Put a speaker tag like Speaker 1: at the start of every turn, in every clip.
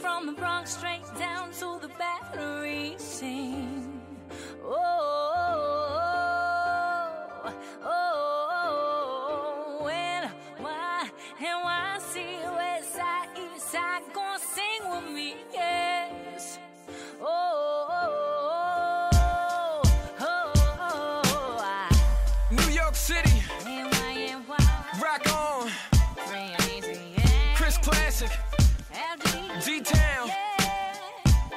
Speaker 1: from the Bronx straight down to the Battery Scene. Oh, oh, oh, oh, NYC, West Side, East Side, gon' sing with me, yes. Oh, oh, oh, oh, oh, oh, ah.
Speaker 2: New York City,
Speaker 1: NYNY,
Speaker 2: rock on.
Speaker 1: crazy, yeah.
Speaker 2: Chris Classic,
Speaker 1: LD,
Speaker 2: D Town.
Speaker 1: yeah,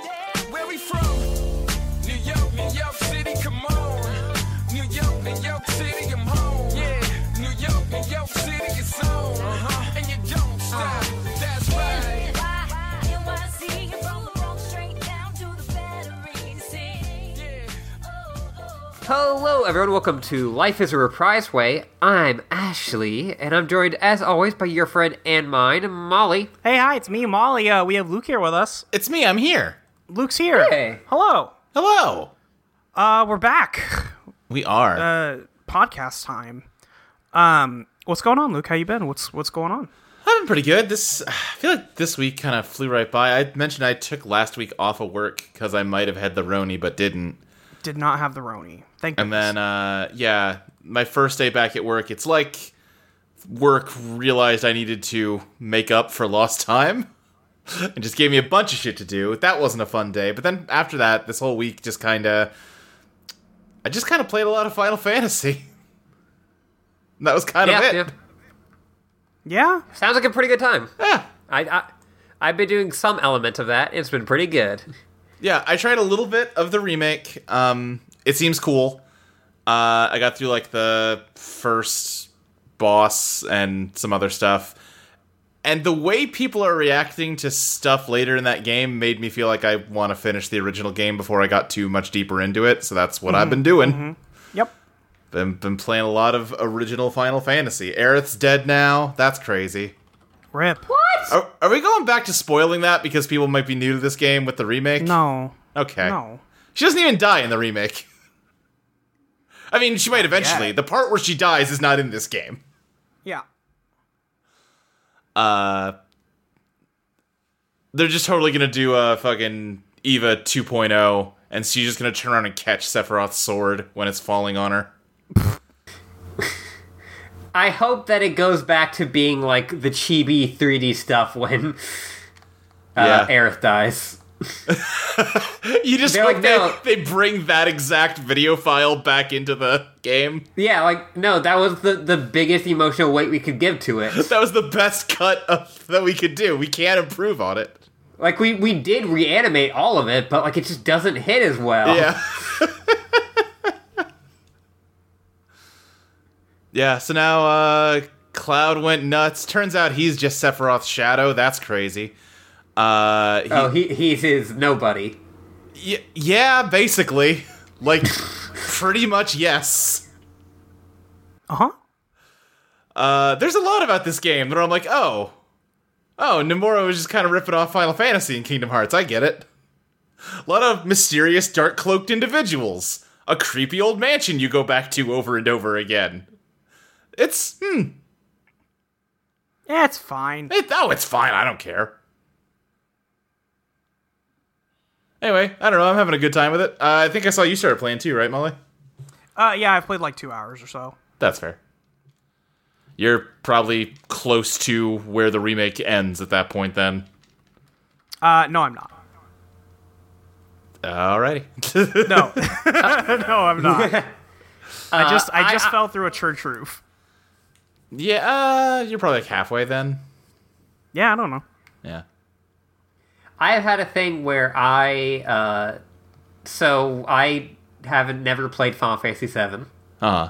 Speaker 1: yeah.
Speaker 2: Where we from? New York, New York City, come on. New York, New York City, I'm home. Yeah. New York, New York City, it's on. Uh-huh. And you don't stop. That's right.
Speaker 3: Hello, everyone. Welcome to Life is a Reprise Way. I'm Ashley, and I'm joined, as always, by your friend and mine, Molly.
Speaker 4: Hey, hi, it's me, Molly. Uh, we have Luke here with us.
Speaker 5: It's me. I'm here.
Speaker 4: Luke's here.
Speaker 3: Hey.
Speaker 4: Hello.
Speaker 5: Hello.
Speaker 4: Uh, we're back.
Speaker 5: We are.
Speaker 4: Uh, podcast time. Um, what's going on, Luke? How you been? What's what's going on?
Speaker 5: I've been pretty good. This I feel like this week kind of flew right by. I mentioned I took last week off of work because I might have had the Roni, but didn't.
Speaker 4: Did not have the Roni. Thank you.
Speaker 5: And then, uh, yeah, my first day back at work, it's like work realized I needed to make up for lost time and just gave me a bunch of shit to do. That wasn't a fun day. But then after that, this whole week just kind of. I just kind of played a lot of Final Fantasy. And that was kind of it.
Speaker 4: yeah.
Speaker 3: Sounds like a pretty good time.
Speaker 5: Yeah.
Speaker 3: I, I, I've been doing some element of that. It's been pretty good.
Speaker 5: Yeah, I tried a little bit of the remake. Um, it seems cool. Uh, I got through like the first boss and some other stuff. And the way people are reacting to stuff later in that game made me feel like I want to finish the original game before I got too much deeper into it. So that's
Speaker 4: Mm-hmm.
Speaker 5: what I've been doing.
Speaker 4: Yep.
Speaker 5: Been, been playing a lot of original Final Fantasy. Aerith's dead now. That's crazy.
Speaker 4: Rip.
Speaker 5: Are, are we going back to spoiling that because people might be new to this game with the remake?
Speaker 4: No.
Speaker 5: Okay.
Speaker 4: No.
Speaker 5: She doesn't even die in the remake. I mean, she might eventually.
Speaker 4: yet.
Speaker 5: The part where she dies is not in this game.
Speaker 4: Yeah.
Speaker 5: Uh, they're just totally gonna do a fucking Eva 2.0, and she's just gonna turn around and catch Sephiroth's sword when it's falling on her.
Speaker 3: I hope that it goes back to being like the chibi 3D stuff when uh,
Speaker 5: Yeah.
Speaker 3: Aerith dies.
Speaker 5: You just
Speaker 3: They're
Speaker 5: hope
Speaker 3: like,
Speaker 5: they,
Speaker 3: "No."
Speaker 5: they bring that exact video file back into the game.
Speaker 3: Yeah, like, no, that was the, the biggest emotional weight we could give to it.
Speaker 5: That was the best cut of, that we could do. We can't improve on it.
Speaker 3: Like, we, we did reanimate all of it, but like, it just doesn't hit as well.
Speaker 5: Yeah. yeah, so now uh Cloud went nuts. Turns out he's just Sephiroth's shadow. That's crazy. Uh he,
Speaker 3: Oh, he, he's his nobody.
Speaker 5: y- yeah, basically. Like pretty much yes.
Speaker 4: Uh huh.
Speaker 5: Uh there's a lot about this game that I'm like, "Oh. Oh, Nomura was just kind of ripping off Final Fantasy and Kingdom Hearts. I get it." A lot of mysterious dark-cloaked individuals. A creepy old mansion you go back to over and over again. It's hmm.
Speaker 4: Yeah, it's fine.
Speaker 5: It, oh, it's fine. I don't care. Anyway, I don't know. I'm having a good time with it. Uh, I think I saw you started playing too, right, Molly?
Speaker 4: Uh, yeah, I've played like two hours or so.
Speaker 5: That's fair. You're probably close to where the remake ends at that point, then.
Speaker 4: Uh, no, I'm not.
Speaker 5: Alrighty.
Speaker 4: No. no, I'm not. I just I just
Speaker 3: Uh, I- I-
Speaker 4: fell through a church roof.
Speaker 5: yeah, uh, you're probably like halfway then.
Speaker 4: Yeah, I don't know.
Speaker 5: Yeah.
Speaker 3: I have had a thing where I, uh, so I haven't never played Final Fantasy VII,
Speaker 5: Uh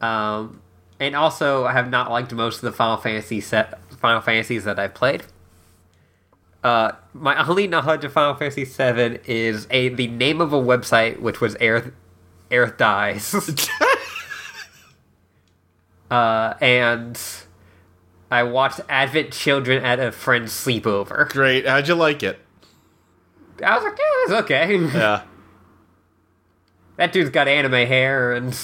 Speaker 3: um, and also I have not liked most of the Final Fantasy set Final Fantasies that I've played. Uh, my only knowledge of Final Fantasy VII is a the name of a website which was Aerith, Aerith Dies, uh, and I watched Advent Children at a friend's sleepover.
Speaker 5: Great. How'd you like it?
Speaker 3: I was like, yeah, that's okay.
Speaker 5: Yeah.
Speaker 3: That dude's got anime hair and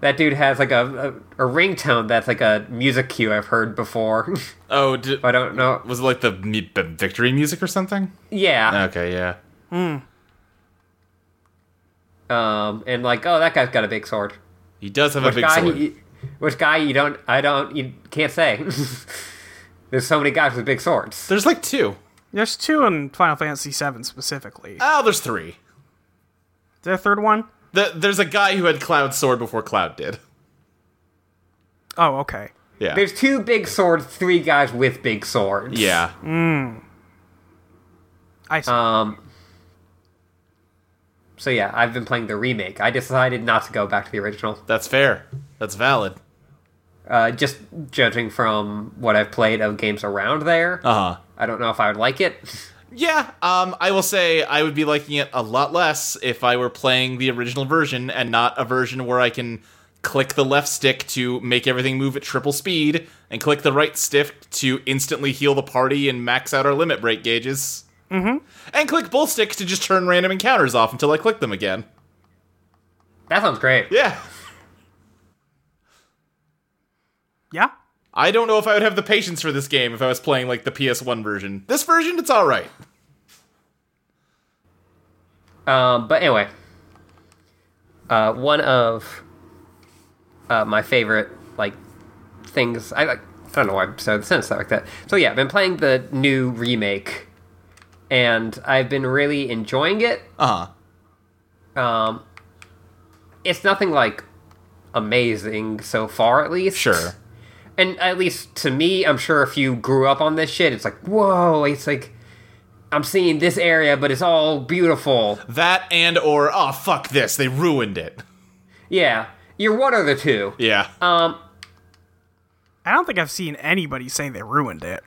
Speaker 3: That dude has like a, a, a ringtone that's like a music cue I've heard before.
Speaker 5: Oh, did,
Speaker 3: I don't know.
Speaker 5: was it like the me- the victory music or something?
Speaker 3: Yeah.
Speaker 5: Okay, yeah.
Speaker 3: Um, and like, oh, that guy's got a big sword.
Speaker 5: He does have a
Speaker 3: Which
Speaker 5: big
Speaker 3: guy?
Speaker 5: sword.
Speaker 3: He, which guy? You don't. I don't. You can't say. There's so many guys with big swords.
Speaker 5: There's like two.
Speaker 4: There's two in Final Fantasy VII specifically. Is
Speaker 5: Oh, there's three.
Speaker 4: there a third one?
Speaker 5: The, there's a guy who had Cloud's sword before Cloud did.
Speaker 4: Oh, okay.
Speaker 5: Yeah.
Speaker 3: There's two big swords, three guys with big swords.
Speaker 5: yeah.
Speaker 4: I see.
Speaker 3: Um. So yeah, I've been playing the remake. I decided not to go back to the original.
Speaker 5: That's fair. That's valid.
Speaker 3: Uh, just judging from what I've played of games around there,
Speaker 5: Uh huh.
Speaker 3: I don't know if I would like it.
Speaker 5: Yeah, um, I will say I would be liking it a lot less if I were playing the original version and not a version where I can click the left stick to make everything move at triple speed and click the right stick to instantly heal the party and max out our limit break gauges. Mm-hmm. And click both sticks to just turn random encounters off until I click them again.
Speaker 3: That sounds great.
Speaker 5: Yeah.
Speaker 4: yeah.
Speaker 5: I don't know if I would have the patience for this game if I was playing like the PS1 version. This version, it's alright.
Speaker 3: Um, but anyway, uh, one of uh, my favorite like things I like. I don't know why I'm so sensitive like that. So yeah, I've been playing the new remake, and I've been really enjoying it.
Speaker 5: Uh huh.
Speaker 3: Um, it's nothing like amazing so far, at least.
Speaker 5: Sure.
Speaker 3: And at least to me, I'm sure if you grew up on this shit, it's like whoa. It's like I'm seeing this area, but it's all beautiful.
Speaker 5: That and or, oh, fuck this, they ruined it.
Speaker 3: Yeah, you're one of the two.
Speaker 5: Yeah.
Speaker 4: I don't think I've seen anybody say they ruined it.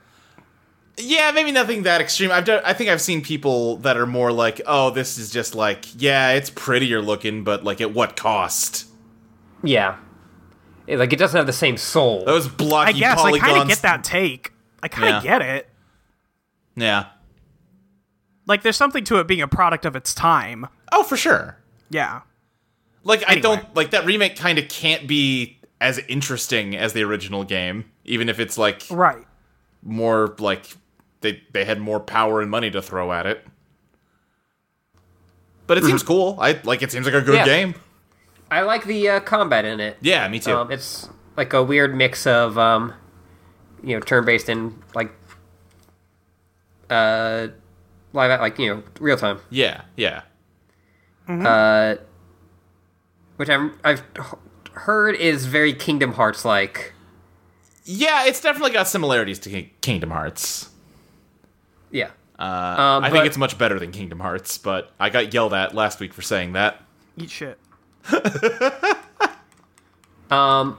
Speaker 5: Yeah, maybe nothing that extreme. I've done, I think I've seen people that are more like, oh, this is just like, yeah, it's prettier looking, but like at what cost?
Speaker 3: Yeah. It- like, it doesn't have the same soul.
Speaker 5: Those blocky
Speaker 4: I guess I
Speaker 5: polygons.
Speaker 4: kind of get that take. I kind
Speaker 5: Yeah.
Speaker 4: of get it.
Speaker 5: Yeah.
Speaker 4: Like, there's something to it being a product of its time.
Speaker 5: Oh, for sure.
Speaker 4: Yeah.
Speaker 5: Like I
Speaker 4: Anyway.
Speaker 5: don't like that remake. Kind of can't be as interesting as the original game, even if it's like
Speaker 4: Right.
Speaker 5: more like they they had more power and money to throw at it. But it seems
Speaker 4: Mm-hmm.
Speaker 5: cool. I like it. Seems like a good
Speaker 3: Yeah.
Speaker 5: game.
Speaker 3: I like the uh, combat in it.
Speaker 5: Yeah, me too.
Speaker 3: Um, it's like a weird mix of, um, you know, turn based and, like, uh, live, like, you know, real time.
Speaker 5: yeah, yeah.
Speaker 3: Uh, which I'm, I've h- heard is very Kingdom Hearts like.
Speaker 5: Yeah, it's definitely got similarities to Ki- Kingdom Hearts.
Speaker 3: Yeah.
Speaker 5: Uh,
Speaker 3: Um,
Speaker 5: I think
Speaker 3: but-
Speaker 5: it's much better than Kingdom Hearts, but I got yelled at last week for saying that.
Speaker 4: Eat shit.
Speaker 3: Um,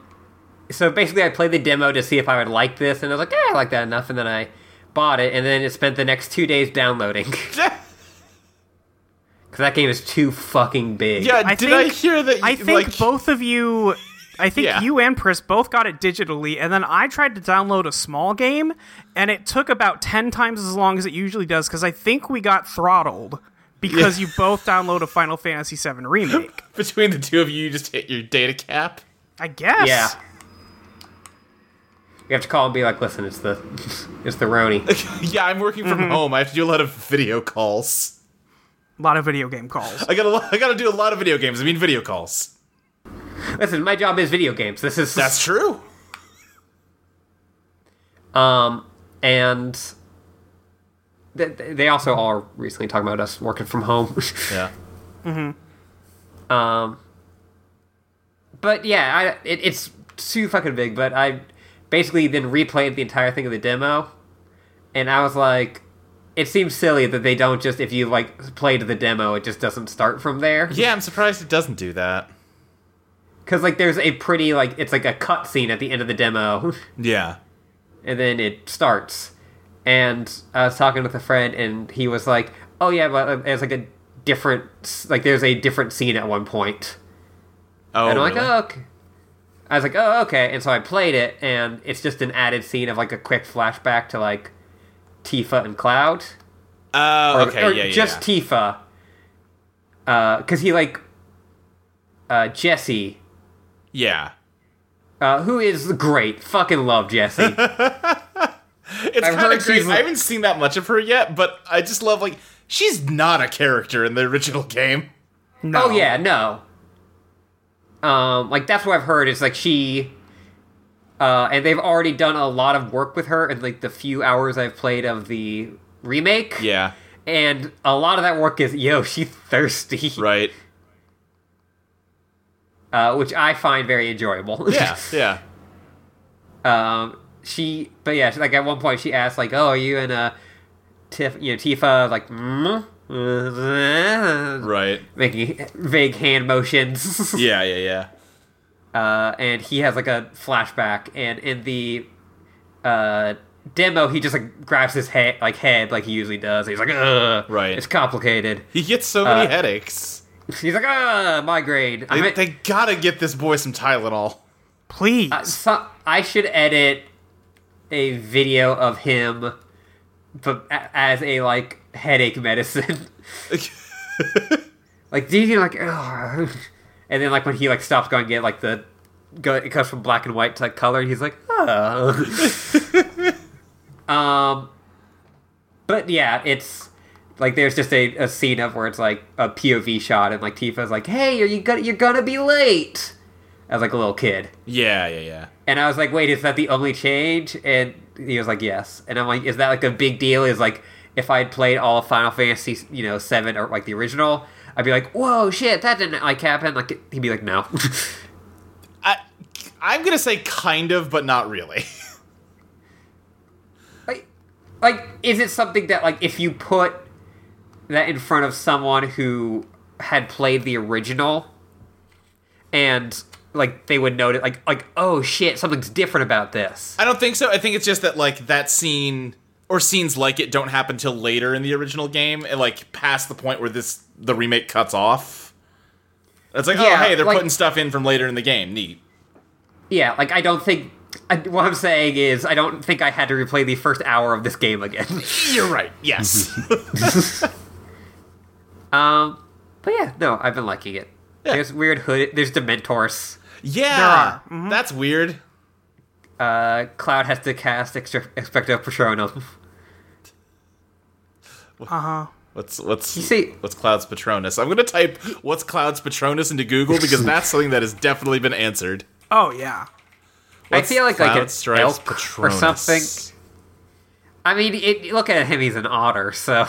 Speaker 3: so basically, I played the demo to see if I would like this, and I was like, eh, I like that enough, and then I bought it, and then it spent the next two days downloading. Because that game is too fucking big.
Speaker 5: Yeah,
Speaker 4: I
Speaker 5: did
Speaker 4: think,
Speaker 5: I hear that? You,
Speaker 4: I think
Speaker 5: like,
Speaker 4: both of you. I think
Speaker 5: Yeah.
Speaker 4: you and Pris both got it digitally, and then I tried to download a small game, and it took about ten times as long as it usually does because I think we got throttled because you both download a Final Fantasy VII remake.
Speaker 5: between the two of you, you just hit your data cap.
Speaker 4: I guess.
Speaker 3: Yeah. You have to call and be like, listen, it's the, it's the Roni.
Speaker 5: yeah, I'm working
Speaker 4: Mm-hmm.
Speaker 5: from home. I have to do a lot of video calls.
Speaker 4: A lot of video game calls.
Speaker 5: I got to I got to do a lot of video games. I mean, video calls.
Speaker 3: listen, my job is video games. This is
Speaker 5: That's true.
Speaker 3: um, and th- th- they also are recently talking about us working from home.
Speaker 5: Yeah.
Speaker 3: Um, but yeah, I, it, it's too fucking big. But I basically then replayed the entire thing of the demo, and I was like, it seems silly that they don't just if you like played the demo, it just doesn't start from there.
Speaker 5: Yeah, I'm surprised it doesn't do that.
Speaker 3: Because like there's a pretty like it's like a cutscene at the end of the demo,
Speaker 5: Yeah.
Speaker 3: and then it starts. And I was talking with a friend, and he was like, "Oh yeah, but uh, it's like a different s- like there's a different scene at one point."
Speaker 5: Oh,
Speaker 3: and I'm
Speaker 5: really?
Speaker 3: like, oh, okay. I was like, oh, okay. And so I played it, and it's just an added scene of like a quick flashback to like Tifa and Cloud,
Speaker 5: Uh,
Speaker 3: or,
Speaker 5: okay,
Speaker 3: or
Speaker 5: yeah, yeah,
Speaker 3: just
Speaker 5: yeah.
Speaker 3: Tifa, because he like uh, Jesse
Speaker 5: Yeah.
Speaker 3: uh, who is great. Fucking love Jesse. Oh,
Speaker 5: It's
Speaker 3: I've
Speaker 5: kind
Speaker 3: heard
Speaker 5: of great.
Speaker 3: she's-
Speaker 5: I haven't seen that much of her yet, but I just love like she's not a character in the original game.
Speaker 4: No.
Speaker 3: Oh yeah, no. Um, like that's what I've heard. Is like she, uh, and they've already done a lot of work with her in like the few hours I've played of the remake.
Speaker 5: Yeah.
Speaker 3: and a lot of that work is yo, she's thirsty,
Speaker 5: Right.
Speaker 3: uh, which I find very enjoyable.
Speaker 5: Yeah. Yeah.
Speaker 3: um, she, but yeah, she, like at one point she asked like, "Oh, are you in a Tiff? You know, Tifa?" Like, mm?
Speaker 5: Right.
Speaker 3: making vague hand motions.
Speaker 5: Yeah. Yeah. Yeah.
Speaker 3: uh, and he has like a flashback, and in the uh, demo, he just like grabs his head, like head, like he usually does. And he's like, ugh,
Speaker 5: Right.
Speaker 3: It's complicated.
Speaker 5: He gets so many
Speaker 3: Uh,
Speaker 5: headaches.
Speaker 3: He's like, ugh, migraine. I
Speaker 5: They,
Speaker 3: mean,
Speaker 5: they gotta get this boy some Tylenol.
Speaker 4: Please.
Speaker 3: uh, so- I should edit a video of him, but a- as a like headache medicine. like, do you like, ugh. and then like when he like stops going get like the. Go, it goes from black and white to like color. And he's like, oh. Um, but yeah, it's like there's just a, a scene of where it's like a POV shot, and like Tifa's like, "Hey, are you gonna you're gonna be late?" As like a little kid,
Speaker 5: Yeah. Yeah. Yeah.
Speaker 3: and I was like, "Wait, is that the only change?" And he was like, "Yes," and I'm like, "Is that like a big deal?" Is like if I had played all of Final Fantasy, you know, seven or like the original, I'd be like, "Whoa, shit, that didn't like happen." Like he'd be like, "No."
Speaker 5: I, I'm gonna say kind of, but not really.
Speaker 3: like like is it something that like if you put that in front of someone who had played the original and like they would notice like like oh shit something's different about this
Speaker 5: I don't think so. I think it's just that like that scene or scenes like it don't happen till later in the original game, and like past the point where this the remake cuts off. It's like,
Speaker 3: Yeah,
Speaker 5: oh hey, they're
Speaker 3: like-
Speaker 5: putting stuff in from later in the game. Neat.
Speaker 3: yeah like i don't think I, what i'm saying is i don't think i had to replay the first hour of this game again
Speaker 5: You're right. Yes.
Speaker 3: um but yeah no i've been liking it there's weird hood there's dementors
Speaker 5: yeah.
Speaker 4: There are.
Speaker 3: Mm-hmm.
Speaker 5: That's weird.
Speaker 3: uh cloud has to cast extra expecto patronum
Speaker 4: Uh-huh.
Speaker 5: What's what's
Speaker 3: You see-
Speaker 5: what's Cloud's Patronus? I'm gonna type what's Cloud's Patronus into Google because that's something that has definitely been answered.
Speaker 4: Oh yeah.
Speaker 5: What's
Speaker 3: i feel like like an
Speaker 5: Cloud Stripe's
Speaker 3: elk or something
Speaker 5: Patronus?
Speaker 3: I mean, it, look at him; he's an otter. So,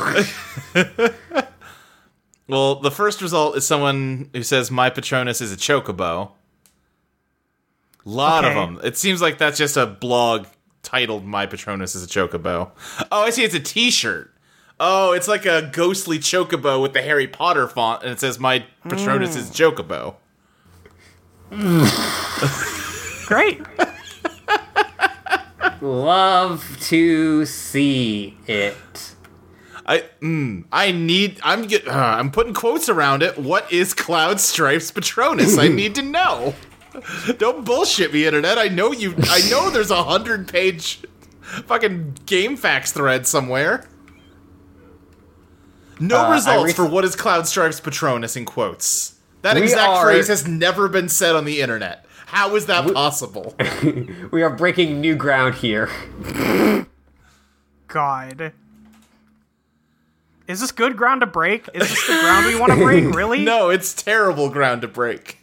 Speaker 5: Well, the first result is someone who says my Patronus is a chocobo. Lot
Speaker 4: Okay.
Speaker 5: of them. It seems like that's just a blog titled "My Patronus is a Chocobo." Oh, I see. It's a T-shirt. Oh, it's like a ghostly chocobo with the Harry Potter font, and it says "My Patronus is a Chocobo."
Speaker 4: Great.
Speaker 3: love to see it.
Speaker 5: I mm, I need. I'm get. Uh, I'm putting quotes around it. What is Cloud Stripes Patronus? I need to know. Don't bullshit me, internet. I know you. I know there's a hundred page fucking game facts thread somewhere. No
Speaker 3: Uh, I
Speaker 5: results
Speaker 3: re-
Speaker 5: for what is Cloud Stripes Patronus in quotes. That
Speaker 3: We
Speaker 5: exact
Speaker 3: are-
Speaker 5: phrase has never been said on the internet. How is that possible?
Speaker 3: We are breaking new ground here.
Speaker 4: God. Is this good ground to break? Is this the ground we want to break? Really?
Speaker 5: no, it's terrible ground to break.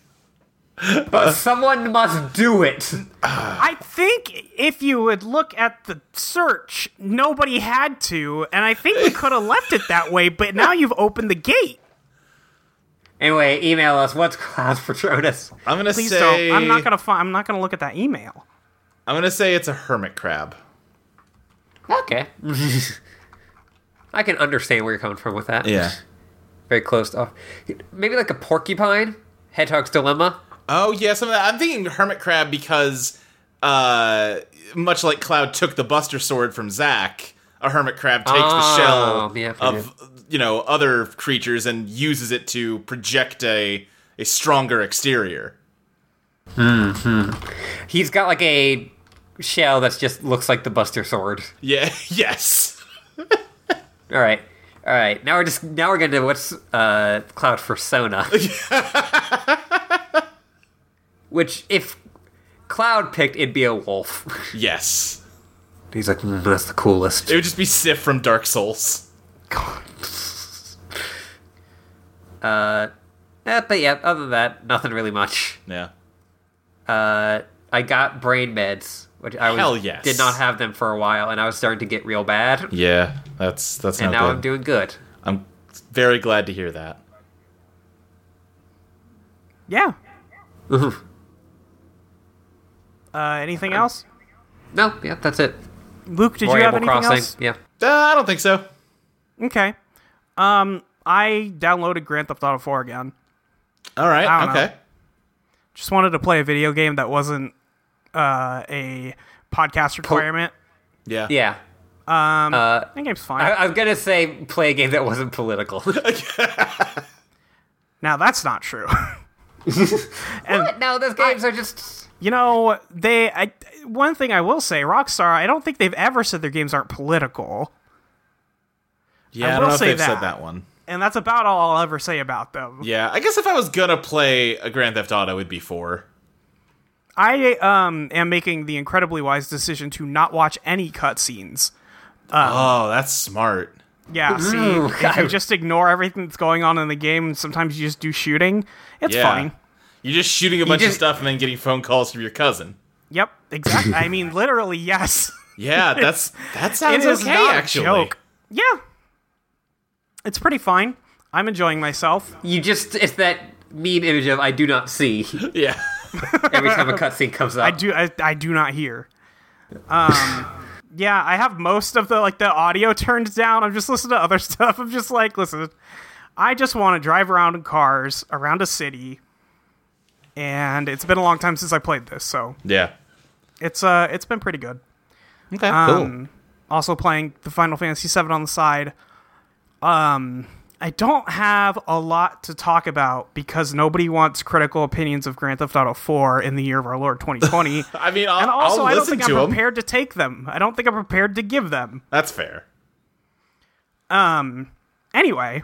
Speaker 3: But someone must do it.
Speaker 4: I think if you would look at the search, nobody had to, and I think we could have left it that way, but now you've opened the gate.
Speaker 3: Anyway, email us. What's Cloud Patronus?
Speaker 5: I'm gonna
Speaker 4: Please
Speaker 5: say.
Speaker 4: don't. I'm not gonna. Fi- I'm not gonna look at that email.
Speaker 5: I'm gonna say it's a hermit crab.
Speaker 3: Okay. I can understand where you're coming from with that.
Speaker 5: Yeah.
Speaker 3: Very close off. Maybe like a porcupine? Hedgehog's Dilemma?
Speaker 5: Oh yeah, some of that. I'm thinking hermit crab because, uh, much like Cloud took the Buster Sword from Zack, a hermit crab takes
Speaker 3: Oh,
Speaker 5: the shell
Speaker 3: yeah, I forget.
Speaker 5: of you know other creatures and uses it to project a a stronger exterior.
Speaker 3: He's got like a shell that's just looks like the Buster Sword.
Speaker 5: Yeah. Yes.
Speaker 3: All right. All right. Now we're just now we're gonna do what's uh, Cloud Persona. Which, if Cloud picked, it'd be a wolf.
Speaker 5: Yes.
Speaker 3: He's like, "Mm, that's the coolest.
Speaker 5: It would just be Sif from Dark Souls.
Speaker 3: God. Uh, eh, but yeah, other than that, nothing really much.
Speaker 5: Yeah.
Speaker 3: Uh, I got brain meds, which I was,
Speaker 5: Hell yes.
Speaker 3: did not have them for a while, and I was starting to get real bad.
Speaker 5: Yeah. That's that's
Speaker 3: and
Speaker 5: not
Speaker 3: now
Speaker 5: good.
Speaker 3: I'm doing good.
Speaker 5: I'm very glad to hear that.
Speaker 4: Yeah.
Speaker 3: Ooh.
Speaker 4: Uh, anything else?
Speaker 3: No, yeah, that's it.
Speaker 4: Luke, did
Speaker 3: More
Speaker 4: you have
Speaker 3: Animal
Speaker 4: anything
Speaker 3: Crossing.
Speaker 4: else?
Speaker 3: Yeah.
Speaker 5: Uh, I don't think so.
Speaker 4: Okay. Um, I downloaded Grand Theft Auto 4 again.
Speaker 5: All right.
Speaker 4: I don't
Speaker 5: okay.
Speaker 4: know. Just wanted to play a video game that wasn't uh, a podcast requirement.
Speaker 5: Yeah.
Speaker 3: Yeah.
Speaker 4: That game's
Speaker 3: I,
Speaker 4: fine.
Speaker 3: I was gonna say play a game that wasn't political.
Speaker 4: Now that's not true.
Speaker 3: But no, those games are just
Speaker 4: you know, they. I, one thing I will say, Rockstar. I don't think they've ever said their games aren't political,
Speaker 5: Yeah. I,
Speaker 4: I
Speaker 5: don't
Speaker 4: will
Speaker 5: know if
Speaker 4: say
Speaker 5: they've said
Speaker 4: that.
Speaker 5: that one.
Speaker 4: and that's about all I'll ever say about them.
Speaker 5: Yeah. I guess if I was gonna play a Grand Theft Auto, it'd be four.
Speaker 4: I um am making the incredibly wise decision to not watch any cutscenes.
Speaker 5: oh, that's smart.
Speaker 4: Yeah, see,
Speaker 3: Ooh,
Speaker 4: if you just ignore everything that's going on in the game, and sometimes you just do shooting. It's
Speaker 5: Yeah.
Speaker 4: fine.
Speaker 5: You're just shooting a bunch of
Speaker 3: just-
Speaker 5: stuff and then getting phone calls from your cousin.
Speaker 4: Yep, exactly. I mean, literally, yes.
Speaker 5: Yeah, that's that sounds
Speaker 4: it is
Speaker 5: okay.
Speaker 4: not a
Speaker 5: actually,
Speaker 4: joke. Yeah, it's pretty fine. I'm enjoying myself.
Speaker 3: you just it's that mean image of I do not see
Speaker 5: yeah,
Speaker 3: every time a cutscene comes up.
Speaker 4: I do. I, I do not hear. Um, yeah, I have most of the like the audio turned down. I'm just listening to other stuff. I'm just like, listen, I just want to drive around in cars around a city, and it's been a long time since I played this, so
Speaker 5: yeah.
Speaker 4: it's uh, it's been pretty good.
Speaker 5: Okay,
Speaker 4: Um, Also playing the Final Fantasy VII on the side. Um, I don't have a lot to talk about because nobody wants critical opinions of Grand Theft Auto 4 in the year of our Lord 2020.
Speaker 5: cool. I mean, I'll,
Speaker 4: and also,
Speaker 5: I'll
Speaker 4: I don't
Speaker 5: listen
Speaker 4: think I'm
Speaker 5: to 'em.
Speaker 4: prepared to take them. I don't think I'm prepared to give them.
Speaker 5: That's fair.
Speaker 4: Anyway,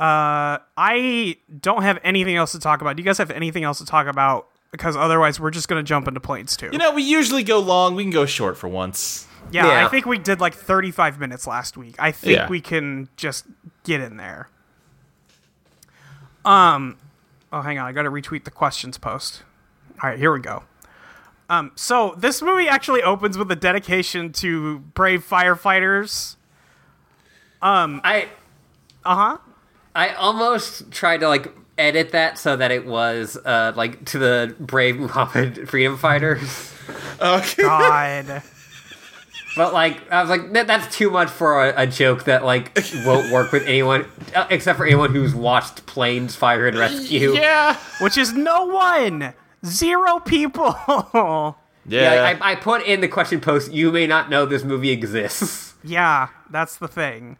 Speaker 4: uh, I don't have anything else to talk about. Do you guys have anything else to talk about? Because otherwise, we're just gonna jump into planes too.
Speaker 5: You know, we usually go long. We can go short for once.
Speaker 4: yeah,
Speaker 3: Yeah.
Speaker 4: I think we did like 35 minutes last week. I think
Speaker 5: Yeah.
Speaker 4: we can just get in there. Um, oh, hang on, I gotta retweet the questions post. All right, here we go. Um, so this movie actually opens with a dedication to brave firefighters.
Speaker 3: I
Speaker 4: Uh huh.
Speaker 3: I almost tried to like edit that so that it was uh like to the brave Muhammad freedom fighters.
Speaker 5: Okay.
Speaker 4: God.
Speaker 3: But like I was like "No, that's too much for a, a joke that like won't work with anyone uh, except for anyone who's watched planes fire and rescue.
Speaker 5: Yeah.
Speaker 4: Which is no one. Zero people.
Speaker 5: Yeah.
Speaker 3: Yeah, I, I put in the question post. You may not know this movie exists.
Speaker 4: yeah, that's the thing.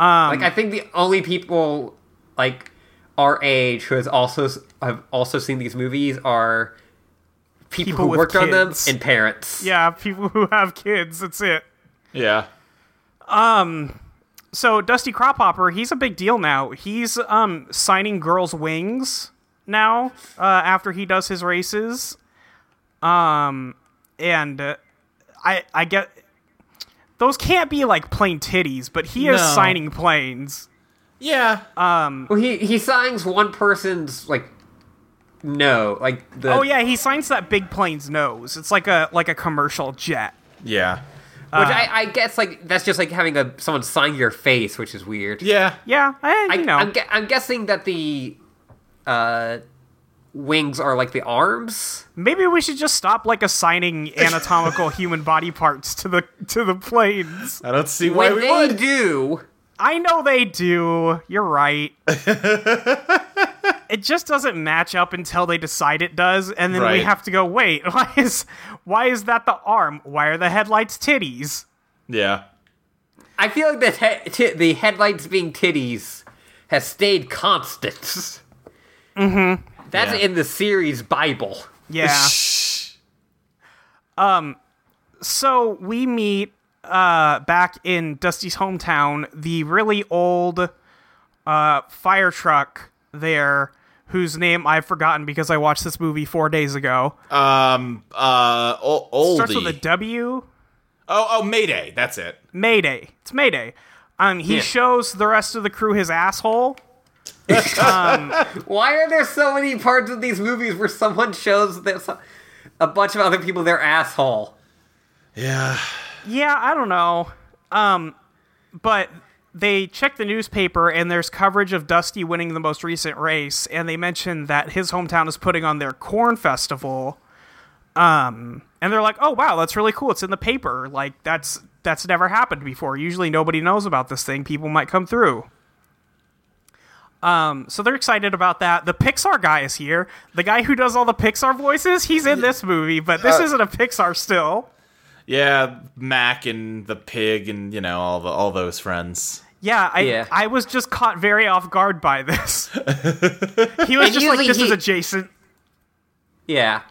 Speaker 4: Um,
Speaker 3: Like, I think the only people like our age who has also have also seen these movies are people,
Speaker 4: People
Speaker 3: who
Speaker 4: with
Speaker 3: worked on them
Speaker 4: kids.
Speaker 3: and parents.
Speaker 4: Yeah, people who have kids, that's it.
Speaker 5: yeah.
Speaker 4: So Dusty Crophopper, he's a big deal now. He's um signing girls' wings now uh, after he does his races. Um, and uh, I I get those can't be like plain titties, but he is
Speaker 5: No.
Speaker 4: signing planes.
Speaker 5: Yeah.
Speaker 3: Well, he he signs one person's like no, like the
Speaker 4: Oh yeah, he signs that big plane's nose. It's like a like a commercial jet.
Speaker 5: yeah.
Speaker 3: which
Speaker 4: Uh.
Speaker 3: I, I guess like that's just like having a someone sign your face, which is weird.
Speaker 5: Yeah.
Speaker 4: Yeah, I,
Speaker 3: I,
Speaker 4: you know.
Speaker 3: I'm, gue- I'm guessing that the uh, wings are like the arms.
Speaker 4: Maybe we should just stop like assigning anatomical human body parts to the to the planes.
Speaker 5: I don't see why
Speaker 3: When
Speaker 5: we
Speaker 3: they
Speaker 5: would.
Speaker 3: do,
Speaker 4: I know they do. You're right. it just doesn't match up until they decide it does, and then we
Speaker 5: Right.
Speaker 4: have to go. Wait, why is why is that the arm? Why are the headlights titties?
Speaker 5: Yeah.
Speaker 3: I feel like the te- ti- the headlights being titties has stayed constant. Mm-hmm. That's
Speaker 5: Yeah.
Speaker 3: in the series Bible.
Speaker 4: Yeah. Um, so we meet uh, back in Dusty's hometown the really old uh, fire truck there whose name I've forgotten because I watched this movie four days ago.
Speaker 5: Um, uh, o-
Speaker 4: Starts with a
Speaker 5: oldie.
Speaker 4: W.
Speaker 5: Oh, oh, Mayday. That's it.
Speaker 4: Mayday. It's Mayday. Um, he
Speaker 3: Yeah.
Speaker 4: shows the rest of the crew his asshole.
Speaker 3: Why are there so many parts of these movies where someone shows that so- a bunch of other people their asshole?
Speaker 5: Yeah.
Speaker 4: Yeah, I don't know. Um, but they check the newspaper and there's coverage of Dusty winning the most recent race, and they mention that his hometown is putting on their corn festival. Um, and they're like, "Oh wow, that's really cool. It's in the paper. Like that's that's never happened before. Usually nobody knows about this thing. People might come through." Um, so they're excited about that. The Pixar guy is here. The guy who does all the Pixar voices, he's in this movie, but this isn't a Pixar still.
Speaker 5: Yeah, Mac and the pig and you know all the all those friends.
Speaker 4: Yeah, I
Speaker 3: Yeah.
Speaker 4: I was just caught very off guard by this. he was
Speaker 3: And
Speaker 4: just like,
Speaker 3: usually
Speaker 4: "This is
Speaker 3: he-
Speaker 4: adjacent."
Speaker 3: Yeah.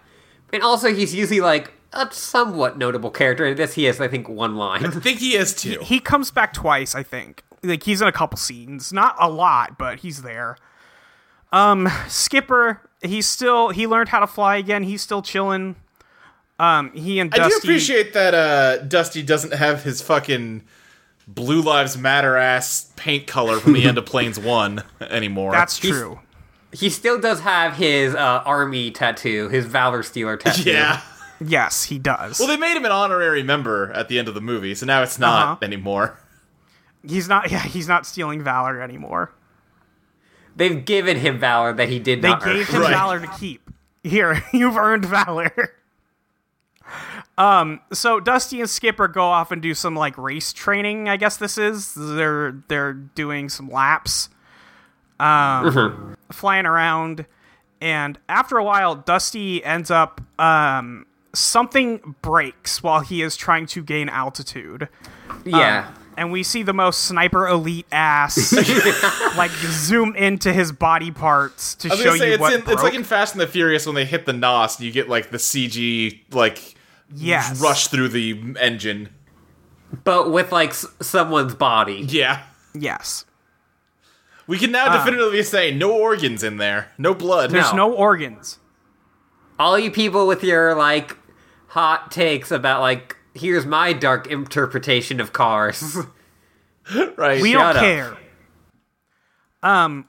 Speaker 3: And also, he's usually like a somewhat notable character. In this, he has, I think, one line.
Speaker 5: I think he is too.
Speaker 4: He comes back twice, I think. Like he's in a couple scenes, not a lot, but he's there. Um, Skipper, he's still he learned how to fly again. He's still chilling. Um, he and
Speaker 5: I
Speaker 4: Dusty.
Speaker 5: do appreciate that uh, Dusty doesn't have his fucking Blue Lives Matter ass paint color from the end of Planes One anymore.
Speaker 4: that's
Speaker 3: he's-
Speaker 4: true.
Speaker 3: he still does have his uh, army tattoo, his Valor Stealer tattoo.
Speaker 5: yeah.
Speaker 4: Yes, he does.
Speaker 5: Well, they made him an honorary member at the end of the movie, so now it's not
Speaker 4: Uh-huh.
Speaker 5: anymore.
Speaker 4: he's not. Yeah, he's not stealing valor anymore.
Speaker 3: They've given him valor that he did
Speaker 4: They
Speaker 3: not
Speaker 4: gave
Speaker 3: earn.
Speaker 4: him
Speaker 5: Right.
Speaker 4: valor to keep. Here, you've earned valor. Um, so Dusty and Skipper go off and do some like race training. I guess this is they're they're doing some laps, um, flying around, and after a while, Dusty ends up um something breaks while he is trying to gain altitude,
Speaker 3: Yeah.
Speaker 4: and we see the most sniper elite ass like zoom into his body parts to
Speaker 5: I was
Speaker 4: show
Speaker 5: gonna say
Speaker 4: you
Speaker 5: it's
Speaker 4: what
Speaker 5: in, it's like
Speaker 4: broke.
Speaker 5: in Fast and the Furious when they hit the nos, and you get like the CG like
Speaker 4: yes.
Speaker 5: rush through the engine.
Speaker 3: but with, like, s- someone's body.
Speaker 5: Yeah,
Speaker 4: Yes.
Speaker 5: we can now definitively say no organs in there, no blood.
Speaker 4: There's
Speaker 3: No.
Speaker 4: Uh. no organs.
Speaker 3: All you people with your, like, hot takes about, like, here's my dark interpretation of cars.
Speaker 5: right.
Speaker 4: We
Speaker 3: Shut
Speaker 4: don't
Speaker 3: up.
Speaker 4: care. Um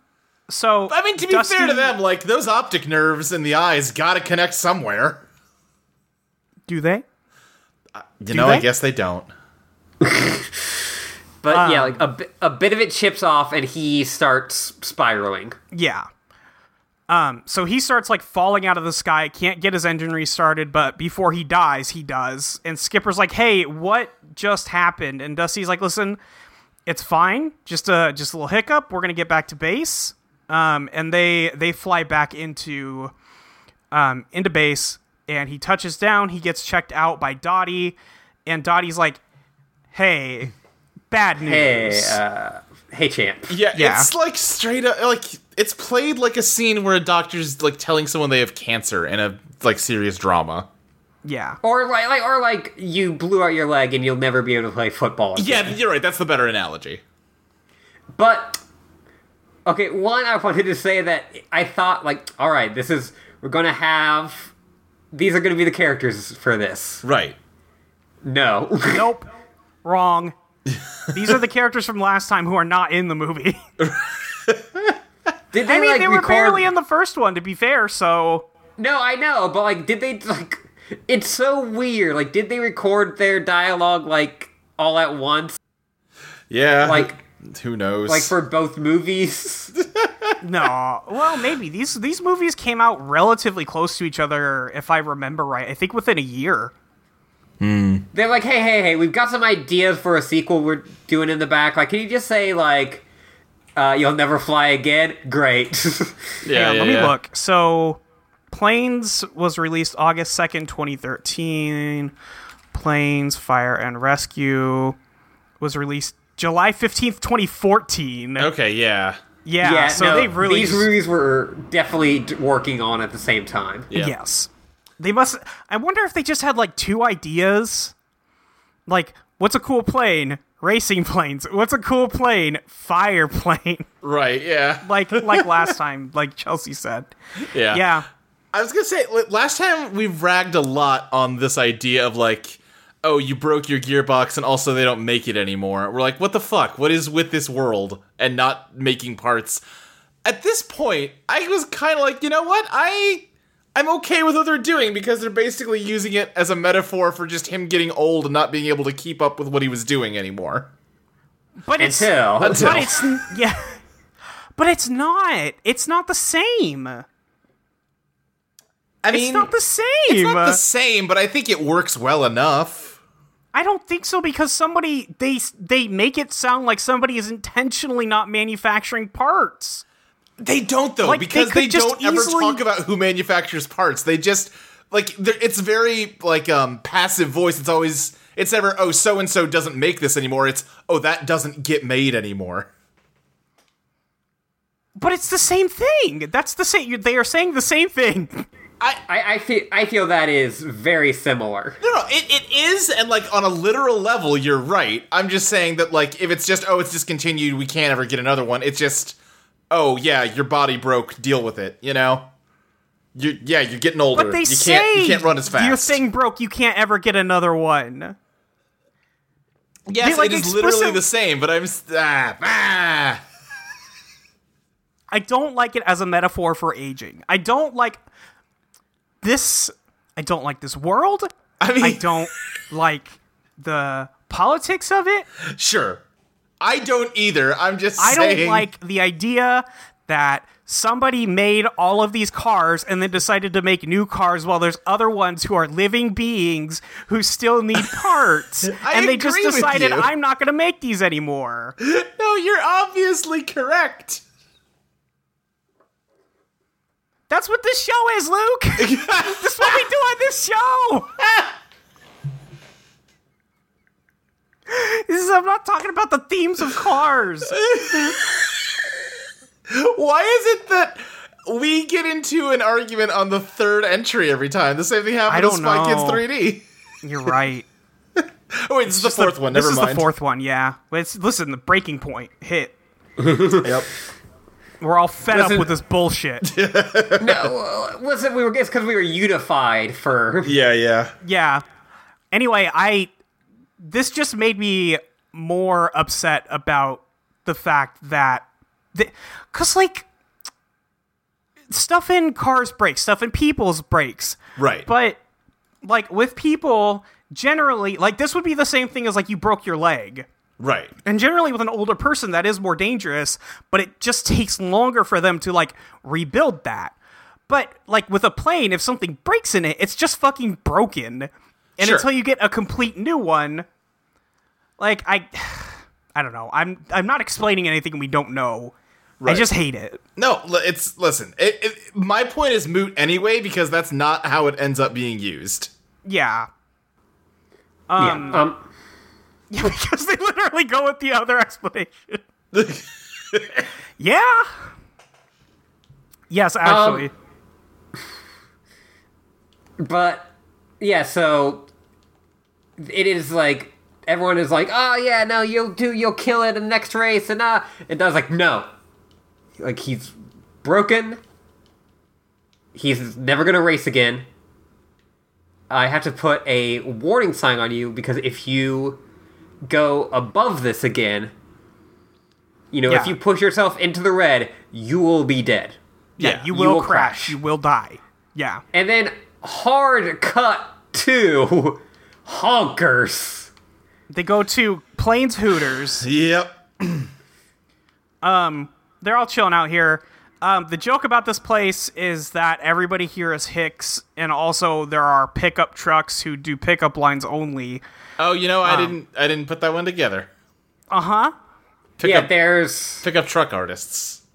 Speaker 4: so
Speaker 5: I mean, to be fair to
Speaker 4: Dusty-
Speaker 5: them, like those optic nerves in the eyes got to connect somewhere.
Speaker 4: do they?
Speaker 5: You know, I
Speaker 4: they?
Speaker 5: guess they don't.
Speaker 3: But yeah, like, a, bi- a bit of it chips off and he starts spiraling.
Speaker 4: Yeah. Um so he starts like falling out of the sky, can't get his engine restarted, but before he dies, he does. And Skipper's like, "Hey, what just happened?" And Dusty's like, "Listen, it's fine. Just a just a little hiccup. We're going to get back to base." Um and they they fly back into um, into base and he touches down. He gets checked out by Dottie, and Dottie's like, "Hey, bad news."
Speaker 3: Hey, uh, hey, champ.
Speaker 5: Yeah,
Speaker 4: Yeah.
Speaker 5: it's like straight up like it's played like a scene where a doctor's like telling someone they have cancer in a like serious drama.
Speaker 4: yeah,
Speaker 3: Or like, like, or like, you blew out your leg and you'll never be able to play football. again.
Speaker 5: Yeah, you're right. That's the better analogy.
Speaker 3: But okay, one I wanted to say that I thought like, all right, this is we're gonna have these are gonna be the characters for this.
Speaker 5: Right.
Speaker 3: No,
Speaker 4: nope, wrong. These are the characters from last time who are not in the movie.
Speaker 3: did they
Speaker 4: I mean,
Speaker 3: like
Speaker 4: they were
Speaker 3: record?
Speaker 4: barely in the first one, to be fair. So
Speaker 3: no, I know, but like, did they like? It's so weird. Like, did they record their dialogue like all at once?
Speaker 5: Yeah.
Speaker 3: Like,
Speaker 5: who knows?
Speaker 3: like for both movies?
Speaker 4: no, well, maybe these these movies came out relatively close to each other, if I remember right. I think within a year.
Speaker 3: They're like, hey, hey, hey, we've got some ideas for a sequel we're doing in the back. Like, can you just say like, uh, you'll never fly again? Great.
Speaker 5: yeah,
Speaker 4: Hang on,
Speaker 5: yeah,
Speaker 4: let me
Speaker 5: yeah.
Speaker 4: look. So, Planes was released August 2nd, 2013. Planes, Fire and Rescue was released July 15th, 2014.
Speaker 5: Okay. Yeah.
Speaker 4: Yeah, so
Speaker 3: no,
Speaker 4: they really.
Speaker 3: these
Speaker 4: just-
Speaker 3: movies were definitely d- working on at the same time.
Speaker 5: Yeah.
Speaker 4: Yes. They must. I wonder if they just had like two ideas. Like, what's a cool plane? Racing planes. What's a cool plane? Fire plane.
Speaker 5: Right, yeah.
Speaker 4: like like last time, like Chelsea said.
Speaker 5: Yeah.
Speaker 4: Yeah.
Speaker 5: I was gonna say l- last time we ragged a lot on this idea of like, oh, you broke your gearbox, and also they don't make it anymore. We're like, what the fuck? What is with this world and not making parts? At this point, I was kind of like, you know what? I I'm okay with what they're doing because they're basically using it as a metaphor for just him getting old and not being able to keep up with what he was doing anymore.
Speaker 4: But it's
Speaker 3: Until
Speaker 5: Until
Speaker 4: but it's n- yeah. But it's not. It's not the same.
Speaker 5: I mean,
Speaker 4: it's not the same. uh,
Speaker 5: it's not the same, but I think it works well enough.
Speaker 4: I don't think so because somebody they they make it sound like somebody is intentionally not manufacturing parts.
Speaker 5: They don't though,
Speaker 4: Like, they
Speaker 5: because
Speaker 4: could
Speaker 5: they,
Speaker 4: just
Speaker 5: don't ever
Speaker 4: easily-
Speaker 5: talk about who manufactures parts. They just like they're- it's very like um passive voice. It's always it's never oh so and so doesn't make this anymore. It's oh that doesn't get made anymore.
Speaker 4: But it's the same thing. That's the same. you- They are saying the same thing.
Speaker 3: I, I feel I feel that is very similar.
Speaker 5: No, no, it, it is, and like on a literal level, you're right. I'm just saying that like if it's just oh it's discontinued, we can't ever get another one. It's just oh yeah, your body broke. Deal with it. You know. You yeah, you're getting older.
Speaker 4: But they
Speaker 5: you
Speaker 4: say
Speaker 5: can't you can't run as fast.
Speaker 4: Your thing broke. You can't ever get another one.
Speaker 5: Yes,
Speaker 4: They, like,
Speaker 5: it is
Speaker 4: explicit-
Speaker 5: literally the same, but I'm s- ah, ah.
Speaker 4: I don't like it as a metaphor for aging. I don't like this. I don't like this world.
Speaker 5: I mean,
Speaker 4: I don't like the politics of it.
Speaker 5: sure. I don't either. I'm just
Speaker 4: I
Speaker 5: saying.
Speaker 4: don't like the idea that somebody made all of these cars and then decided to make new cars while there's other ones who are living beings who still need parts
Speaker 5: I
Speaker 4: and they just
Speaker 5: agree with
Speaker 4: decided
Speaker 5: you.
Speaker 4: I'm not going to make these anymore.
Speaker 5: No, you're obviously correct.
Speaker 4: That's what this show is, Luke. That's what we do on this show. This is, I'm not talking about the themes of cars.
Speaker 5: Why is it that we get into an argument on the third entry every time? The same thing happened
Speaker 4: I don't
Speaker 5: to Spy Kids
Speaker 4: know.
Speaker 5: 3D.
Speaker 4: You're right.
Speaker 5: Oh, wait, it's, the fourth one. Never
Speaker 4: this
Speaker 5: mind.
Speaker 4: is the fourth one, yeah. It's, listen, the breaking point hit.
Speaker 5: Yep.
Speaker 4: We're all fed
Speaker 3: Listen-
Speaker 4: up with this bullshit.
Speaker 3: No, was it we were it's because we were unified for
Speaker 5: Yeah, yeah.
Speaker 4: yeah. Anyway, I this just made me more upset about the fact that because like stuff in cars breaks, stuff in people's breaks,
Speaker 5: Right.
Speaker 4: but like with people generally like this would be the same thing as like you broke your leg
Speaker 5: right.
Speaker 4: and generally with an older person that is more dangerous but it just takes longer for them to like rebuild that but like with a plane if something breaks in it it's just fucking broken and
Speaker 5: Sure.
Speaker 4: until you get a complete new one like i i don't know i'm i'm not explaining anything we don't know i
Speaker 5: Right.
Speaker 4: just hate it
Speaker 5: No, li- it's listen. It, it, my point is moot anyway because that's not how it ends up being used.
Speaker 4: yeah
Speaker 3: Yeah,
Speaker 4: um
Speaker 3: um
Speaker 4: yeah, because they literally go with the other explanation yeah yes actually
Speaker 5: Um,
Speaker 3: But yeah, so it is like everyone is like, "Oh yeah, no, you'll do, you'll kill it in the next race," and uh, and Don's like, "No, like he's broken. He's never gonna race again. I have to put a warning sign on you because if you go above this again, you know, if
Speaker 4: Yeah.
Speaker 3: you push yourself into the red, you will be dead."
Speaker 4: Yeah, you will, crash. You will die. Yeah.
Speaker 3: And then hard cut to honkers.
Speaker 4: They go to Plains Hooters.
Speaker 5: Yep.
Speaker 4: They're all chilling out here. Um, the joke about this place is that everybody here is Hicks, and also there are pickup trucks who do pickup lines only.
Speaker 5: Oh, you know, I
Speaker 4: Um,
Speaker 5: didn't. I didn't put that one together.
Speaker 4: Uh huh.
Speaker 5: Pick
Speaker 3: yeah,
Speaker 5: up
Speaker 3: there's
Speaker 5: pickup truck artists.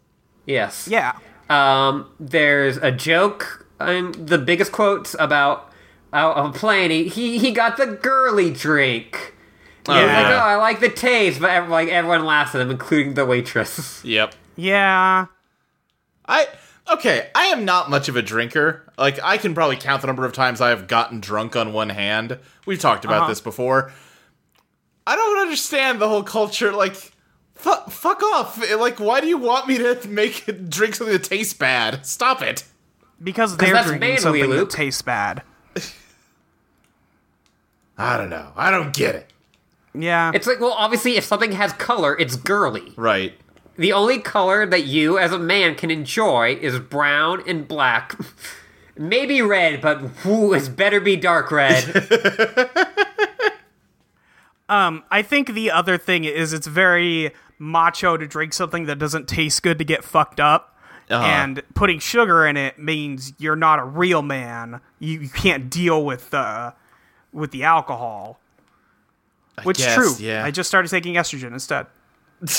Speaker 3: yes.
Speaker 4: Yeah.
Speaker 3: Um, there's a joke and the biggest quotes about out of plane. He, he he got the girly drink.
Speaker 5: Oh,
Speaker 3: He's like, oh, I like the taste, but everyone, like everyone laughs at him, including the waitress.
Speaker 5: Yep.
Speaker 4: Yeah.
Speaker 5: I okay. I am not much of a drinker. Like I can probably
Speaker 4: Uh-huh.
Speaker 5: count the number of times I have gotten drunk on one hand. We've talked about this before. I don't understand the whole culture. Like, fu- fuck off. It- Like, why do you want me to make it drink something that tastes bad? Stop it.
Speaker 4: because they're
Speaker 3: that's
Speaker 4: drinking
Speaker 3: manly,
Speaker 4: something
Speaker 3: Luke.
Speaker 4: that tastes bad.
Speaker 5: I don't know. I don't get it.
Speaker 4: Yeah,
Speaker 3: It's like, well, obviously, if something has color, it's girly.
Speaker 5: Right.
Speaker 3: The only color that you, as a man, can enjoy is brown and black. Maybe red, but whoo, it's better be dark red.
Speaker 4: I think the other thing is it's very macho to drink something that doesn't taste good to get fucked up.
Speaker 5: Uh-huh.
Speaker 4: And putting sugar in it means you're not a real man. You, you can't deal with the with the alcohol. Which is
Speaker 5: guess,
Speaker 4: true.
Speaker 5: yeah.
Speaker 4: I just started taking estrogen instead.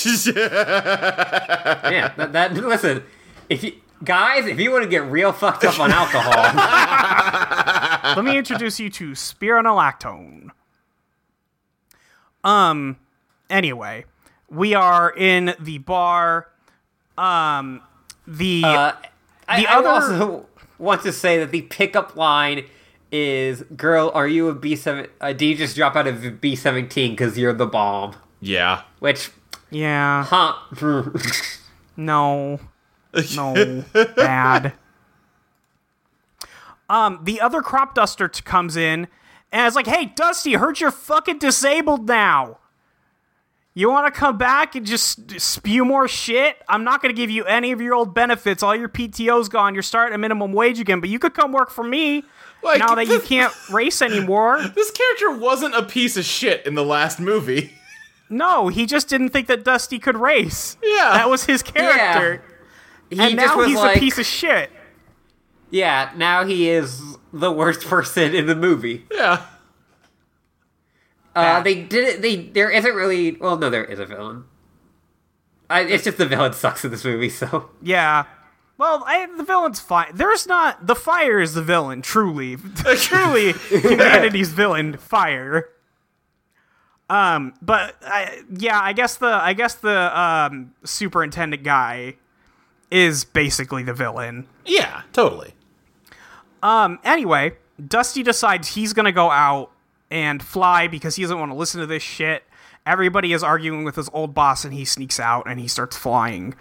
Speaker 3: yeah, that, that. Listen, if you guys, if you want to get real fucked up on alcohol,
Speaker 4: Let me introduce you to spironolactone. Um. Anyway, we are in the bar. Um. The
Speaker 3: uh, I,
Speaker 4: The
Speaker 3: I
Speaker 4: other-
Speaker 3: also want to say that the pickup line is, "Girl, are you a B seven? Uh, do you just drop out of B seventeen because you're the bomb?"
Speaker 5: Yeah.
Speaker 3: Which,
Speaker 4: yeah.
Speaker 3: huh?
Speaker 4: No. No. Bad. Um, the other crop duster t- comes in and it's like, hey, Dusty, heard you're fucking disabled now. You want to come back and just spew more shit? I'm not going to give you any of your old benefits. All your PTO's gone. You're starting at minimum wage again, but you could come work for me
Speaker 5: Like,
Speaker 4: now that you
Speaker 5: this-
Speaker 4: can't race anymore.
Speaker 5: This character wasn't a piece of shit in the last movie.
Speaker 4: No, he just didn't think that Dusty could race.
Speaker 5: Yeah.
Speaker 4: That was his character.
Speaker 3: He
Speaker 4: And
Speaker 3: just
Speaker 4: now
Speaker 3: was
Speaker 4: he's
Speaker 3: like,
Speaker 4: a piece of shit.
Speaker 3: Yeah, now he is the worst person in the movie.
Speaker 5: Yeah.
Speaker 3: Uh, they did it. They there isn't really. Well, no, there is a villain. I, it's just the villain sucks in this movie. So
Speaker 4: Yeah. Well, I, the villain's fine. There's not the fire is the villain. Truly, truly, humanity's villain, fire. Um, but I, yeah, I guess the I guess the um superintendent guy is basically the villain.
Speaker 5: Yeah. Totally.
Speaker 4: Um, anyway, Dusty decides he's gonna go out and fly because he doesn't want to listen to this shit. Everybody is arguing with his old boss, and he sneaks out and he starts flying.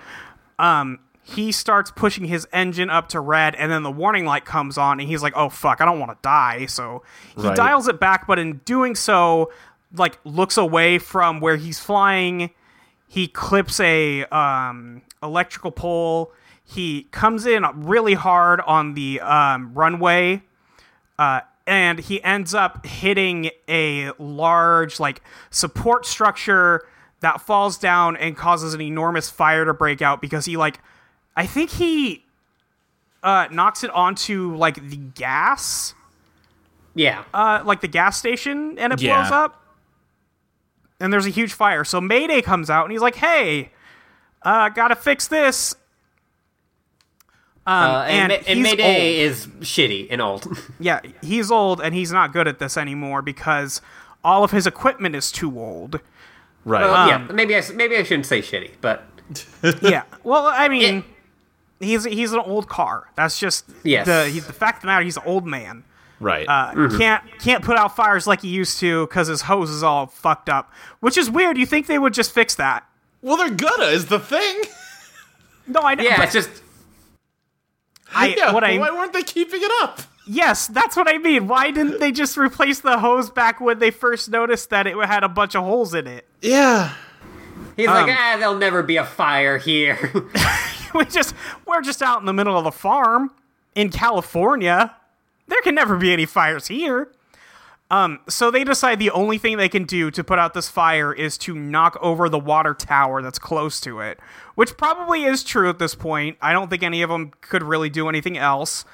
Speaker 4: Um, he starts pushing his engine up to red, and then the warning light comes on, and he's like, "Oh fuck, I don't want to die." So he
Speaker 5: Right.
Speaker 4: dials it back, but in doing so, like looks away from where he's flying he clips a um, electrical pole. He comes in really hard on the um, runway, uh, and he ends up hitting a large like support structure that falls down and causes an enormous fire to break out because he like I think he uh, knocks it onto like the gas
Speaker 3: yeah,
Speaker 4: uh, like the gas station and it
Speaker 5: Yeah.
Speaker 4: blows up and there's a huge fire so mayday comes out and he's like hey uh, gotta fix this
Speaker 3: uh, and,
Speaker 4: and
Speaker 3: Ma- and
Speaker 4: he's
Speaker 3: Mayday is shitty and old.
Speaker 4: yeah he's old and he's not good at this anymore because all of his equipment is too old
Speaker 5: Right.
Speaker 3: Well, yeah,
Speaker 4: Um,
Speaker 3: maybe I s- maybe I shouldn't say shitty, but
Speaker 4: yeah well i mean
Speaker 3: Yeah.
Speaker 4: he's he's an old car that's just
Speaker 3: Yes. Mm-hmm.
Speaker 4: the, he- the fact of the matter he's an old man
Speaker 5: right.
Speaker 4: uh, can't can't put out fires like he used to because his hose is all fucked up which is weird you think they would just fix that
Speaker 5: well, they're gonna is the thing.
Speaker 4: no i know
Speaker 3: yeah,
Speaker 4: but
Speaker 3: it's just
Speaker 4: I,
Speaker 5: yeah.
Speaker 4: what I
Speaker 5: why weren't they keeping it up?
Speaker 4: Yes, that's what I mean. Why didn't they just replace the hose back when they first noticed that it had a bunch of holes in it?
Speaker 5: Yeah.
Speaker 3: he's
Speaker 4: um,
Speaker 3: like ah, there'll never be a fire here.
Speaker 4: We just we're just out in the middle of the farm in California. There can never be any fires here. Um, so they decide the only thing they can do to put out this fire is to knock over the water tower that's close to it, which probably is true at this point. I don't think any of them could really do anything else.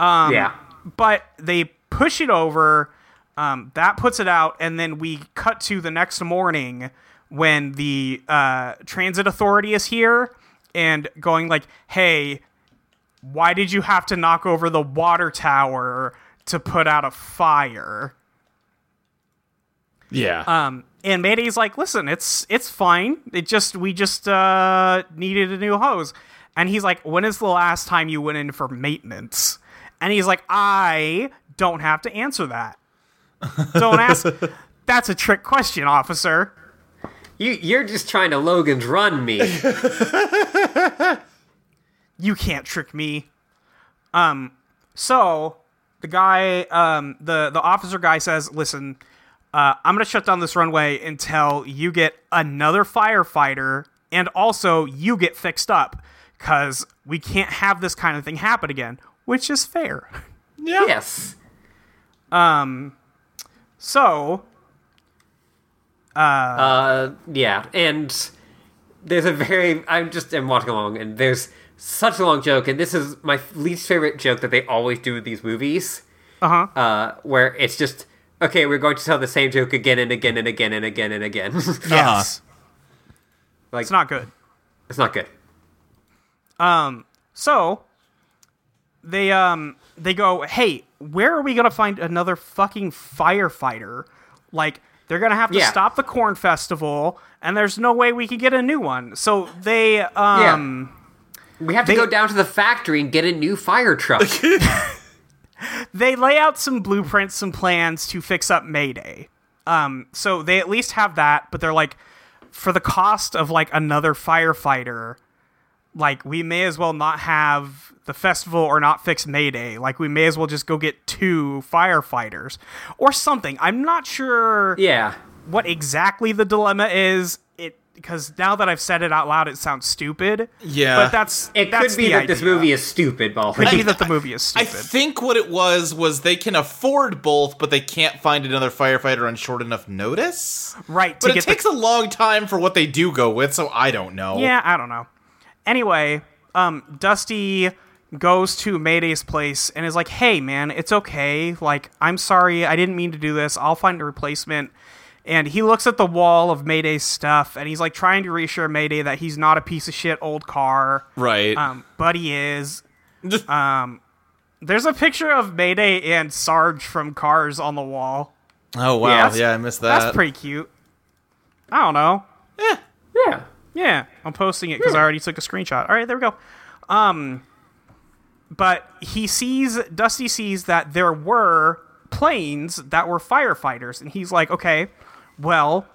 Speaker 4: um,
Speaker 3: yeah,
Speaker 4: but they push it over. Um, that puts it out, and then we cut to the next morning when the uh, transit authority is here and going like, "Hey, why did you have to knock over the water tower to put out a fire?"
Speaker 5: Yeah.
Speaker 4: Um, and Mayday's like, "Listen, it's it's fine. It just we just uh, needed a new hose." And he's like, "When is the last time you went in for maintenance?" And he's like, "I don't have to answer that. Don't ask." that's a trick question, officer.
Speaker 3: You you're just trying to Logan's run me.
Speaker 4: You can't trick me. Um, so the guy, um, the the officer guy says, "Listen, uh, I'm gonna shut down this runway until you get another firefighter, and also you get fixed up, cause we can't have this kind of thing happen again." Which is fair.
Speaker 5: Yeah.
Speaker 3: yes.
Speaker 4: So
Speaker 3: Uh, yeah, and there's a very I'm just am walking along, and there's such a long joke, and this is my least favorite joke that they always do in these movies,
Speaker 4: Uh-huh.
Speaker 3: uh, where it's just okay, we're going to tell the same joke again and again and again and again and again.
Speaker 4: Yes.
Speaker 3: Like-
Speaker 4: it's not good.
Speaker 3: it's not good.
Speaker 4: So they um they go, "Hey, where are we going to find another fucking firefighter? Like they're going to have to
Speaker 3: Yeah.
Speaker 4: stop the corn festival and there's no way we can get a new one." So they um
Speaker 3: We have to
Speaker 4: They-
Speaker 3: go down to the factory and get a new fire truck.
Speaker 4: they lay out some blueprints, some plans to fix up Mayday. Um so they at least have that, but they're like for the cost of like another firefighter, like we may as well not have the festival or not fix Mayday. Like we may as well just go get two firefighters or something. I'm not sure
Speaker 3: yeah.
Speaker 4: what exactly the dilemma is. It because now that I've said it out loud, it sounds stupid.
Speaker 5: Yeah.
Speaker 4: but that's
Speaker 3: It
Speaker 4: that's
Speaker 3: could be
Speaker 4: the
Speaker 3: that this
Speaker 4: idea.
Speaker 3: movie is stupid, Ball.
Speaker 4: Could be that the movie is
Speaker 5: I
Speaker 4: stupid.
Speaker 5: think what it was was they can afford both, but they can't find another firefighter on short enough notice.
Speaker 4: right to
Speaker 5: But it
Speaker 4: get the
Speaker 5: takes a long time for what they do go with, so I don't know.
Speaker 4: Yeah, I don't know. Anyway, um, Dusty goes to Mayday's place and is like, "Hey, man, it's okay. Like, I'm sorry, I didn't mean to do this. I'll find a replacement." And he looks at the wall of Mayday's stuff and he's like trying to reassure Mayday that he's not a piece of shit old car,
Speaker 5: Right.
Speaker 4: um, but he is. um, there's a picture of Mayday and Sarge from Cars on the wall.
Speaker 5: oh wow.
Speaker 3: yeah, that's-
Speaker 5: yeah, I missed that.
Speaker 4: That's pretty cute. I don't know.
Speaker 3: yeah.
Speaker 4: Yeah, I'm posting it
Speaker 5: Hmm.
Speaker 4: because I already took a screenshot. All right, there we go. Um, but he sees Dusty sees that there were planes that were firefighters, and he's like, okay, well,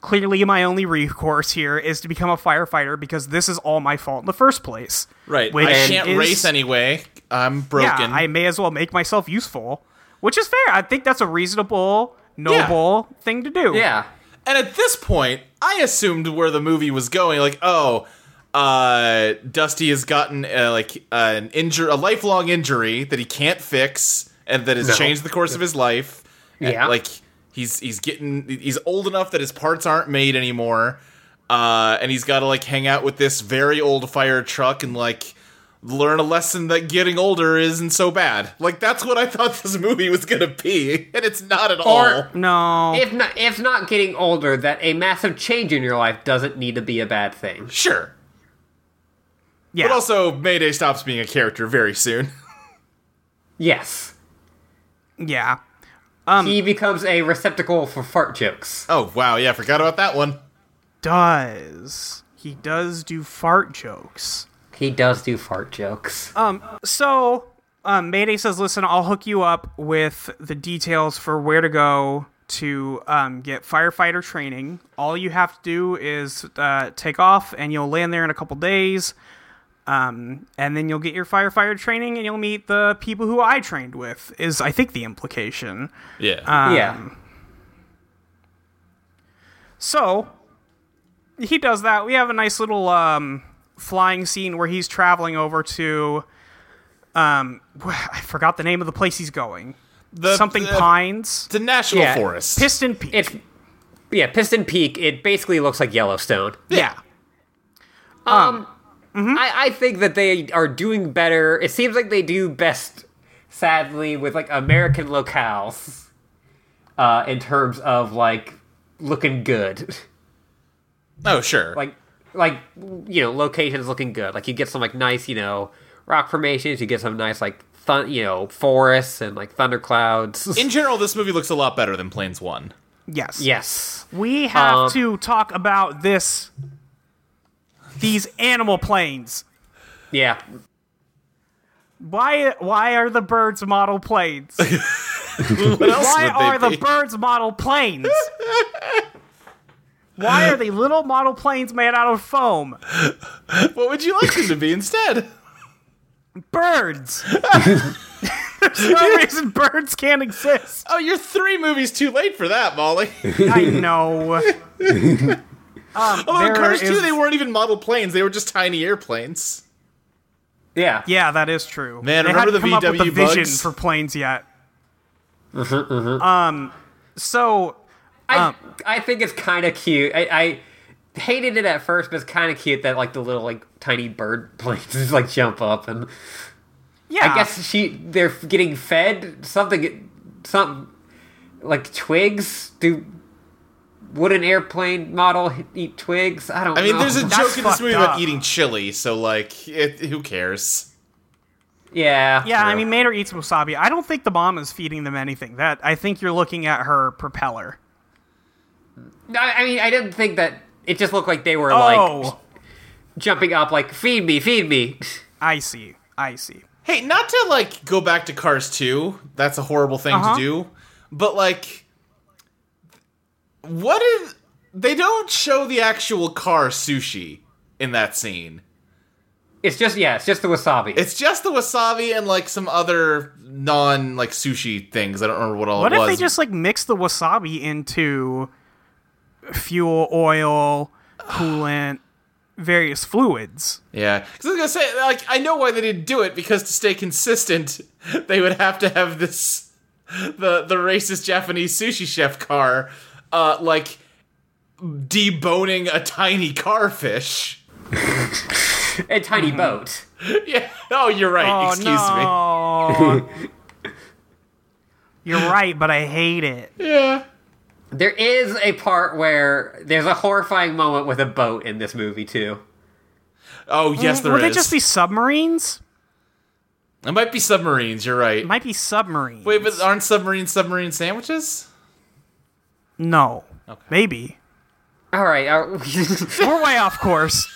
Speaker 4: clearly my only recourse here is to become a firefighter because this is all my fault in the first place.
Speaker 5: Right.
Speaker 4: Which
Speaker 5: I can't
Speaker 4: is-
Speaker 5: race anyway. I'm broken.
Speaker 4: Yeah, I may as well make myself useful, which is fair. I think that's a reasonable, noble thing to do.
Speaker 3: Yeah.
Speaker 5: And at this point, I assumed where the movie was going. Like, oh, uh, Dusty has gotten uh, like an injury, a lifelong injury that he can't fix, and that has
Speaker 3: No.
Speaker 5: changed the course of his life. And,
Speaker 3: Yeah.
Speaker 5: like he's he's getting he's old enough that his parts aren't made anymore, uh, and he's got to like hang out with this very old fire truck and like learn a lesson that getting older isn't so bad. Like that's what I thought this movie was gonna be, and it's not at
Speaker 3: Or-
Speaker 5: all.
Speaker 4: No.
Speaker 3: If not, if not getting older, that a massive change in your life doesn't need to be a bad thing.
Speaker 5: Sure.
Speaker 4: yeah.
Speaker 5: But also, Mayday stops being a character very soon.
Speaker 3: Yes.
Speaker 4: yeah. Um,
Speaker 3: he becomes a receptacle for fart jokes.
Speaker 5: Oh wow, yeah, forgot about that one.
Speaker 4: does. He does do fart jokes.
Speaker 3: He does do fart jokes.
Speaker 4: Um, So, um, Mayday says, "Listen, I'll hook you up with the details for where to go to um, get firefighter training. All you have to do is uh, take off, and you'll land there in a couple days. Um, and then you'll get your firefighter training, and you'll meet the people who I trained with. Is I think the implication.
Speaker 5: Yeah.
Speaker 3: yeah.
Speaker 4: So he does that. We have a nice little um, flying scene where he's traveling over to. Um, wh- I forgot the name of the place he's going.
Speaker 5: the,
Speaker 4: Something
Speaker 5: the,
Speaker 4: Pines,
Speaker 5: The National
Speaker 3: Yeah.
Speaker 5: Forest.
Speaker 4: Piston Peak.
Speaker 3: It's yeah, Piston Peak. It basically looks like Yellowstone.
Speaker 4: yeah,
Speaker 3: Um, I, I think that they are doing better. It seems like they do best, sadly, with like American locales, uh, in terms of like looking good.
Speaker 5: oh sure.
Speaker 3: like like you know locations looking good like you get some like nice you know rock formations you get some nice like thun- you know forests and like thunderclouds
Speaker 5: in general, this movie looks a lot better than Planes One.
Speaker 4: yes,
Speaker 3: yes
Speaker 4: We have
Speaker 3: Um,
Speaker 4: to talk about this. These animal planes.
Speaker 3: yeah
Speaker 4: Why? Why are the birds model planes?
Speaker 5: What
Speaker 4: Why
Speaker 5: else would they
Speaker 4: are the
Speaker 5: be?
Speaker 4: birds model planes? Why are they little model planes made out of foam?
Speaker 5: What would you like them to be instead?
Speaker 4: Birds. There's no reason birds can't exist.
Speaker 5: Oh, you're three movies too late for that, Molly.
Speaker 4: I know.
Speaker 5: Although in
Speaker 4: There
Speaker 5: Cars
Speaker 4: is-
Speaker 5: 2, they weren't even model planes, they were just tiny airplanes.
Speaker 3: Yeah.
Speaker 4: Yeah, that is true.
Speaker 5: Man,
Speaker 4: they
Speaker 5: remember
Speaker 4: hadn't
Speaker 5: the
Speaker 4: come up with a
Speaker 5: VW
Speaker 4: vision
Speaker 5: bugs?
Speaker 4: for planes yet.
Speaker 3: Mm-hmm,
Speaker 4: Um, so
Speaker 3: I, I think it's kind of cute. I, I hated it at first, but it's kind of cute that like the little like tiny bird planes just like jump up and
Speaker 4: yeah,
Speaker 3: I guess she they're getting fed something, some like twigs. Do would an airplane model eat twigs? I don't.
Speaker 5: I mean,
Speaker 3: know.
Speaker 5: there's a
Speaker 4: That's
Speaker 5: joke in this
Speaker 4: fucked
Speaker 5: movie
Speaker 4: up.
Speaker 5: about eating chili, so, like, it, who cares?
Speaker 3: yeah,
Speaker 4: yeah. I
Speaker 3: true.
Speaker 4: mean, Mater eats wasabi. I don't think the mom is feeding them anything. That I think you're looking at her propeller.
Speaker 3: I, I mean, I didn't think that it just looked like they were like
Speaker 4: oh,
Speaker 3: jumping up, like feed me, feed me.
Speaker 4: I see. I see.
Speaker 5: Hey, not to, like, go back to Cars 2, that's a horrible thing
Speaker 4: Uh-huh.
Speaker 5: to do, but, like, what is. They don't show the actual car sushi in that scene.
Speaker 3: It's just yeah, it's just the wasabi.
Speaker 5: It's just the wasabi and like some other non like sushi things. I don't remember what all
Speaker 4: What
Speaker 5: it
Speaker 4: if
Speaker 5: was.
Speaker 4: they just like mix the wasabi into fuel, oil, coolant, various fluids?
Speaker 5: Yeah, because I was gonna say, like, I know why they didn't do it because to stay consistent, they would have to have this the the racist Japanese sushi chef car, uh, like deboning a tiny carfish.
Speaker 3: a tiny boat.
Speaker 5: Yeah. Oh, you're right.
Speaker 4: Oh,
Speaker 5: Excuse
Speaker 4: no. You're right, but I hate it.
Speaker 5: me. Yeah.
Speaker 3: There is a part where there's a horrifying moment with a boat in this movie too.
Speaker 5: Oh, yes, there
Speaker 4: Mm, Would
Speaker 5: is.
Speaker 4: it just be submarines?
Speaker 5: It might be submarines. You're right.
Speaker 4: Might be submarines.
Speaker 5: Wait, but aren't submarines submarine sandwiches?
Speaker 4: no. Maybe.
Speaker 3: All right, are,
Speaker 4: We're way off course.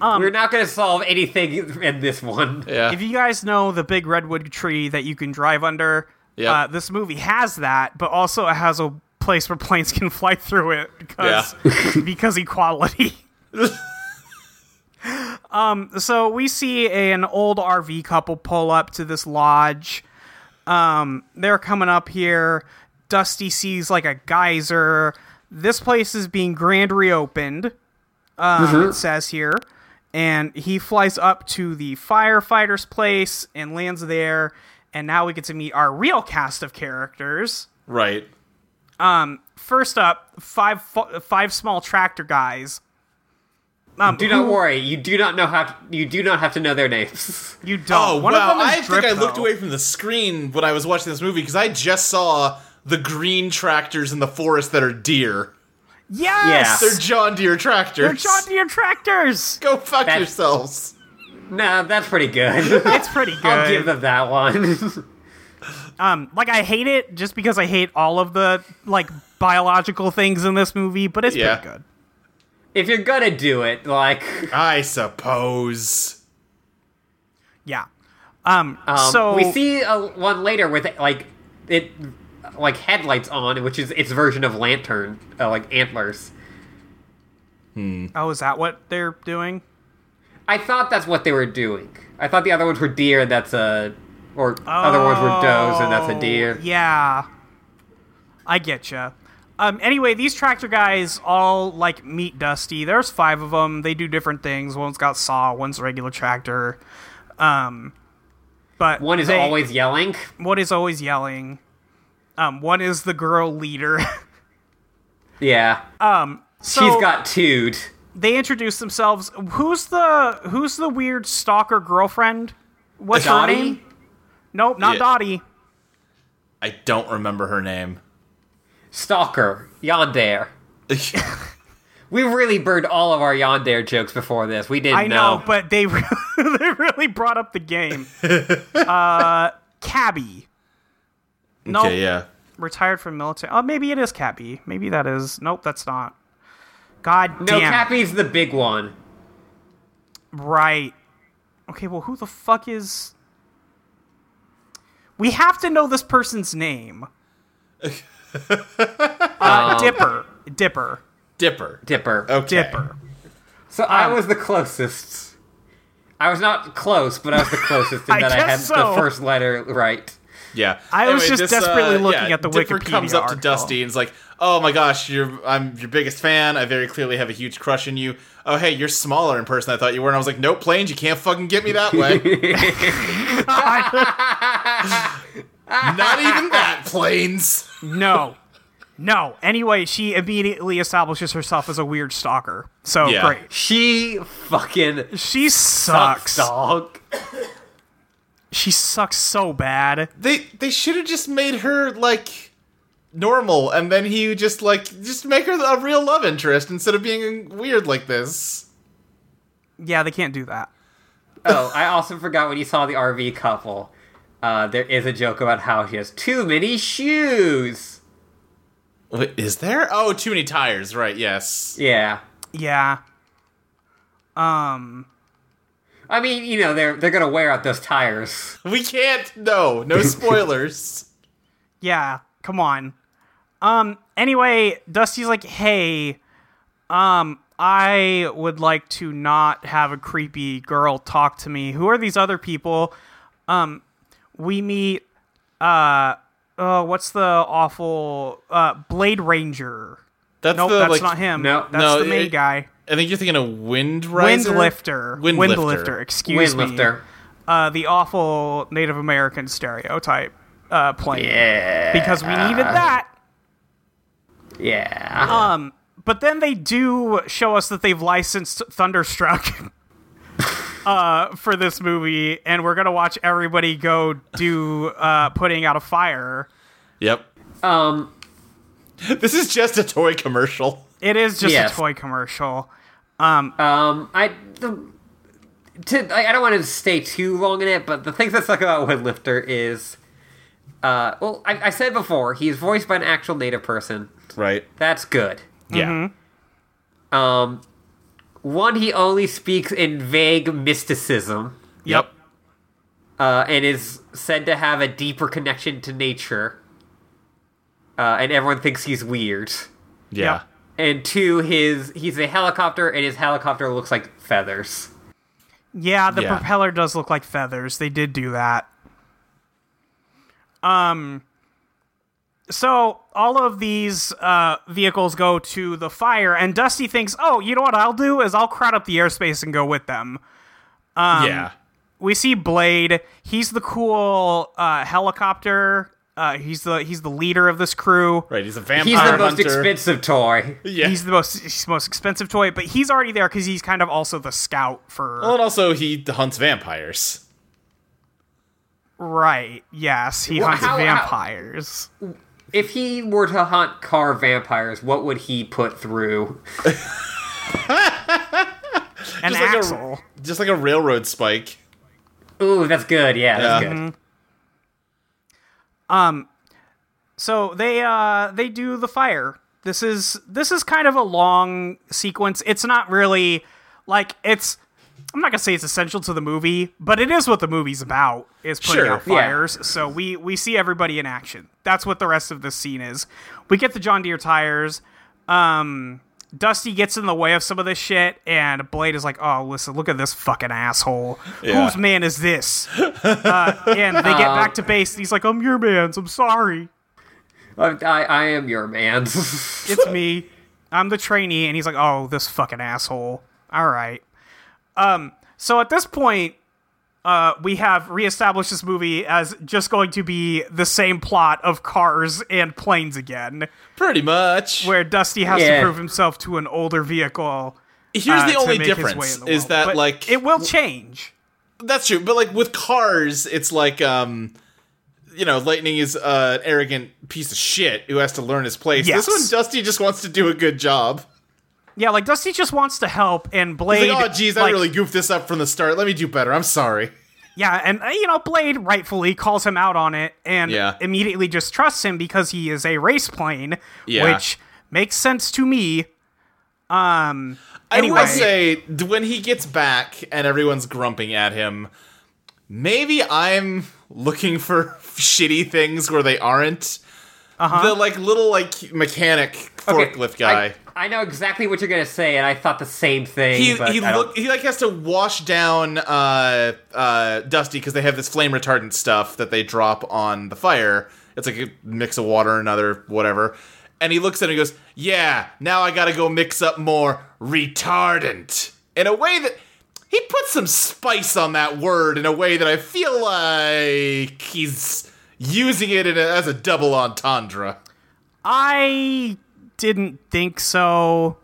Speaker 4: Um,
Speaker 3: we're not going to solve anything in this one.
Speaker 5: Yeah.
Speaker 4: If you guys know the big redwood tree that you can drive under,
Speaker 5: Yeah.
Speaker 4: uh, this movie has that, but also it has a place where planes can fly through it because because equality. um, so we see an old RV couple pull up to this lodge. Um, they're coming up here. Dusty sees like a geyser. This place is being grand reopened. Um, It says here, and he flies up to the firefighter's place and lands there. And now we get to meet our real cast of characters.
Speaker 5: Right.
Speaker 4: First up, five fu- five small tractor guys. Um,
Speaker 3: Do not worry. You do not know how. To, you do not have to know their names.
Speaker 4: You don't.
Speaker 5: Oh
Speaker 4: One
Speaker 5: wow!
Speaker 4: of them is
Speaker 5: I think
Speaker 4: Drip,
Speaker 5: I looked
Speaker 4: though.
Speaker 5: away from the screen when I was watching this movie because I just saw the green tractors in the forest that are deer.
Speaker 4: Yes,
Speaker 5: They're John Deere tractors.
Speaker 4: they're John Deere tractors.
Speaker 5: Go fuck
Speaker 3: That's-
Speaker 5: yourselves.
Speaker 3: Nah, that's pretty good.
Speaker 4: It's pretty good.
Speaker 3: I'll give them that one.
Speaker 4: um, like I hate it just because I hate all of the like biological things in this movie, but it's
Speaker 5: Yeah.
Speaker 4: pretty good.
Speaker 3: if you're gonna do it, like,
Speaker 5: I suppose.
Speaker 4: Yeah. Um,
Speaker 3: um,
Speaker 4: so
Speaker 3: we see a, one later with like it, like headlights on, which is its version of lantern, uh, like antlers.
Speaker 4: Oh, is that what they're doing?
Speaker 3: I thought that's what they were doing. I thought the other ones were deer, and that's a, or other ones were does, and that's a deer.
Speaker 4: Oh, Yeah, I get you. Um, anyway, these tractor guys all like meet Dusty. There's five of them. They do different things. One's got saw. One's a regular tractor. Um, but
Speaker 3: One is
Speaker 4: they-
Speaker 3: always yelling.
Speaker 4: one is always yelling. Um, one is the girl leader.
Speaker 3: Yeah,
Speaker 4: so
Speaker 3: she's got two'd.
Speaker 4: They introduce themselves. Who's the Who's the weird stalker girlfriend? What's
Speaker 3: Dottie?
Speaker 4: her name? Nope, not
Speaker 5: Yeah.
Speaker 4: Dottie.
Speaker 5: I don't remember her name.
Speaker 3: Stalker, yonder. We really burned all of our yonder jokes before this. We didn't
Speaker 4: I know, but they re- they really brought up the game. uh, Cabby. No,
Speaker 5: Okay, yeah.
Speaker 4: retired from military. Oh, maybe it is Cabby. Maybe that is. Nope, that's not. God
Speaker 3: no,
Speaker 4: damn. it.
Speaker 3: Cappy's the big one.
Speaker 4: Right. Okay, well, who the fuck is. we have to know this person's name. uh, Dipper. Dipper.
Speaker 5: Dipper.
Speaker 3: Dipper.
Speaker 5: Okay.
Speaker 4: Dipper.
Speaker 3: So I
Speaker 4: Oh.
Speaker 3: was the closest. I was not close, but I was the closest in
Speaker 4: I
Speaker 3: that I
Speaker 4: guess
Speaker 3: had
Speaker 4: so.
Speaker 3: the first letter right.
Speaker 5: Yeah. uh,
Speaker 4: I was just desperately looking at the
Speaker 5: Dipper
Speaker 4: Wikipedia
Speaker 5: comes up to
Speaker 4: article.
Speaker 5: Dusty and is like, "Oh my gosh, you're I'm your biggest fan. I very clearly have a huge crush on you. Oh hey, you're smaller in person. than I thought you were." And I was like, "Nope, planes. You can't fucking get me that way. Not even that, planes."
Speaker 4: No. No. Anyway, she immediately establishes herself as a weird stalker. So
Speaker 5: Yeah.
Speaker 4: great.
Speaker 3: She fucking
Speaker 4: She
Speaker 3: sucks,
Speaker 4: sucks.
Speaker 3: dog.
Speaker 4: She sucks so bad.
Speaker 5: They they should have just made her like normal, and then he just like just make her a real love interest instead of being weird like this.
Speaker 4: Yeah, they can't do that.
Speaker 3: Oh, I also forgot when you saw the RV couple. Uh, there is a joke about how she has too many shoes.
Speaker 5: Wait, is there? Oh, too many tires. Right. Yes.
Speaker 3: Yeah,
Speaker 4: Yeah. Um.
Speaker 3: I mean, you know, they're they're gonna wear out those tires.
Speaker 5: We can't. No. No spoilers.
Speaker 4: Yeah. Come on. Um. Anyway, Dusty's like, hey, um, I would like to not have a creepy girl talk to me. Who are these other people? Um, we meet. Uh. Uh. What's the awful? Uh. Blade Ranger.
Speaker 5: That's
Speaker 4: Nope,
Speaker 5: the,
Speaker 4: that's
Speaker 5: like,
Speaker 4: not him.
Speaker 3: no,
Speaker 4: that's
Speaker 5: no,
Speaker 4: the main
Speaker 5: it-
Speaker 4: guy.
Speaker 5: I think you're thinking of
Speaker 4: Wind
Speaker 5: Wind Riser?
Speaker 4: lifter.
Speaker 5: Wind,
Speaker 4: lifter.
Speaker 5: lifter.
Speaker 4: Excuse me.
Speaker 3: Windlifter.
Speaker 4: Uh, the awful Native American stereotype uh, plane.
Speaker 3: Yeah,
Speaker 4: Because we needed that.
Speaker 3: yeah.
Speaker 4: Um, but then they do show us that they've licensed Thunderstruck uh, for this movie, and we're gonna watch everybody go do uh, putting out a fire.
Speaker 5: Yep.
Speaker 3: Um,
Speaker 5: This is just a toy commercial.
Speaker 4: It is just
Speaker 3: Yes.
Speaker 4: a toy commercial.
Speaker 3: um, I the. To, I I don't want to stay too long in it, but the things that suck about Windlifter is, uh, well, I, I said before he's voiced by an actual native person.
Speaker 5: Right.
Speaker 3: That's good.
Speaker 4: Mm-hmm.
Speaker 5: Yeah.
Speaker 3: Um, one, he only speaks in vague mysticism
Speaker 5: Yep.
Speaker 3: uh, and is said to have a deeper connection to nature. Uh, and everyone thinks he's weird.
Speaker 5: Yeah.
Speaker 4: Yep.
Speaker 3: And two, his he's a helicopter, and his helicopter looks like feathers.
Speaker 4: Yeah, the
Speaker 5: Yeah.
Speaker 4: propeller does look like feathers. They did do that. Um so all of these uh, vehicles go to the fire, and Dusty thinks, "Oh, you know what I'll do is I'll crowd up the airspace and go with them." Um,
Speaker 5: yeah.
Speaker 4: we see Blade. He's the cool uh, helicopter. Uh, he's the he's the leader of this crew.
Speaker 5: Right. He's a vampire
Speaker 3: He's the most
Speaker 5: hunter.
Speaker 3: expensive toy.
Speaker 5: Yeah.
Speaker 4: He's the most he's the most expensive toy, but he's already there because he's kind of also the scout for
Speaker 5: well, and also he hunts vampires.
Speaker 4: right. Yes, he
Speaker 3: Well,
Speaker 4: hunts
Speaker 3: how- how-
Speaker 4: vampires.
Speaker 3: If he were to hunt car vampires, what would he put through?
Speaker 4: An
Speaker 5: like a-
Speaker 4: axle.
Speaker 5: Just like a railroad spike.
Speaker 3: Ooh, that's good. Yeah, that's
Speaker 5: Yeah.
Speaker 3: good.
Speaker 4: so they uh they do the fire. This is this is kind of a long sequence. It's not really like it's. I'm not gonna say it's essential to the movie, but it is what the movie's about. Is putting
Speaker 5: Sure,
Speaker 4: out
Speaker 3: yeah.
Speaker 4: fires. So we we see everybody in action. That's what the rest of this scene is. We get the John Deere tires. Um, Dusty gets in the way of some of this shit, and Blade is like, "Oh, listen, look at this fucking asshole.
Speaker 5: Yeah.
Speaker 4: Whose man is this?" Uh, and they get back to base, and he's like, "I'm your man's. I'm sorry."
Speaker 5: Mm-hmm.
Speaker 3: I, Uh, I, I am your man.
Speaker 4: it's me. I'm the trainee. And he's like, oh, this fucking asshole. All right. Um, so at this point, uh, we have reestablished this movie as just going to be the same plot of cars and planes again,
Speaker 5: Pretty much.
Speaker 4: where Dusty has
Speaker 3: Yeah.
Speaker 4: to prove himself to an older vehicle.
Speaker 5: Here's
Speaker 4: uh,
Speaker 5: the
Speaker 4: to
Speaker 5: only
Speaker 4: make his way
Speaker 5: difference
Speaker 4: in the
Speaker 5: is
Speaker 4: world.
Speaker 5: that
Speaker 4: But
Speaker 5: like
Speaker 4: it will change.
Speaker 5: That's true, but like with cars, it's like um you know, Lightning is uh, an arrogant piece of shit who has to learn his place.
Speaker 4: Yes.
Speaker 5: This one Dusty just wants to do a good job.
Speaker 4: Yeah, like Dusty just wants to help, and Blade.
Speaker 5: He's like, oh geez, I
Speaker 4: like,
Speaker 5: really goofed this up from the start. Let me do better. I'm sorry.
Speaker 4: Yeah, and uh, you know, Blade rightfully calls him out on it and
Speaker 5: Yeah.
Speaker 4: immediately just trusts him because he is a race plane,
Speaker 5: Yeah.
Speaker 4: which makes sense to me. Um,
Speaker 5: I
Speaker 4: anyway,
Speaker 5: will say th- when he gets back and everyone's grumping at him, maybe I'm looking for shitty things where they aren't.
Speaker 4: Uh-huh.
Speaker 5: The like little like mechanic
Speaker 3: Okay,
Speaker 5: forklift guy.
Speaker 3: I, I know exactly what you're gonna say, and I thought the same thing.
Speaker 5: he
Speaker 3: but
Speaker 5: he
Speaker 3: I don't-
Speaker 5: look he like has to wash down uh uh Dusty because they have this flame retardant stuff that they drop on the fire. It's like a mix of water and other whatever. And he looks at it and goes, "Yeah, now I got to go mix up more retardant." In a way that he put some spice on that word in a way that I feel like he's using it in a, as a double entendre.
Speaker 4: I didn't think so,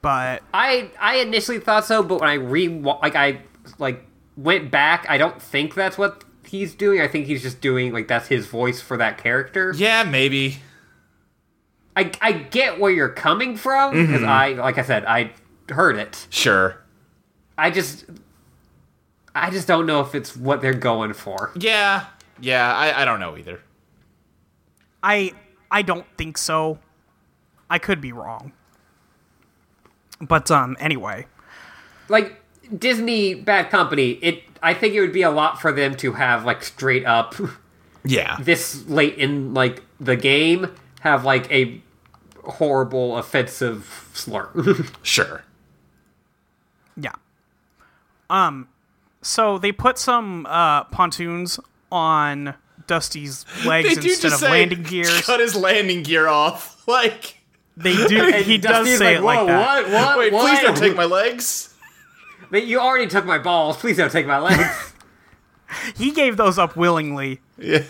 Speaker 4: but
Speaker 3: I I initially thought so, but when I re like I like went back, I don't think that's what he's doing. I think he's just doing like that's his voice for that character.
Speaker 5: Yeah, maybe.
Speaker 3: I I get where you're coming from because
Speaker 5: Mm-hmm.
Speaker 3: I like I said I heard it.
Speaker 5: Sure.
Speaker 3: I just I just don't know if it's what they're going for.
Speaker 5: Yeah. Yeah, I, I don't know either.
Speaker 4: I I don't think so. I could be wrong. But um anyway.
Speaker 3: Like Disney Bad Company, it I think it would be a lot for them to have like straight up
Speaker 5: Yeah.
Speaker 3: this late in like the game have like a horrible offensive slur.
Speaker 5: Sure.
Speaker 4: Yeah. Um so they put some uh pontoons on Dusty's legs
Speaker 5: they do
Speaker 4: instead
Speaker 5: just
Speaker 4: of
Speaker 5: say,
Speaker 4: landing gears.
Speaker 5: Cut his landing gear off. Like,
Speaker 4: They do he does
Speaker 3: Dusty's
Speaker 4: say it like
Speaker 3: "Whoa,
Speaker 4: that.
Speaker 3: What? What?
Speaker 5: wait,
Speaker 3: what?
Speaker 5: please don't take my legs.
Speaker 3: Wait, You already took my balls. Please don't take my legs.
Speaker 4: He gave those up willingly.
Speaker 5: Yeah.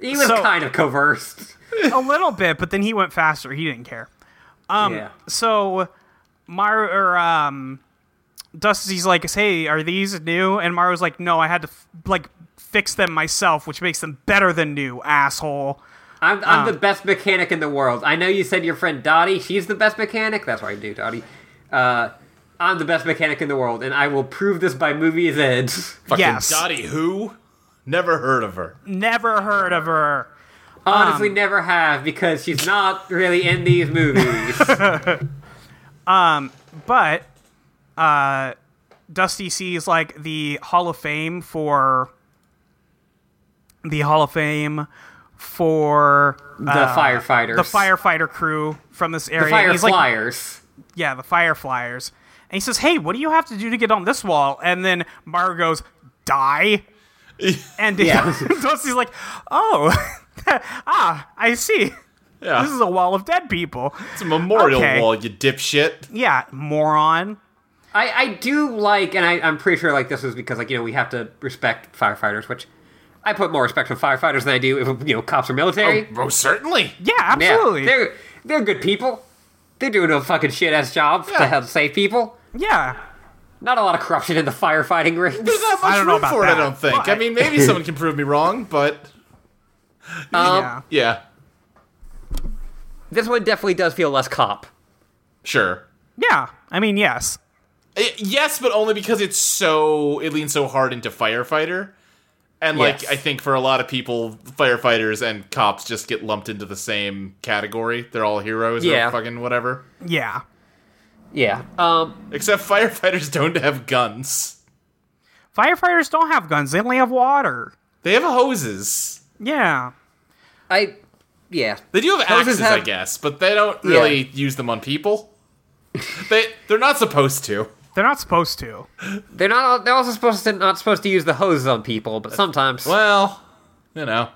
Speaker 3: he was
Speaker 4: So-
Speaker 3: kind of coerced.
Speaker 4: a little bit, but then he went faster. He didn't care. um,
Speaker 3: yeah.
Speaker 4: So Mario or um Dusty's like, "Hey, are these new?" And Mario's like, "No, I had to f- like fix them myself, which makes them better than new, asshole."
Speaker 3: I'm, I'm
Speaker 4: Ah.
Speaker 3: the best mechanic in the world. I know you said your friend Dottie, she's the best mechanic. That's right, dude, Dottie. Uh, I'm the best mechanic in the world, and I will prove this by movie's end.
Speaker 5: Fucking
Speaker 4: Yes.
Speaker 5: Dottie who? Never heard of her.
Speaker 4: Never heard of her.
Speaker 3: Honestly, never have because she's not really in these movies.
Speaker 4: But uh Dusty sees like the Hall of Fame for the Hall of Fame for
Speaker 3: the firefighters,
Speaker 4: Ah. the firefighter crew from this
Speaker 3: the
Speaker 4: area. And
Speaker 3: fire
Speaker 4: he's like,
Speaker 3: flyers.
Speaker 4: yeah, the Fireflyers. And he says, "Hey, what do you have to do to get on this wall?" And then Mario goes, "Die." and
Speaker 3: Yeah.
Speaker 4: Dusty's like, "Oh, ah, I see.
Speaker 5: Yeah.
Speaker 4: This is a wall of dead people."
Speaker 5: it's a memorial
Speaker 4: okay.
Speaker 5: wall, you dipshit.
Speaker 4: Yeah, moron.
Speaker 3: I, I do like, and I, I'm pretty sure like this was because like you know we have to respect firefighters, which I put more respect for firefighters than I do if you know cops or military.
Speaker 5: Oh, certainly.
Speaker 4: Yeah,
Speaker 3: Yeah,
Speaker 4: absolutely. Yeah,
Speaker 3: they're they're good people. They're doing a fucking shit ass job to
Speaker 5: Yeah.
Speaker 3: help save people. Not a lot of corruption in the firefighting rings.
Speaker 5: There's not much
Speaker 4: I don't know
Speaker 5: room
Speaker 4: about
Speaker 5: for it,
Speaker 4: that,
Speaker 5: I don't think.
Speaker 4: but-
Speaker 5: I mean, maybe someone can prove me wrong, but
Speaker 3: Um,
Speaker 4: yeah.
Speaker 5: yeah,
Speaker 3: This one definitely does feel less cop.
Speaker 5: sure.
Speaker 4: Yeah. I mean, yes.
Speaker 5: I- yes, but only because it's so it leans so hard into firefighter, and like
Speaker 3: Yes.
Speaker 5: I think for a lot of people, firefighters and cops just get lumped into the same category. They're all heroes
Speaker 3: Yeah.
Speaker 5: or fucking whatever.
Speaker 4: Yeah.
Speaker 3: Yeah. Um.
Speaker 5: Except firefighters don't have guns.
Speaker 4: Firefighters don't have guns. They only have water.
Speaker 5: They have hoses.
Speaker 4: Yeah.
Speaker 3: I. Yeah.
Speaker 5: They do have
Speaker 3: Hoses
Speaker 5: axes, I
Speaker 3: have-
Speaker 5: guess, but they don't really use them on people. they they're not supposed to.
Speaker 4: They're not supposed to.
Speaker 3: They're not. They're also supposed to not supposed to use the hoses on people, but sometimes.
Speaker 5: Well, you know.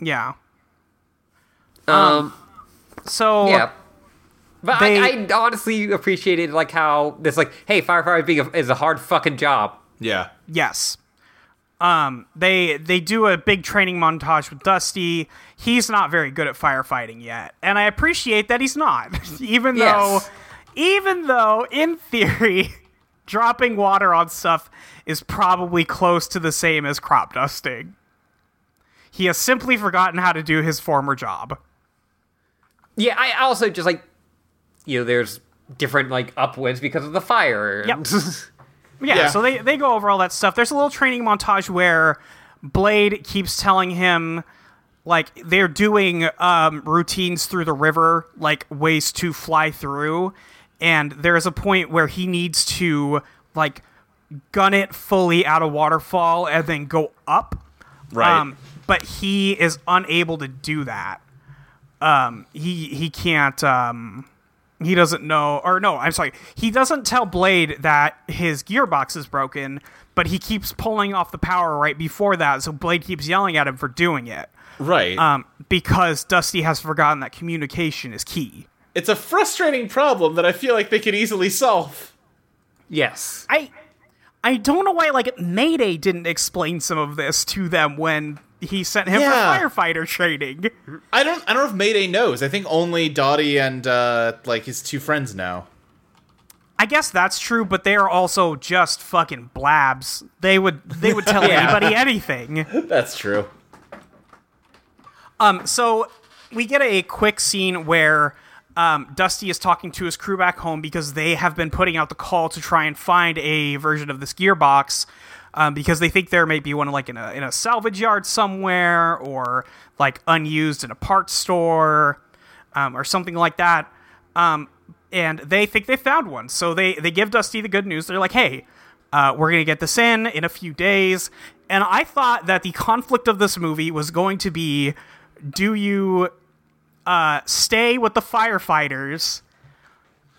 Speaker 4: Yeah.
Speaker 3: Um.
Speaker 4: So
Speaker 3: Yeah. But I,
Speaker 4: They-
Speaker 3: I honestly appreciated like how this like, hey, firefighter being a, is a hard fucking job.
Speaker 5: Yeah.
Speaker 4: Yes. Um, they they do a big training montage with Dusty. He's not very good at firefighting yet, and I appreciate that he's not. even
Speaker 3: Yes.
Speaker 4: though, even though in theory, dropping water on stuff is probably close to the same as crop dusting. He has simply forgotten how to do his former job.
Speaker 3: Yeah, I also just like, you know, there's different like upwinds because of the fire.
Speaker 4: Yep.
Speaker 3: and-
Speaker 4: Yeah,
Speaker 5: Yeah.
Speaker 4: so they, they go over all that stuff. There's a little training montage where Blade keeps telling him like they're doing um, routines through the river, like ways to fly through, and there's a point where he needs to like gun it fully out of waterfall and then go up.
Speaker 5: Right.
Speaker 4: Um, but he is unable to do that. Um, he he can't. Um, he doesn't know, or no, I'm sorry. He doesn't tell Blade that his gearbox is broken, but he keeps pulling off the power right before that. So Blade keeps yelling at him for doing it
Speaker 5: right.
Speaker 4: um, because Dusty has forgotten that communication is key.
Speaker 5: it's a frustrating problem that I feel like they could easily solve.
Speaker 3: Yes.
Speaker 4: I I don't know why like Mayday didn't explain some of this to them when he sent him
Speaker 5: Yeah.
Speaker 4: for firefighter training.
Speaker 5: I don't. I don't know if Mayday knows. I think only Dottie and uh, like his two friends know.
Speaker 4: I guess that's true, but they are also just fucking blabs. They would they would tell
Speaker 3: Yeah.
Speaker 4: anybody anything.
Speaker 5: That's true.
Speaker 4: Um, so we get a quick scene where um, Dusty is talking to his crew back home because they have been putting out the call to try and find a version of this gearbox um, because they think there may be one like in a in a salvage yard somewhere or like unused in a parts store um, or something like that. Um, and they think they found one, so they they give Dusty the good news. They're like, "Hey, uh, we're gonna get this in in a few days." And I thought that the conflict of this movie was going to be, do you uh, stay with the firefighters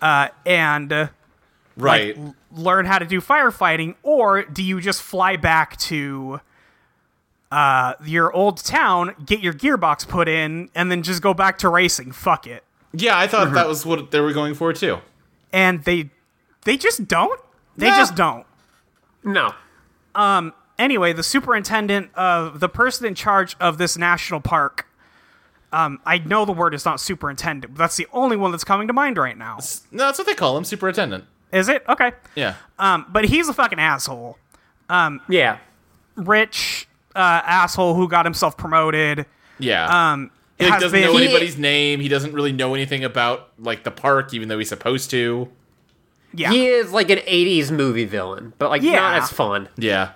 Speaker 4: uh, and uh,
Speaker 5: Right.
Speaker 4: l- learn how to do firefighting, or do you just fly back to uh, your old town, get your gearbox put in, and then just go back to racing? Fuck it.
Speaker 5: yeah, I thought that was what they were going for too.
Speaker 4: and they they just don't. They
Speaker 5: Yeah.
Speaker 4: just don't.
Speaker 3: No.
Speaker 4: Anyway, the superintendent of the person in charge of this national park. Um, I know the word is not superintendent, but that's the only one that's coming to mind right now.
Speaker 5: No, that's what they call him, superintendent.
Speaker 4: Is it okay?
Speaker 5: Yeah.
Speaker 4: Um, but he's a fucking asshole,
Speaker 3: Yeah.
Speaker 4: rich uh, asshole who got himself promoted.
Speaker 5: Yeah.
Speaker 4: Um,
Speaker 5: he like,
Speaker 4: has
Speaker 5: doesn't know
Speaker 4: been-
Speaker 5: anybody's name. He doesn't really know anything about like the park, even though he's supposed to.
Speaker 4: Yeah,
Speaker 3: He is like an 80s movie villain, but like
Speaker 4: Yeah.
Speaker 3: not as fun.
Speaker 5: Yeah.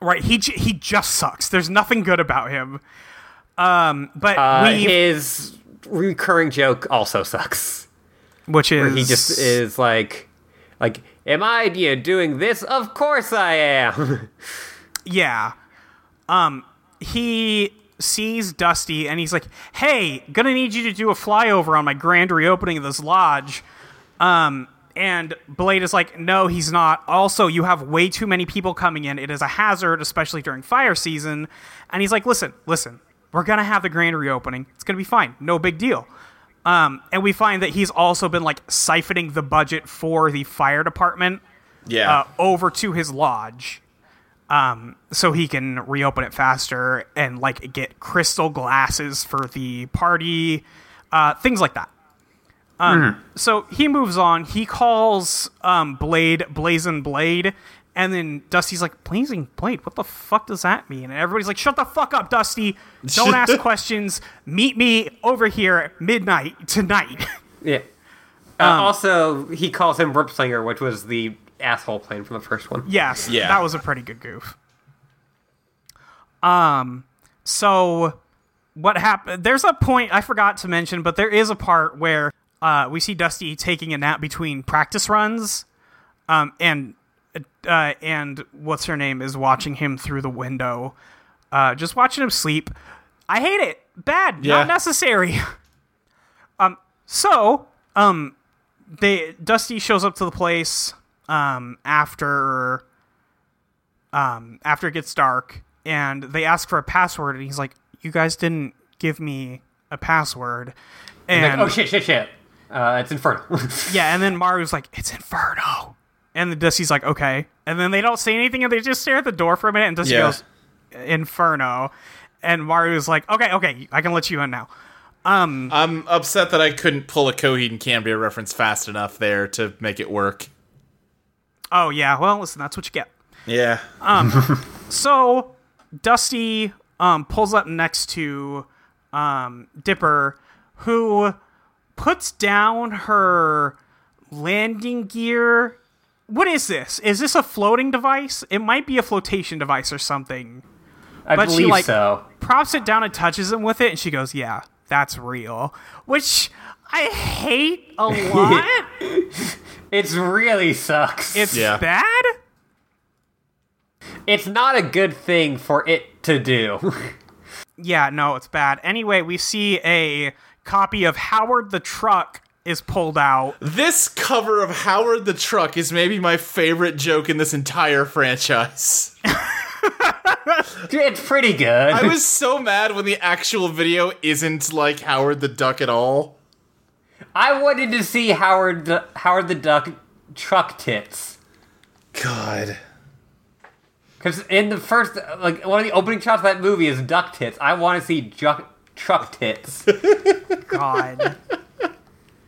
Speaker 4: right. He j- he just sucks. There's nothing good about him. Um, but
Speaker 3: Uh,
Speaker 4: we,
Speaker 3: his recurring joke also sucks.
Speaker 4: which is
Speaker 3: He just is like, like, am I you know, doing this? Of course I am.
Speaker 4: Yeah. Um he sees Dusty and he's like, "Hey, gonna need you to do a flyover on my grand reopening of this lodge." Um and Blade is like, "No, he's not. Also, you have way too many people coming in. It is a hazard, especially during fire season." And he's like, "Listen, listen. We're gonna have the grand reopening. It's gonna be fine. No big deal." Um, and we find that he's also been like siphoning the budget for the fire department
Speaker 5: Yeah.
Speaker 4: uh, over to his lodge um, so he can reopen it faster and like get crystal glasses for the party uh, things like that um, so he moves on he calls um, blade blazing blade and then dusty's like blazing blade what the fuck does that mean and everybody's like shut the fuck up dusty don't ask questions meet me over here at midnight tonight
Speaker 3: yeah. Uh,
Speaker 4: Um,
Speaker 3: also, he calls him Rip Singer, which was the asshole plane from the first one.
Speaker 4: Yes,
Speaker 5: Yeah.
Speaker 4: that was a pretty good goof. Um, so what happened? There's a point I forgot to mention, but there is a part where uh, we see Dusty taking a nap between practice runs, um, and uh, and what's her name is watching him through the window, uh, just watching him sleep. I hate it. Bad.
Speaker 5: Yeah.
Speaker 4: Not necessary. um. So um, they Dusty shows up to the place um, after um, after it gets dark and they ask for a password and he's like you guys didn't give me a password and
Speaker 3: Like, oh shit, shit, shit. Uh, it's Inferno.
Speaker 4: yeah and then mario's like it's inferno and the dusty's like okay and then they don't say anything and they just stare at the door for a minute and dusty
Speaker 5: Yeah.
Speaker 4: goes inferno and mario's like okay okay i can let you in now um
Speaker 5: I'm upset that I couldn't pull a Coheed and Cambria reference fast enough there to make it work.
Speaker 4: oh yeah well listen that's what you get
Speaker 5: Yeah.
Speaker 4: so Dusty um, pulls up next to um, Dipper, who puts down her landing gear. What is this? Is this a floating device? It might be a flotation device or something.
Speaker 3: I
Speaker 4: But she,
Speaker 3: believe
Speaker 4: like-
Speaker 3: so.
Speaker 4: Props it down and touches him with it, and she goes, "Yeah, that's real," which I hate a lot.
Speaker 3: It's really sucks.
Speaker 4: It's
Speaker 5: Yeah.
Speaker 4: bad.
Speaker 3: It's not a good thing for it to do.
Speaker 4: Yeah, no, it's bad. Anyway, we see a copy of Howard the Truck is pulled out.
Speaker 5: This cover of Howard the Truck is maybe my favorite joke in this entire franchise.
Speaker 3: it's pretty good.
Speaker 5: I was so mad when the actual video isn't like Howard the Duck at all.
Speaker 3: I wanted to see Howard the, Howard the Duck truck tits
Speaker 5: God.
Speaker 3: because in the first like one of the opening shots of that movie is duck tits. I want to see ju- truck tits.
Speaker 4: God.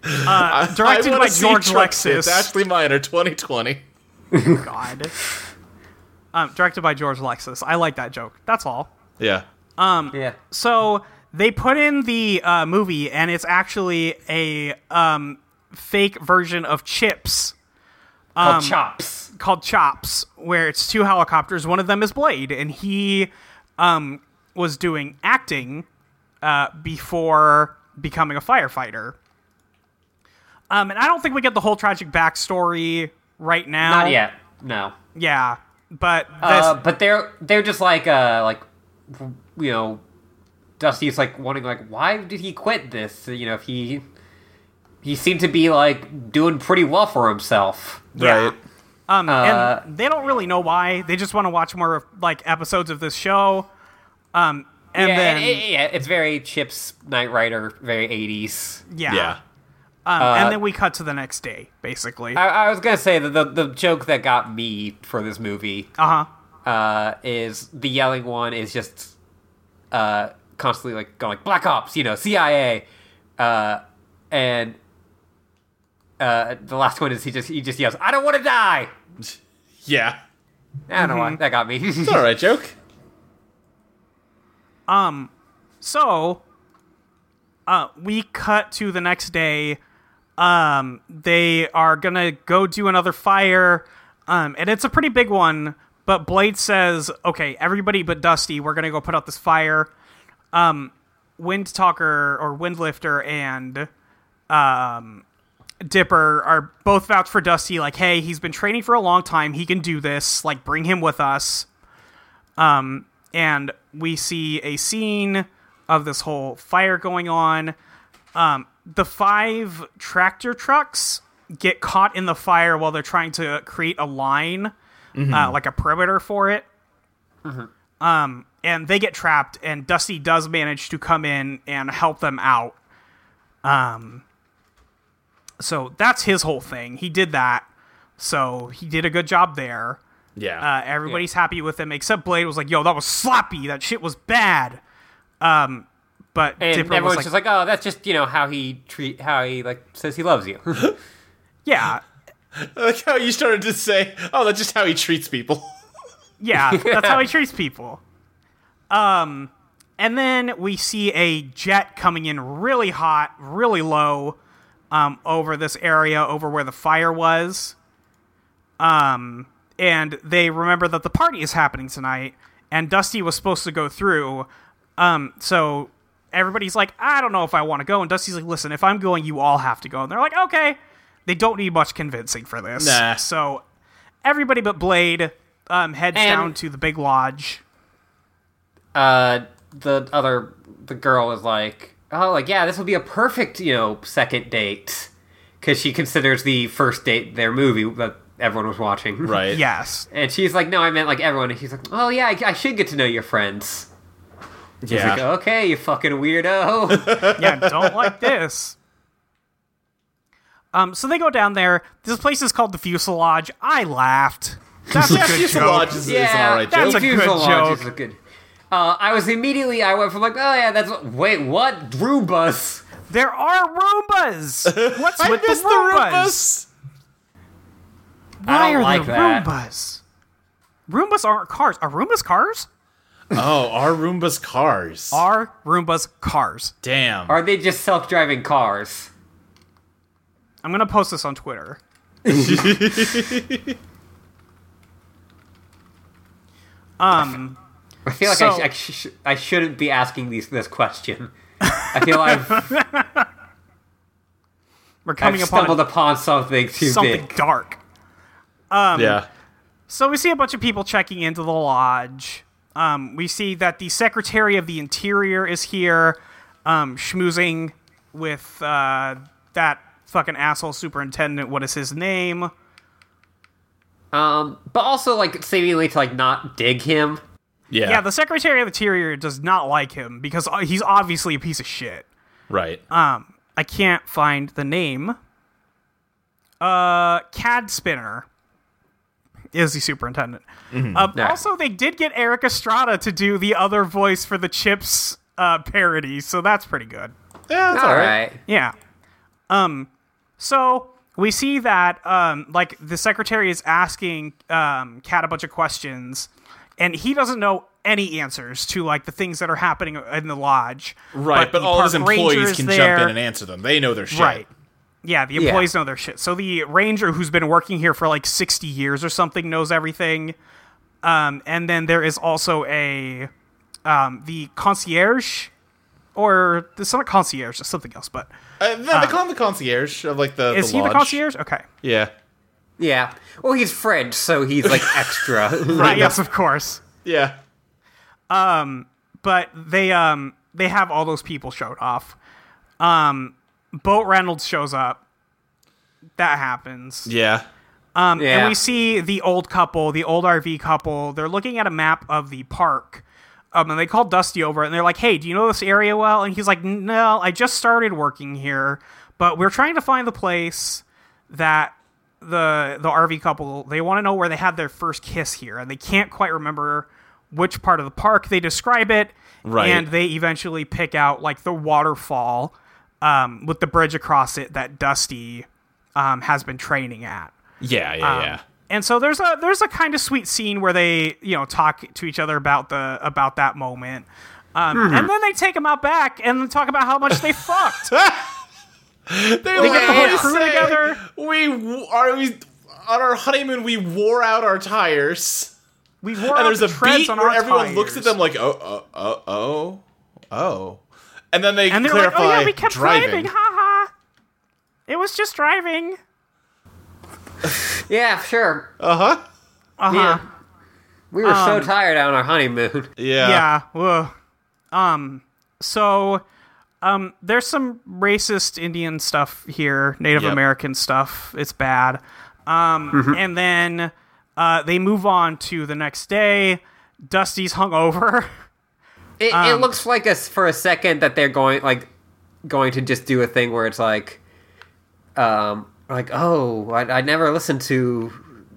Speaker 5: I-
Speaker 4: Uh, directed
Speaker 5: I wanna
Speaker 4: by
Speaker 5: see
Speaker 4: George
Speaker 5: Truck Tits,
Speaker 4: Lexus.
Speaker 5: Ashley Minor, 2020.
Speaker 4: God. Um, directed by George Lexus. I like that joke. That's all.
Speaker 5: Yeah.
Speaker 3: yeah.
Speaker 4: So they put in the uh, movie, and it's actually a um, fake version of Chips
Speaker 3: Called chops.
Speaker 4: called Chops, where it's two helicopters. One of them is Blade, and he um, was doing acting uh, before becoming a firefighter. Um, and I don't think we get the whole tragic backstory right now.
Speaker 3: Not yet. No.
Speaker 4: Yeah, but this,
Speaker 3: Uh, but they're they're just like uh like you know Dusty's like wondering like why did he quit this? You know if he he seemed to be like doing pretty well for himself.
Speaker 5: Right.
Speaker 4: Um,
Speaker 3: Uh,
Speaker 4: and they don't really know why. They just want to watch more like episodes of this show. Um, and
Speaker 3: yeah,
Speaker 4: then
Speaker 3: and it- yeah, it's very Chips Knight Rider, very eighties.
Speaker 4: yeah,
Speaker 5: Yeah.
Speaker 4: Um, and then we cut to the next day, basically. Uh
Speaker 3: Uh, I, I was gonna say that the the joke that got me for this movie
Speaker 4: huh.
Speaker 3: uh, is the yelling one is just uh, constantly like going like Black Ops, you know, CIA, uh, and uh, the last one is he just he just yells, "I don't want to die."
Speaker 5: Yeah.
Speaker 3: I don't know
Speaker 4: Mm-hmm.
Speaker 3: why that got me.
Speaker 5: It's all right, joke.
Speaker 4: So, uh, we cut to the next day. Um, they are gonna go do another fire. Um, and it's a pretty big one. But Blade says, "Okay, everybody but Dusty, we're gonna go put out this fire." Um, Wind Talker or Windlifter and um, Dipper are both vouch for Dusty. Like, hey, he's been training for a long time. He can do this. Like, bring him with us. Um, and we see a scene of this whole fire going on. Um, the five tractor trucks get caught in the fire while they're trying to create a line, uh, like a perimeter for it. Um, and they get trapped, and Dusty does manage to come in and help them out. Um, So that's his whole thing. He did that. So he did a good job there.
Speaker 5: Yeah.
Speaker 4: Uh, everybody's happy with him, except Blade was like, yo, that was sloppy. That shit was bad. Um, but
Speaker 3: and
Speaker 4: Dipper
Speaker 3: everyone's
Speaker 4: was like,
Speaker 3: just like, "Oh, that's just you know how he treat how he like says he loves you."
Speaker 4: yeah,
Speaker 5: I like how you started to say, oh, that's just how he treats people.
Speaker 4: yeah, that's how he treats people. Um, and then we see a jet coming in really hot, really low, um, over this area, over where the fire was. Um, and they remember that the party is happening tonight, and Dusty was supposed to go through. Um, so everybody's like, I don't know if I want to go. And Dusty's like, Listen, if I'm going, you all have to go. And they're like, Okay. They don't need much convincing for this.
Speaker 5: Nah.
Speaker 4: So everybody but Blade um, heads
Speaker 3: And-
Speaker 4: down to the big lodge.
Speaker 3: uh, the other the girl is like, "Oh, like yeah, this will be a perfect you know second date," because she considers the first date their movie that everyone was watching,
Speaker 5: Right.
Speaker 4: Yes.
Speaker 3: And she's like, no, I meant like everyone. And he's like, oh yeah, I, I should get to know your friends. He's like,
Speaker 5: Yeah.
Speaker 3: okay, you fucking weirdo.
Speaker 4: yeah, don't like this. Um, so they go down there. This place is called the Fuselage. I laughed. That's a
Speaker 5: Yeah,
Speaker 4: good joke.
Speaker 5: fuselage is, is an
Speaker 3: yeah,
Speaker 5: all right
Speaker 3: that's
Speaker 5: joke.
Speaker 4: joke.
Speaker 3: a good
Speaker 4: Fuselage
Speaker 3: joke.
Speaker 4: is a
Speaker 3: good. Uh, I was immediately, I went from like, oh yeah, that's what, wait, what? Drew bus.
Speaker 4: There are Roombas. What's
Speaker 5: I
Speaker 4: with the
Speaker 5: miss the
Speaker 4: Roombas?
Speaker 5: Roombas.
Speaker 4: Why
Speaker 3: I don't
Speaker 4: are
Speaker 3: like
Speaker 4: there
Speaker 3: that.
Speaker 4: Roombas? Roombas aren't cars. Are Roombas cars?
Speaker 5: Oh, are Roombas cars?
Speaker 4: Are Roombas cars?
Speaker 5: Damn.
Speaker 3: Are they just self-driving cars?
Speaker 4: I'm gonna post this on Twitter. um.
Speaker 3: I feel like I,
Speaker 4: So-
Speaker 3: sh- I, sh- I shouldn't be asking these this question. I feel I've,
Speaker 4: We're coming
Speaker 3: I've
Speaker 4: upon
Speaker 3: stumbled upon something too
Speaker 4: something
Speaker 3: big.
Speaker 4: dark.
Speaker 5: yeah.
Speaker 4: So we see a bunch of people checking into the lodge. Um, we see that the Secretary of the Interior is here, um, schmoozing with uh, that fucking asshole superintendent. What is his name?
Speaker 3: Um, but also like seemingly to like not dig him.
Speaker 5: Yeah.
Speaker 4: Yeah, the Secretary of the Interior does not like him because uh, he's obviously a piece of shit.
Speaker 5: right.
Speaker 4: Uh, I can't find the name. Uh, Cad Spinner is the superintendent.
Speaker 5: Mm-hmm.
Speaker 4: Uh,
Speaker 3: Yeah.
Speaker 4: Also, they did get Eric Estrada to do the other voice for the Chips uh, parody, so that's pretty good.
Speaker 5: yeah, it's
Speaker 3: All right.
Speaker 4: Yeah. Um. So we see that um, like the secretary is asking um Cat a bunch of questions, and he doesn't know any answers to like the things that are happening in the lodge.
Speaker 5: Right, but,
Speaker 4: the
Speaker 5: all his
Speaker 4: park ranger
Speaker 5: employees
Speaker 4: is
Speaker 5: can
Speaker 4: there.
Speaker 5: jump in and answer them. They know their shit.
Speaker 4: Right. Yeah, the employees know their shit. So the ranger who's been working here for like 60 years or something knows everything. Um, and then there is also a um, the concierge or it's not concierge, it's something else, but
Speaker 5: Uh, no, they call him the concierge of like the.
Speaker 4: Um, is
Speaker 5: the
Speaker 4: he the
Speaker 5: lodge.
Speaker 4: concierge? Okay.
Speaker 5: Yeah.
Speaker 3: Yeah. Well, he's French, so he's like extra.
Speaker 4: Right, yes, of course.
Speaker 5: Yeah.
Speaker 4: But they um they have all those people showed off. Um Boat Reynolds shows up. That happens.
Speaker 5: Yeah.
Speaker 3: yeah.
Speaker 4: And we see the old couple, the old RV couple. They're looking at a map of the park. Um, and they call Dusty over and they're like, hey, do you know this area well? And he's like, no, I just started working here, but we're trying to find the place that the the RV couple they want to know where they had their first kiss here and they can't quite remember which part of the park they describe it
Speaker 5: Right.
Speaker 4: and they eventually pick out like the waterfall um, with the bridge across it that Dusty um, has been training at
Speaker 5: Yeah. Yeah.
Speaker 4: Um,
Speaker 5: yeah.
Speaker 4: and so there's a there's a kind of sweet scene where they you know talk to each other about the about that moment um,
Speaker 5: Mm-hmm.
Speaker 4: and then they take them out back and talk about how much they fucked
Speaker 5: They like,
Speaker 4: get the whole
Speaker 5: "Hey,
Speaker 4: crew
Speaker 5: say,
Speaker 4: together."
Speaker 5: We w- are we on our honeymoon. We wore out our tires,
Speaker 4: we wore
Speaker 5: and there's a
Speaker 4: treads
Speaker 5: beat
Speaker 4: on
Speaker 5: where
Speaker 4: our
Speaker 5: everyone
Speaker 4: tires.
Speaker 5: looks at them like, oh, oh, oh, oh, oh, and then they
Speaker 4: and they're
Speaker 5: clarify
Speaker 4: like oh yeah we kept driving,
Speaker 5: driving.
Speaker 4: ha ha it was just driving
Speaker 3: yeah, sure.
Speaker 5: Uh huh.
Speaker 4: uh-huh
Speaker 3: Yeah. We were so
Speaker 4: Um,
Speaker 3: tired on our honeymoon.
Speaker 5: Yeah.
Speaker 4: yeah. whoa. Um. So, um, there's some racist Indian stuff here, Native
Speaker 5: Yep.
Speaker 4: American stuff. It's bad. Um, and then uh, they move on to the next day. Dusty's hungover.
Speaker 3: It, it looks like us for a second that they're going like going to just do a thing where it's like, um, like oh, I, I never listened to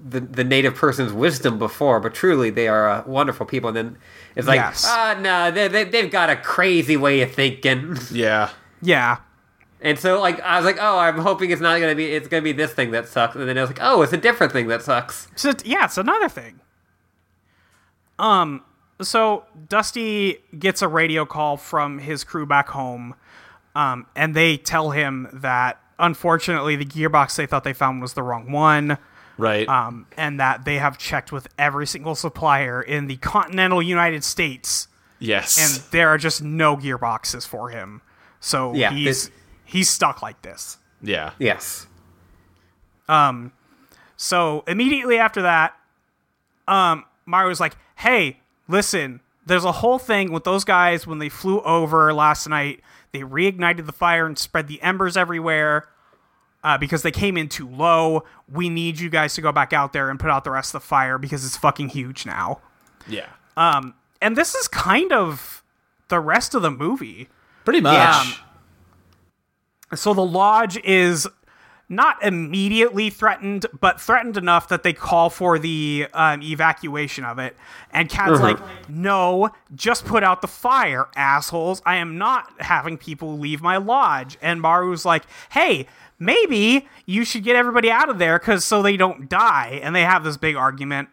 Speaker 3: the the native person's wisdom before, but truly they are uh, wonderful people. And then it's like,
Speaker 4: Yes.
Speaker 3: ah, no, they, they they've got a crazy way of thinking.
Speaker 5: Yeah.
Speaker 4: yeah.
Speaker 3: And so like I was like, oh, I'm hoping it's not gonna be it's gonna be this thing that sucks. And then I was like, oh, it's a different thing that sucks.
Speaker 4: So it's- yeah, it's another thing. Um, so Dusty gets a radio call from his crew back home, um, and they tell him that unfortunately the gearbox they thought they found was the wrong one,
Speaker 5: Right.
Speaker 4: um, and that they have checked with every single supplier in the continental United States, and
Speaker 5: yes.
Speaker 4: there are just no gearboxes for him. So
Speaker 3: Yeah,
Speaker 4: he's
Speaker 3: this-
Speaker 4: he's stuck like this.
Speaker 5: yeah.
Speaker 3: Yes.
Speaker 4: So immediately after that, um, Mario's like, "Hey, listen, there's a whole thing with those guys when they flew over last night. They reignited the fire and spread the embers everywhere uh, because they came in too low. We need you guys to go back out there and put out the rest of the fire because it's fucking huge now."
Speaker 5: Yeah.
Speaker 4: And this is kind of the rest of the movie.
Speaker 5: Pretty much.
Speaker 4: yeah. Um, So the lodge is not immediately threatened, but threatened enough that they call for the um, evacuation of it. And Cat's
Speaker 5: Uh-huh.
Speaker 4: like, "No, just put out the fire, assholes! I am not having people leave my lodge." And Maru's like, "Hey." Maybe you should get everybody out of there because so they don't die. And they have this big argument.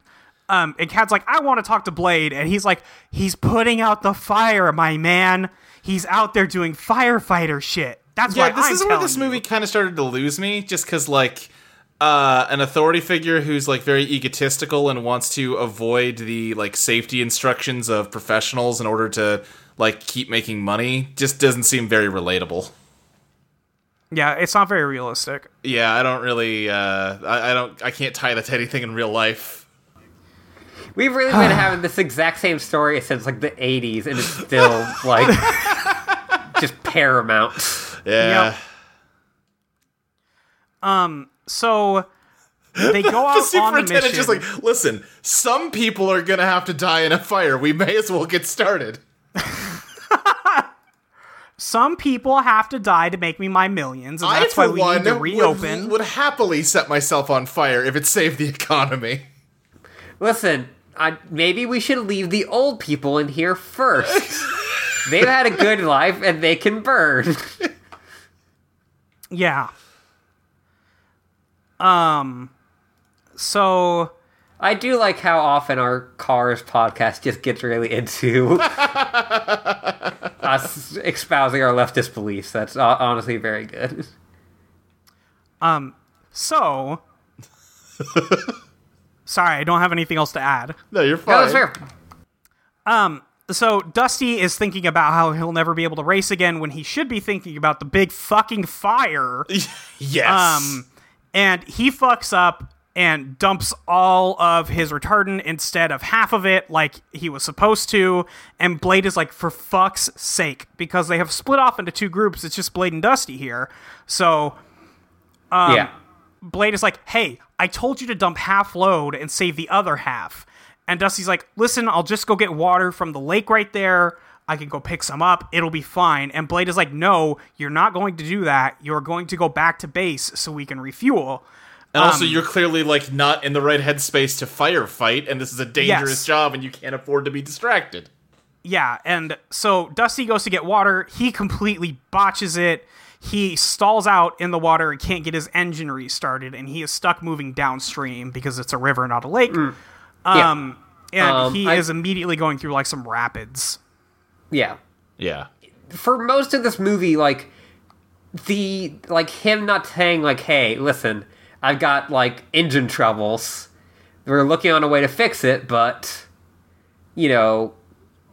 Speaker 4: Um, and Cat's like, I want to talk to Blade, and he's like, he's putting out the fire, my man. He's out there doing firefighter shit. That's
Speaker 5: Yeah,
Speaker 4: why
Speaker 5: this
Speaker 4: I'm
Speaker 5: is where
Speaker 4: telling
Speaker 5: this
Speaker 4: you.
Speaker 5: movie kind of started to lose me, just because like uh, an authority figure who's like very egotistical and wants to avoid the like safety instructions of professionals in order to like keep making money just doesn't seem very relatable.
Speaker 4: Yeah, it's not very realistic.
Speaker 5: Yeah, I don't really, uh, I, I don't, I can't tie that to anything in real life.
Speaker 3: We've really been having this exact same story since like the 80s, and it's still like just paramount.
Speaker 5: Yeah.
Speaker 4: Um, So they go out
Speaker 5: The
Speaker 4: on the mission.
Speaker 5: superintendent's just like, listen, some people are gonna have to die in a fire. We may as well get started.
Speaker 4: Some people have to die to make me my millions, and
Speaker 5: I,
Speaker 4: that's
Speaker 5: for
Speaker 4: why we
Speaker 5: one,
Speaker 4: need to
Speaker 5: would-
Speaker 4: reopen.
Speaker 5: Would, happily set myself on fire if it saved the economy.
Speaker 3: Listen, I, maybe we should leave the old people in here first. They've had a good life and they can burn.
Speaker 4: Yeah. Um. So
Speaker 3: I do like how often our cars podcast just gets really into us espousing our leftist beliefs. That's uh, honestly very good.
Speaker 4: so. Sorry, I don't have anything else to add.
Speaker 5: No, you're fine.
Speaker 3: No, that's fair.
Speaker 4: So Dusty is thinking about how he'll never be able to race again when he should be thinking about the big fucking fire.
Speaker 5: Yes.
Speaker 4: Um, and he fucks up and dumps all of his retardant instead of half of it, like he was supposed to. And Blade is like, for fuck's sake, because they have split off into two groups. It's just Blade and Dusty here. So
Speaker 3: yeah.
Speaker 4: Blade is like, hey, I told you to dump half load and save the other half. And Dusty's like, listen, I'll just go get water from the lake right there. I can go pick some up. It'll be fine. And Blade is like, no, you're not going to do that. You're going to go back to base so we can refuel.
Speaker 5: and also,
Speaker 4: um,
Speaker 5: you're clearly like not in the right headspace to firefight, and this is a dangerous
Speaker 4: Yes.
Speaker 5: job, and you can't afford to be distracted.
Speaker 4: Yeah, and so Dusty goes to get water. He completely botches it. He stalls out in the water and can't get his engine restarted, and he is stuck moving downstream because it's a river, not a lake.
Speaker 3: Mm, Yeah.
Speaker 4: Um, and
Speaker 3: Um,
Speaker 4: he
Speaker 3: I-
Speaker 4: is immediately going through like some rapids.
Speaker 3: yeah.
Speaker 5: Yeah.
Speaker 3: for most of this movie, like the like him not saying like, "Hey, listen, I've got like engine troubles. We're looking on a way to fix it, but you know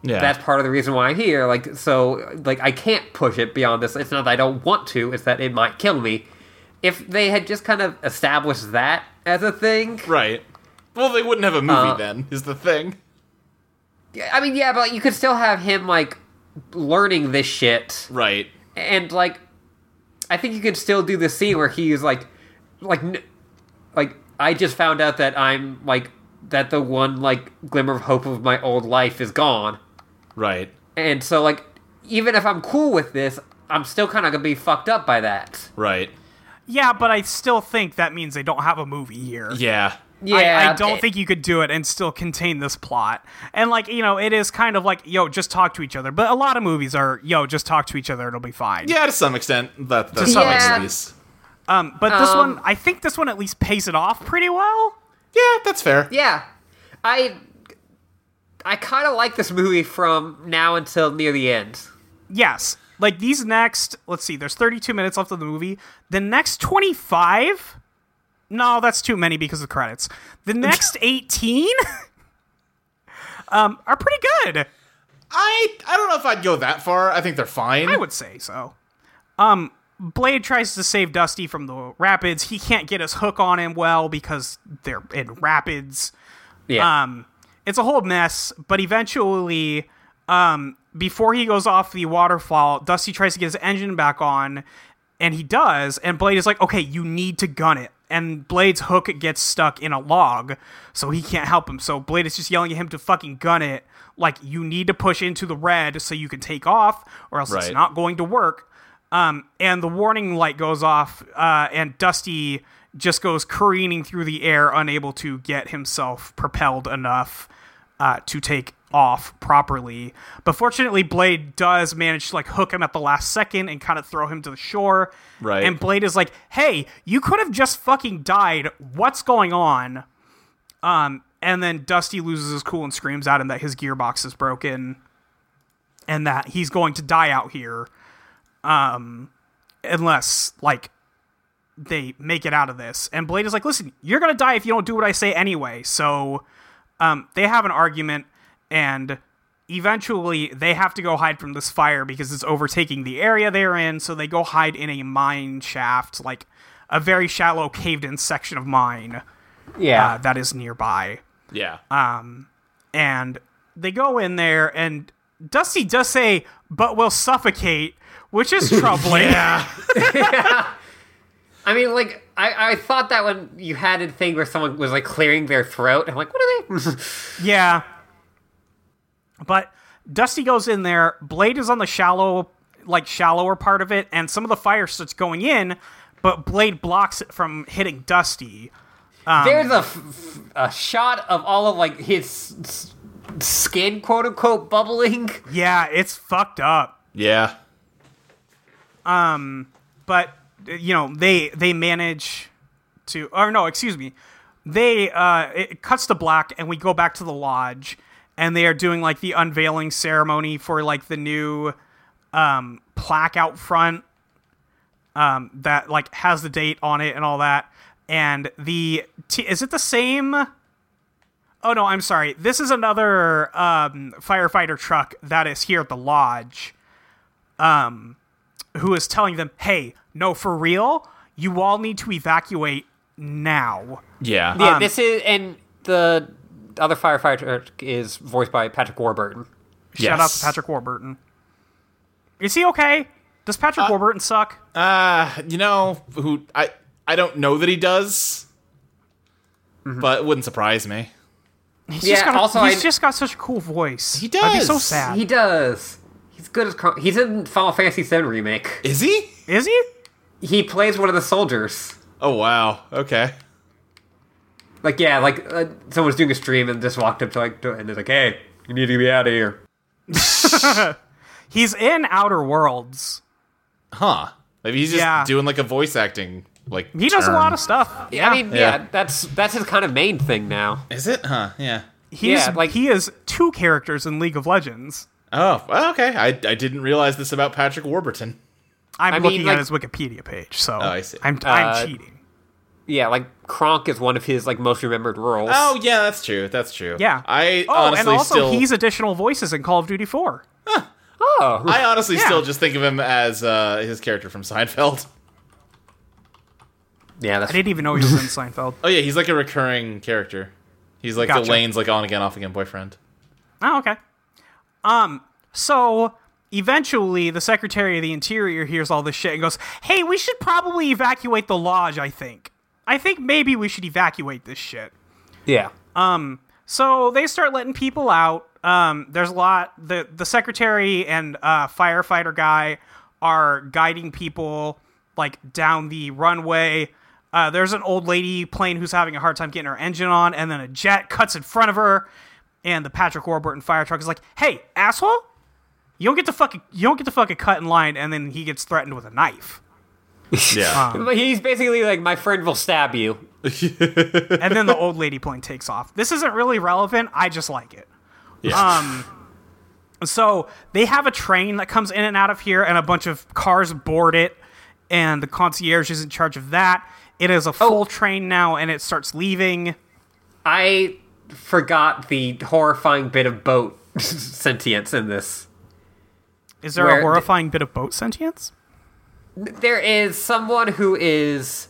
Speaker 5: Yeah.
Speaker 3: that's part of the reason why I'm here. Like, so like I can't push it beyond this. It's not that I don't want to; it's that it might kill me. If they had just kind of established that as a thing,
Speaker 5: right. Well, they wouldn't have a movie
Speaker 3: Uh,
Speaker 5: then, is the thing.
Speaker 3: I mean, yeah, but you could still have him like learning this shit
Speaker 5: Right.
Speaker 3: and like i think you could still do the scene where he's like like n- like i just found out that i'm like that the one like glimmer of hope of my old life is gone
Speaker 5: Right.
Speaker 3: and so like even if i'm cool with this i'm still kind of gonna be fucked up by that
Speaker 5: Right.
Speaker 4: Yeah, but I still think that means they don't have a movie here.
Speaker 5: Yeah.
Speaker 3: yeah
Speaker 4: I, I don't
Speaker 3: it-
Speaker 4: think you could do it and still contain this plot. And like, you know, it is kind of like, yo, just talk to each other. But a lot of movies are, yo, just talk to each other, it'll be fine.
Speaker 5: Yeah, to some extent. That, that's
Speaker 3: some
Speaker 5: how it
Speaker 3: extent.
Speaker 5: is.
Speaker 4: Um, but this
Speaker 3: Um,
Speaker 4: one, I think this one at least pays it off pretty well.
Speaker 5: Yeah, that's fair.
Speaker 3: yeah i i kind of like this movie from now until near the end
Speaker 4: Yes. Like these next, let's see, there's 32 minutes left of the movie. The next 25? No, that's too many because of the credits. The next 18 um, are pretty good,
Speaker 5: I I don't know if I'd go that far. I think they're fine.
Speaker 4: I would say so. Um, Blade tries to save Dusty from the rapids. He can't get his hook on him well because they're in rapids.
Speaker 3: yeah
Speaker 4: Um, it's a whole mess, but eventually, um, before he goes off the waterfall, Dusty tries to get his engine back on, and he does. And Blade is like, "Okay, you need to gun it." And Blade's hook gets stuck in a log, so he can't help him. So Blade is just yelling at him to fucking gun it. Like, you need to push into the red so you can take off, or else it's
Speaker 5: Right.
Speaker 4: not going to work. Um, and the warning light goes off, uh, and Dusty just goes careening through the air, unable to get himself propelled enough uh, to take off properly. But fortunately, Blade does manage to like hook him at the last second and kind of throw him to the shore.
Speaker 5: Right.
Speaker 4: And Blade is like, "Hey, you could have just fucking died. What's going on?" Um, and then Dusty loses his cool and screams at him that his gearbox is broken and that he's going to die out here um unless like they make it out of this and blade is like listen you're going to die if you don't do what i say anyway so um they have an argument and eventually they have to go hide from this fire because it's overtaking the area they're in so they go hide in a mine shaft like a very shallow caved in section of mine
Speaker 3: yeah
Speaker 4: uh, that is nearby. Um,
Speaker 5: Yeah.
Speaker 4: and they go in there and Dusty does say, "But will suffocate," which is troubling.
Speaker 5: yeah.
Speaker 3: I mean, like, I, I thought that when you had a thing where someone was like clearing their throat, I'm like, what are they?
Speaker 4: Yeah. But Dusty goes in there. Blade is on the shallow, like shallower part of it, and some of the fire starts going in, but Blade blocks it from hitting Dusty.
Speaker 3: There's a, f- f- a shot of all of like his s- s- skin, quote unquote, bubbling.
Speaker 4: Yeah, it's fucked up.
Speaker 5: Yeah.
Speaker 4: But you know they they manage to, or no, excuse me, they uh, it cuts to black, and we go back to the lodge, and they are doing like the unveiling ceremony for like the new um, plaque out front um, that like has the date on it and all that. And the t- is it the same? Oh no, I'm sorry. This is another um, firefighter truck that is here at the lodge. Um, who is telling them, "Hey, no, for real, you all need to evacuate now."
Speaker 5: Yeah.
Speaker 3: Yeah, this is, and the other firefighter is voiced by Patrick Warburton.
Speaker 4: Shout out to
Speaker 5: Yes.
Speaker 4: Patrick Warburton. Is he okay? Does Patrick Warburton suck?
Speaker 5: Uh, you know who I I don't know that he does,
Speaker 4: Mm-hmm.
Speaker 5: but it wouldn't surprise me.
Speaker 4: He's
Speaker 3: yeah,
Speaker 4: just got a-
Speaker 3: also
Speaker 4: he's
Speaker 3: I-
Speaker 4: just got such a cool voice.
Speaker 5: He
Speaker 4: I'd be so
Speaker 5: does.
Speaker 4: sad.
Speaker 3: He does. He's good as Kron- he's in Final Fantasy VII remake.
Speaker 5: Is he?
Speaker 4: is he?
Speaker 3: He plays one of the soldiers.
Speaker 5: Oh wow. Okay.
Speaker 3: Like yeah, like uh, someone was doing a stream and just walked up to like to- and is like, "Hey, you need to be out of here."
Speaker 4: He's in Outer Worlds.
Speaker 5: Huh. Maybe he's just
Speaker 4: Yeah.
Speaker 5: doing like a voice acting like
Speaker 4: He does
Speaker 5: term.
Speaker 4: a lot of stuff. Yeah,
Speaker 3: I mean, yeah.
Speaker 5: Yeah.
Speaker 3: that's that's his kind of main thing now.
Speaker 5: Is it? Huh. Yeah.
Speaker 4: he's
Speaker 3: yeah, like-
Speaker 4: like he is two characters in League of Legends.
Speaker 5: Oh, well, okay. I, I didn't realize this about Patrick Warburton.
Speaker 4: I'm
Speaker 3: I mean,
Speaker 4: looking
Speaker 3: like- Oh,
Speaker 4: at his Wikipedia page, so
Speaker 5: I see.
Speaker 4: am I'm
Speaker 3: Uh,
Speaker 4: cheating.
Speaker 3: Yeah, like Kronk is one of his like most remembered roles.
Speaker 5: Oh, yeah, that's true. That's true.
Speaker 4: Yeah.
Speaker 5: I
Speaker 4: oh,
Speaker 5: honestly
Speaker 4: and also
Speaker 5: still
Speaker 4: he's additional voices in Call of Duty 4.
Speaker 3: Oh.
Speaker 5: I honestly
Speaker 4: Yeah.
Speaker 5: still just think of him as uh, his character from Seinfeld.
Speaker 3: yeah, that's
Speaker 4: I didn't even know he was in Seinfeld.
Speaker 5: Oh yeah, he's like a recurring character. He's like
Speaker 4: Gotcha.
Speaker 5: Elaine's like on again, off again boyfriend.
Speaker 4: Oh, okay. Um, so eventually the Secretary of the Interior hears all this shit and goes, Hey, we should probably evacuate the lodge, I think. I think maybe we should evacuate this shit.
Speaker 3: yeah.
Speaker 4: So they start letting people out. Um, there's a lot. The the secretary and uh, firefighter guy are guiding people like down the runway. Uh, there's an old lady plane who's having a hard time getting her engine on, and then a jet cuts in front of her, and the Patrick Warburton fire truck is like, "Hey, asshole, you don't get to fucking you don't get to fucking cut in line," and then he gets threatened with a knife.
Speaker 5: Yeah.
Speaker 3: But he's basically like, "My friend will stab you."
Speaker 4: and then the old lady plane takes off. This isn't really relevant. I just like it.
Speaker 5: Yeah.
Speaker 4: Um, so they have a train that comes in and out of here, and a bunch of cars board it, and the concierge is in charge of that. It
Speaker 3: Oh.
Speaker 4: is a full train now, and it starts leaving.
Speaker 3: I forgot the horrifying bit of boat sentience in this.
Speaker 4: Is there
Speaker 3: Where
Speaker 4: a
Speaker 3: d-
Speaker 4: horrifying bit of boat sentience?
Speaker 3: there is someone who is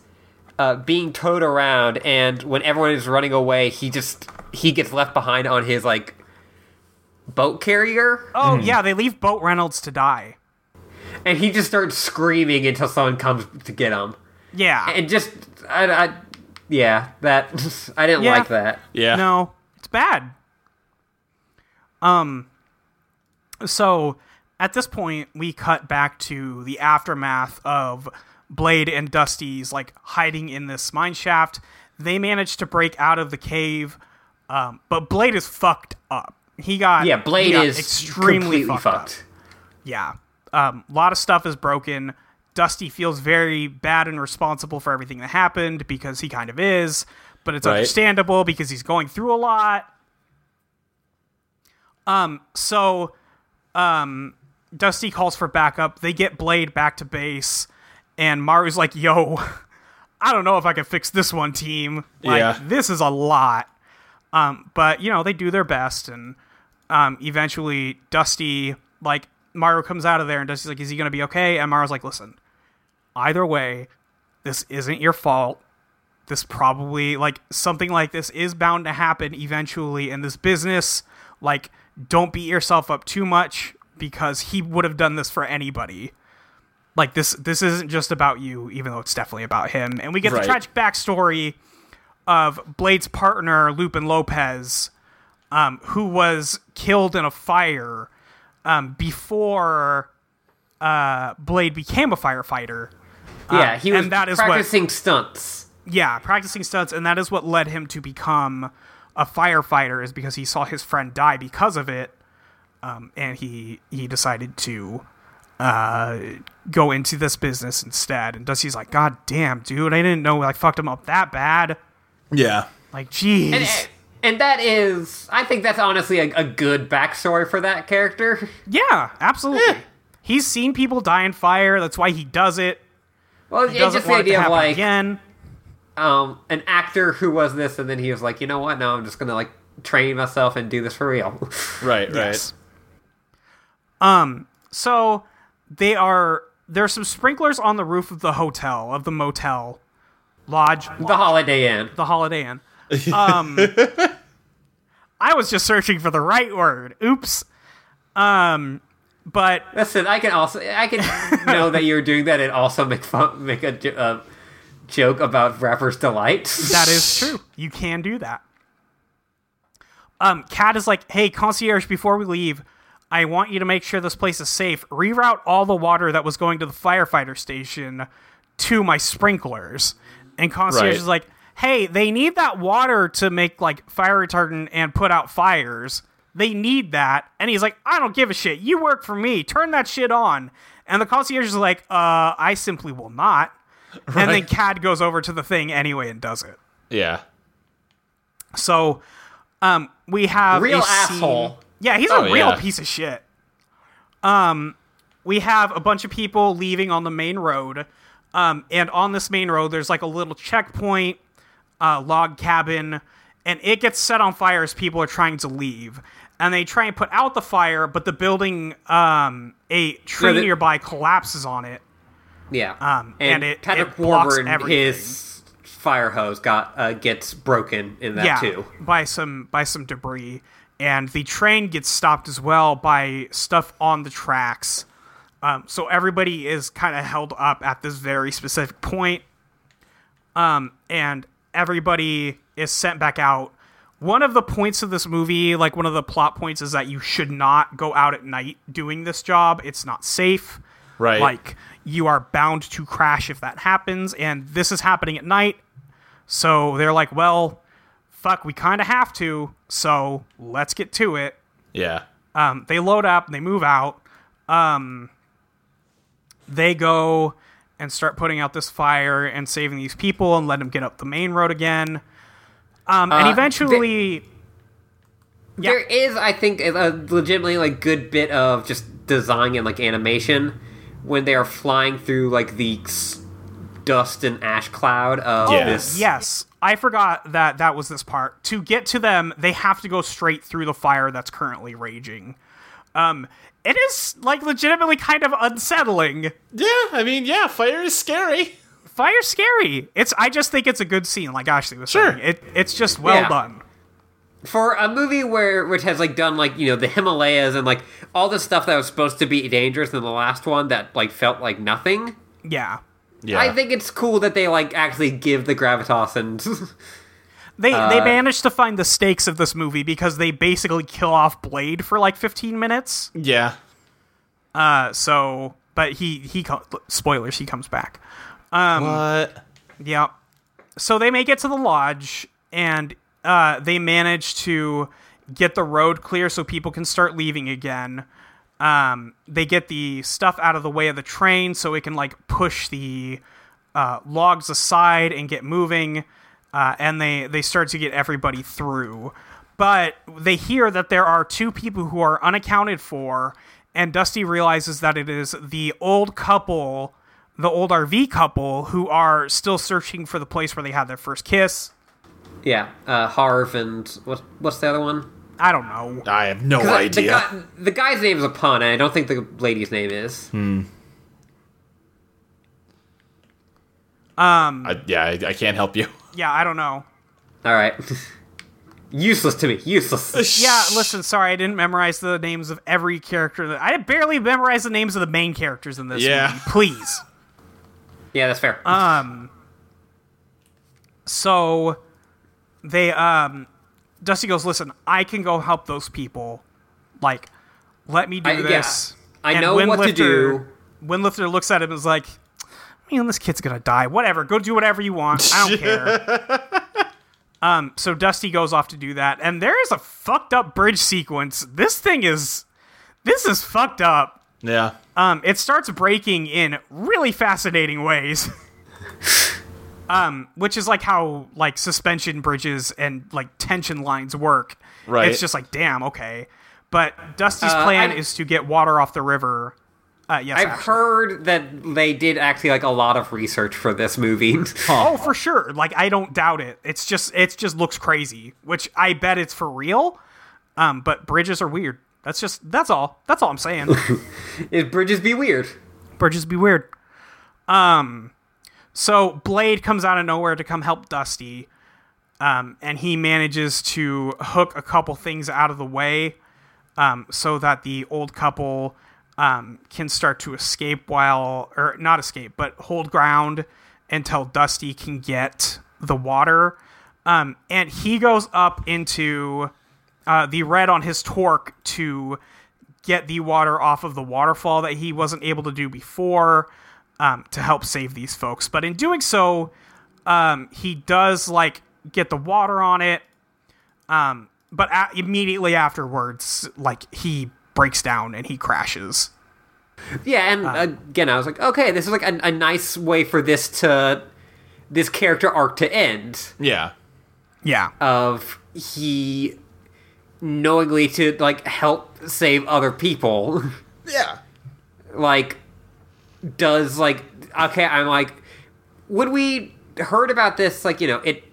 Speaker 3: uh, being towed around, and when everyone is running away, he just he gets left behind on his like boat carrier,
Speaker 4: Oh yeah, they leave Boat Reynolds to die.
Speaker 3: and he just starts screaming until someone comes to get him.
Speaker 4: Yeah,
Speaker 3: And just I, I yeah, that I didn't
Speaker 4: Yeah.
Speaker 3: like that.
Speaker 5: yeah.
Speaker 4: No, it's bad. Um, so at this point, we cut back to the aftermath of Blade and Dusty's like hiding in this mine shaft. They manage to break out of the cave, um, but Blade is fucked up. He got
Speaker 3: Yeah, Blade
Speaker 4: he got
Speaker 3: is
Speaker 4: extremely
Speaker 3: completely
Speaker 4: fucked,
Speaker 3: fucked.
Speaker 4: up. Yeah, a lot of stuff is broken. Dusty feels very bad and responsible for everything that happened because he kind of is, but it's
Speaker 5: Right.
Speaker 4: understandable because he's going through a lot. Um, so, um, Dusty calls for backup. They get Blade back to base, and Maru's like, "Yo, I don't know if I can fix this one, team. Like,
Speaker 5: Yeah.
Speaker 4: this is a lot." Um, but you know they do their best, and um, eventually Dusty like Mario comes out of there and Dusty's like, is he gonna be okay? And Mario's like, listen, either way, this isn't your fault. this probably like something like this is bound to happen eventually in this business. Like, don't beat yourself up too much because he would have done this for anybody. Like this, this isn't just about you, even though it's definitely about him. And we get
Speaker 5: Right.
Speaker 4: the tragic backstory of Blade's partner Lupin Lopez, um, who was killed in a fire um, before uh, Blade became a firefighter.
Speaker 3: yeah, he was
Speaker 4: and that is what-
Speaker 3: practicing stunts.
Speaker 4: Yeah, practicing stunts, and that is what led him to become a firefighter, is because he saw his friend die because of it, um, and he he decided to uh, go into this business instead. And Dusty's like, "God damn, dude, I didn't know I fucked him up that bad."
Speaker 5: Yeah.
Speaker 4: Like, jeez.
Speaker 3: And, eh, and that is, I think that's honestly a, a good backstory for that character.
Speaker 4: Yeah, absolutely.
Speaker 3: eh.
Speaker 4: He's seen people die in fire. That's why he does it.
Speaker 3: Well,
Speaker 4: He
Speaker 3: it's
Speaker 4: doesn't
Speaker 3: just the
Speaker 4: want it
Speaker 3: idea
Speaker 4: to
Speaker 3: of
Speaker 4: happen
Speaker 3: like
Speaker 4: again.
Speaker 3: um, an actor who was this, and then he was like, you know what? Now I'm just gonna like train myself and do this for real.
Speaker 5: Right. Right.
Speaker 4: Yes. Um. So they are. There's some sprinklers on the roof of the hotel of the motel lodge,
Speaker 3: the Holiday Inn.
Speaker 4: the Holiday Inn. Um. I was just searching for the right word. Oops. Um. But
Speaker 3: Listen, I can also I can know that you're doing that and also make fun make a jo- uh, joke about rappers delight.
Speaker 4: That is true. You can do that. Um, Kat is like, hey, concierge, before we leave, I want you to make sure this place is safe. Reroute all the water that was going to the firefighter station to my sprinklers. And concierge
Speaker 5: Right.
Speaker 4: is like, hey, they need that water to make like fire retardant and put out fires. They need that. And he's like, I don't give a shit. You work for me. Turn that shit on. And the concierge is like, uh, I simply will not. And then
Speaker 5: Right.
Speaker 4: Cad goes over to the thing anyway and does it.
Speaker 5: Yeah.
Speaker 4: So, um, we have
Speaker 3: Real
Speaker 4: a scene-
Speaker 3: asshole.
Speaker 4: Yeah, he's a
Speaker 5: Oh,
Speaker 4: real
Speaker 5: yeah.
Speaker 4: piece of shit. Um, we have a bunch of people leaving on the main road, um, and on this main road, there's like a little checkpoint, uh, log cabin, and it gets set on fire as people are trying to leave. And they try and put out the fire, but the building, um, a tree
Speaker 3: the-
Speaker 4: nearby collapses on it.
Speaker 3: Yeah.
Speaker 4: Um, and it-
Speaker 3: Patrick
Speaker 4: it blocks
Speaker 3: Warburton,
Speaker 4: everything.
Speaker 3: his fire hose got uh, gets broken in that too.
Speaker 4: by some by some debris, and the train gets stopped as well by stuff on the tracks. Um, so everybody is kind of held up at this very specific point, um, and everybody is sent back out. One of the points of this movie, like one of the plot points, is that you should not go out at night doing this job. It's not safe.
Speaker 5: Right.
Speaker 4: Like you are bound to crash if that happens, and this is happening at night. So they're like, well, fuck, we kind of have to. So let's get to it.
Speaker 5: Yeah.
Speaker 4: Um, they load up and they move out. Um, they go and start putting out this fire and saving these people and let them get up the main road again. Um, and
Speaker 3: Uh,
Speaker 4: eventually, Yeah.
Speaker 3: There is, I think, a legitimately like good bit of just design and like animation when they are flying through like the s- dust and ash cloud of
Speaker 5: Yeah.
Speaker 3: this.
Speaker 4: yes, I forgot that that was this part. To get to them, they have to go straight through the fire that's currently raging. Um, it is like legitimately kind of unsettling.
Speaker 5: Yeah. I mean, yeah. Fire is scary.
Speaker 4: Fire's scary. It's. I just think it's a good scene. Like Ashley was
Speaker 5: Sure.
Speaker 4: saying, it it's just well
Speaker 3: Yeah.
Speaker 4: done.
Speaker 3: for a movie where which has like done like you know the Himalayas and like all the stuff that was supposed to be dangerous in the last one that like felt like nothing.
Speaker 4: Yeah,
Speaker 5: Yeah.
Speaker 3: I think it's cool that they like actually give the gravitas and
Speaker 4: they
Speaker 5: Uh,
Speaker 4: they managed to find the stakes of this movie because they basically kill off Blade for like 15 minutes.
Speaker 5: Yeah.
Speaker 4: Uh, so, but he he co- spoilers he comes back. Um,
Speaker 5: What?
Speaker 4: Yep. So they make it to the lodge and uh, they manage to get the road clear so people can start leaving again. Um, they get the stuff out of the way of the train so it can like push the uh, logs aside and get moving. Uh, and they, they start to get everybody through. But they hear that there are two people who are unaccounted for. And Dusty realizes that it is the old couple the old RV couple who are still searching for the place where they had their first kiss.
Speaker 3: yeah, uh, Harv and what what's the other one?
Speaker 4: I don't know.
Speaker 5: I have no
Speaker 3: The,
Speaker 5: idea.
Speaker 3: guy, the guy's name is a pun, and I don't think the lady's name is.
Speaker 5: I, yeah. I, I can't help you.
Speaker 4: Yeah, I don't know.
Speaker 3: All right. Useless to me. Useless.
Speaker 4: Yeah, listen, sorry, I didn't memorize the names of every character. That, I barely memorized the names of the main characters in this
Speaker 5: Yeah.
Speaker 4: movie. Please.
Speaker 3: Yeah, that's fair.
Speaker 4: Ah, So they um Dusty goes, "Listen, I can go help those people. Like, let me do
Speaker 3: I- yeah.
Speaker 4: this."
Speaker 3: I
Speaker 4: And
Speaker 3: know what to
Speaker 4: Windlifter-
Speaker 3: do.
Speaker 4: Windlifter looks at him and is like, "Man, this kid's gonna die. Whatever. Go do whatever you want. I don't care." Um, so Dusty goes off to do that, and there is a fucked up bridge sequence. This thing is, this is fucked up.
Speaker 5: Yeah.
Speaker 4: Um, it starts breaking in really fascinating ways. um, which is like how like suspension bridges and like tension lines work.
Speaker 5: Right.
Speaker 4: It's just like, damn, okay. But Dusty's
Speaker 3: Uh,
Speaker 4: plan
Speaker 3: I've-
Speaker 4: is to get water off the river. Uh, yes,
Speaker 3: I've
Speaker 4: Ashley.
Speaker 3: heard that they did actually like a lot of research for this movie.
Speaker 4: Oh, for sure. Like I don't doubt it. It's just it's just looks crazy, which I bet it's for real. Um, but bridges are weird. That's just that's all. That's all I'm saying.
Speaker 3: It bridges be weird.
Speaker 4: Bridges be weird. Um, so Blade comes out of nowhere to come help Dusty, um, and he manages to hook a couple things out of the way, um, so that the old couple um, can start to escape while, or not escape, but hold ground until Dusty can get the water. Um, and he goes up into uh, the red on his torque to get the water off of the waterfall that he wasn't able to do before um, to help save these folks. But in doing so, um, he does like get the water on it. Um, but a- immediately afterwards, like he breaks down and he crashes.
Speaker 3: Yeah, and
Speaker 4: Ah.
Speaker 3: again, I was like, okay, this is like a, a nice way for this to this character arc to end
Speaker 5: Yeah.
Speaker 4: Yeah.
Speaker 3: Uh, of he knowingly to like help save other people.
Speaker 5: Yeah.
Speaker 3: like does like okay i'm like would we heard about this like you know it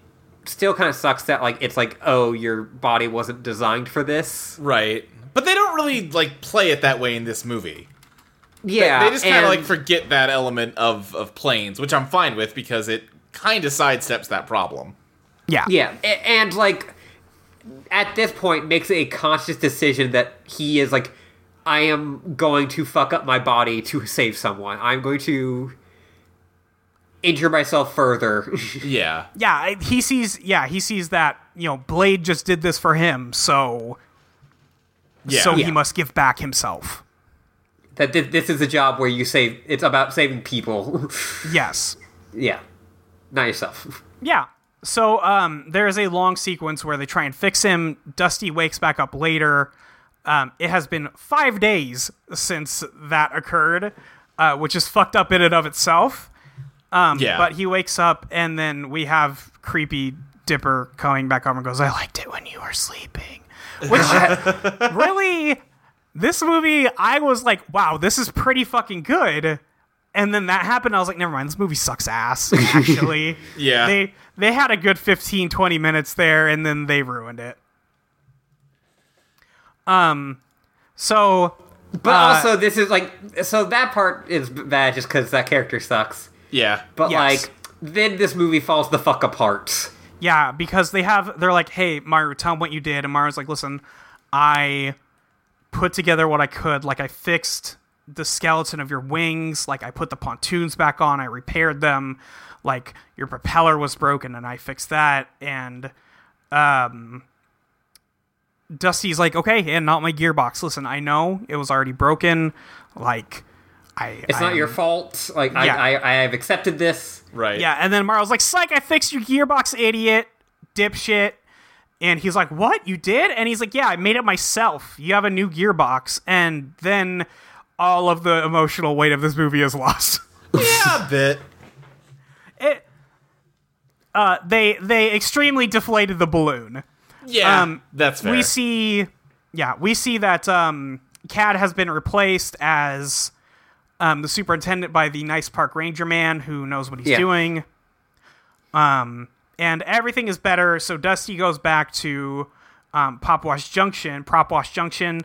Speaker 3: still kind of sucks that like it's like oh your body wasn't designed for this
Speaker 5: Right. But they don't really like play it that way in this movie.
Speaker 3: yeah
Speaker 5: they just kind
Speaker 3: and-
Speaker 5: of like forget that element of of planes, which I'm fine with because it kind of sidesteps that problem.
Speaker 4: yeah.
Speaker 3: yeah a- and like at this point makes a conscious decision that he is like i am going to fuck up my body to save someone i'm going to injure myself further
Speaker 5: Yeah.
Speaker 4: Yeah. I- He sees, yeah, he sees that, you know, Blade just did this for him. So,
Speaker 5: Yeah.
Speaker 4: so
Speaker 3: Yeah.
Speaker 4: he must give back himself.
Speaker 3: that thi- this is a job where you save it's about saving people
Speaker 4: Yes.
Speaker 3: Yeah. Not yourself.
Speaker 4: Yeah. So um, there is a long sequence where they try and fix him. Dusty wakes back up later. Um, it has been five days since that occurred, uh, which is fucked up in and of itself. Um,
Speaker 5: yeah.
Speaker 4: But he wakes up, and then we have creepy Dipper coming back over and goes, "I liked it when you were sleeping," which really. This movie, I was like, wow, this is pretty fucking good. And then that happened. I was like, never mind, this movie sucks ass, actually.
Speaker 5: yeah.
Speaker 4: they they had a good 15 20 minutes there and then they ruined it um so
Speaker 3: But
Speaker 5: Uh,
Speaker 3: also, this is like so that part is bad just because that character sucks.
Speaker 5: yeah.
Speaker 3: But
Speaker 4: Yes.
Speaker 3: like, then this movie falls the fuck apart.
Speaker 4: yeah because they have they're like hey maru tell them what you did and maru's like listen i put together what i could like i fixed the skeleton of your wings like i put the pontoons back on i repaired them like your propeller was broken and i fixed that and um, Dusty's like, okay, and not my gearbox. Listen, I know it was already broken. Like, I.
Speaker 3: It's not your fault. Like
Speaker 4: Yeah.
Speaker 3: I, I, I have accepted this.
Speaker 5: right.
Speaker 4: Yeah, and then Mario's like, psych, I fixed your gearbox, idiot, dipshit. And he's like, what? You did? And he's like, yeah, I made it myself. You have a new gearbox. And then all of the emotional weight of this movie is lost.
Speaker 5: Yeah, a bit.
Speaker 4: It. Uh, they they extremely deflated the balloon.
Speaker 5: Yeah.
Speaker 4: Um,
Speaker 5: that's fair.
Speaker 4: we see yeah we see that um cad has been replaced as um the superintendent by the nice park ranger man who knows what he's
Speaker 3: Yeah.
Speaker 4: doing um and everything is better so dusty goes back to um popwash junction propwash junction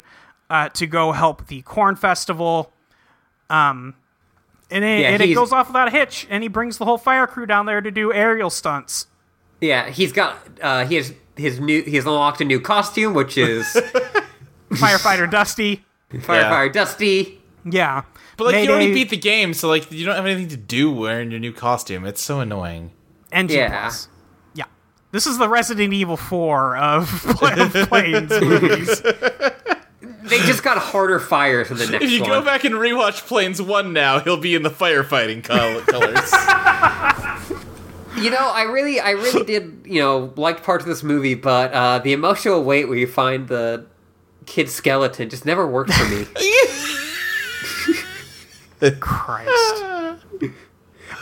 Speaker 4: uh to go help the corn festival um and it,
Speaker 3: Yeah,
Speaker 4: and it
Speaker 3: he's-
Speaker 4: goes off without a hitch and he brings the whole fire crew down there to do aerial stunts
Speaker 3: Yeah, he's got uh, he has his new he has unlocked a new costume, which is
Speaker 4: Firefighter Dusty.
Speaker 3: firefighter Dusty.
Speaker 4: Yeah.
Speaker 5: But like you
Speaker 4: Mayday,
Speaker 5: already beat the game, so like you don't have anything to do wearing your new costume. It's so annoying.
Speaker 4: NG
Speaker 3: Yeah.
Speaker 4: plus. Yeah. This is the Resident Evil 4 of Planes movies.
Speaker 3: They just got harder fire to the next
Speaker 5: If you
Speaker 3: one.
Speaker 5: go back and rewatch Planes One now, he'll be in the firefighting col- colors.
Speaker 3: You know, I really, I really did, you know, like parts of this movie, but uh, the emotional weight where you find the kid skeleton just never worked for me.
Speaker 4: Christ.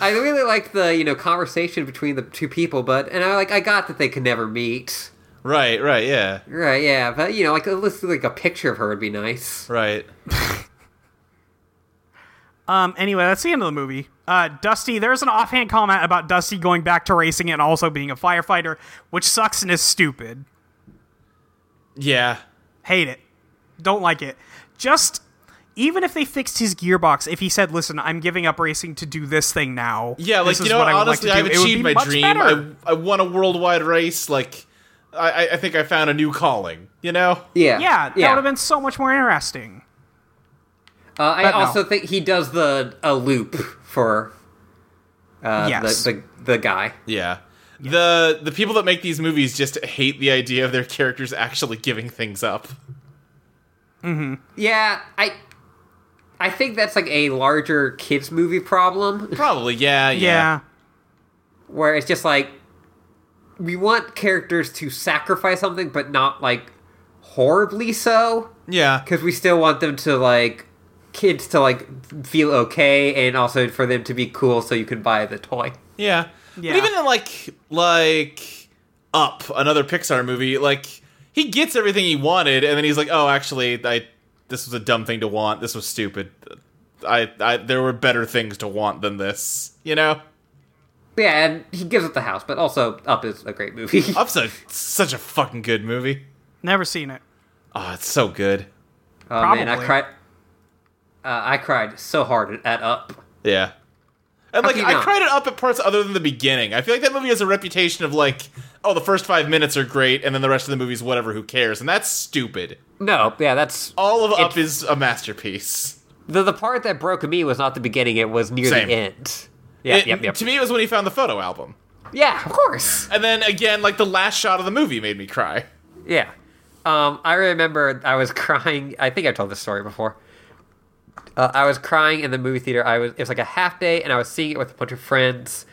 Speaker 3: I really like the, you know, conversation between the two people, but and I like, I got that they could never meet.
Speaker 5: right, right, yeah,
Speaker 3: Right? Yeah, but you know, like, let's do, like a picture of her would be nice.
Speaker 5: right.
Speaker 4: Um, anyway, that's the end of the movie. Uh, Dusty, there's an offhand comment about Dusty going back to racing and also being a firefighter, which sucks and is stupid.
Speaker 5: Yeah,
Speaker 4: Hate it. Don't like it. Just even if they fixed his gearbox, if he said, "Listen, I'm giving up racing to do this thing now."
Speaker 5: yeah. Like
Speaker 4: this
Speaker 5: you know, what, honestly,
Speaker 4: I
Speaker 5: I've
Speaker 4: would like to do," it would be
Speaker 5: achieved my
Speaker 4: much
Speaker 5: dream.
Speaker 4: better.
Speaker 5: I, I won a worldwide race. Like I, I- I think I found a new calling. You know.
Speaker 3: Yeah,
Speaker 4: yeah, that would have been so much more interesting.
Speaker 3: Uh, I
Speaker 4: but no.
Speaker 3: also think he does the a loop for uh,
Speaker 4: Yes.
Speaker 3: the, the the guy.
Speaker 5: Yeah. The the people that make these movies just hate the idea of their characters actually giving things up.
Speaker 3: Yeah, I, I think that's like a larger kids movie problem.
Speaker 5: Probably, yeah, yeah.
Speaker 4: Yeah.
Speaker 3: where it's just like we want characters to sacrifice something but not like horribly so
Speaker 5: Yeah.
Speaker 3: because we still want them to like kids to like feel okay and also for them to be cool so you can buy the toy
Speaker 5: Yeah.
Speaker 4: Yeah.
Speaker 5: But even in like like Up, another Pixar movie, like he gets everything he wanted and then he's like, "Oh, actually, I this was a dumb thing to want. This was stupid. I I there were better things to want than this." You know?
Speaker 3: But yeah and he gives up the house but also up is a great movie
Speaker 5: Up's a, such a fucking good movie.
Speaker 4: Never seen it.
Speaker 5: Oh, it's so good.
Speaker 3: oh man i
Speaker 4: probably.
Speaker 3: cried uh, i cried so hard at, at up
Speaker 5: Yeah. And
Speaker 3: How
Speaker 5: like
Speaker 3: can you
Speaker 5: I
Speaker 3: not?
Speaker 5: cried it up at parts other than the beginning. I feel like that movie has a reputation of like, oh, the first five minutes are great, and then the rest of the movie's whatever, who cares? And that's stupid.
Speaker 3: no yeah that's
Speaker 5: All of
Speaker 3: It-
Speaker 5: Up is a masterpiece.
Speaker 3: the, the part that broke me was not the beginning it was near
Speaker 5: Same.
Speaker 3: the end yeah
Speaker 5: It-
Speaker 3: yep, yep.
Speaker 5: To me, it was when he found the photo album,
Speaker 3: yeah of course
Speaker 5: and then again, like the last shot of the movie made me cry.
Speaker 3: Yeah. Um, I remember I was crying. I think I told this story before. Uh, I was crying in the movie theater. I was it was like a half day, and I was seeing it with a bunch of friends,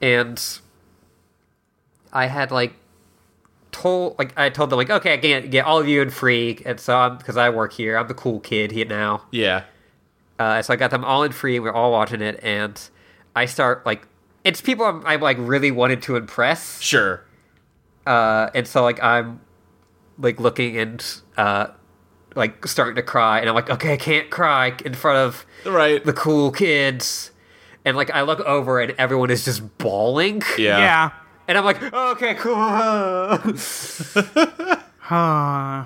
Speaker 3: and I had like told like I told them like okay, I can get all of you in free, and so I'm because I work here, I'm the cool kid here now.
Speaker 5: Yeah,
Speaker 3: Uh, so I got them all in free. We're all watching it, and I start like it's people I'm, I like really wanted to impress
Speaker 5: sure.
Speaker 3: uh, and so like I'm like looking and uh, like starting to cry, and I'm like, okay, I can't cry in front of
Speaker 5: Right.
Speaker 3: the cool kids, and like I look over and everyone is just bawling,
Speaker 5: Yeah.
Speaker 4: Yeah.
Speaker 3: and I'm like, okay, cool.
Speaker 4: Uh,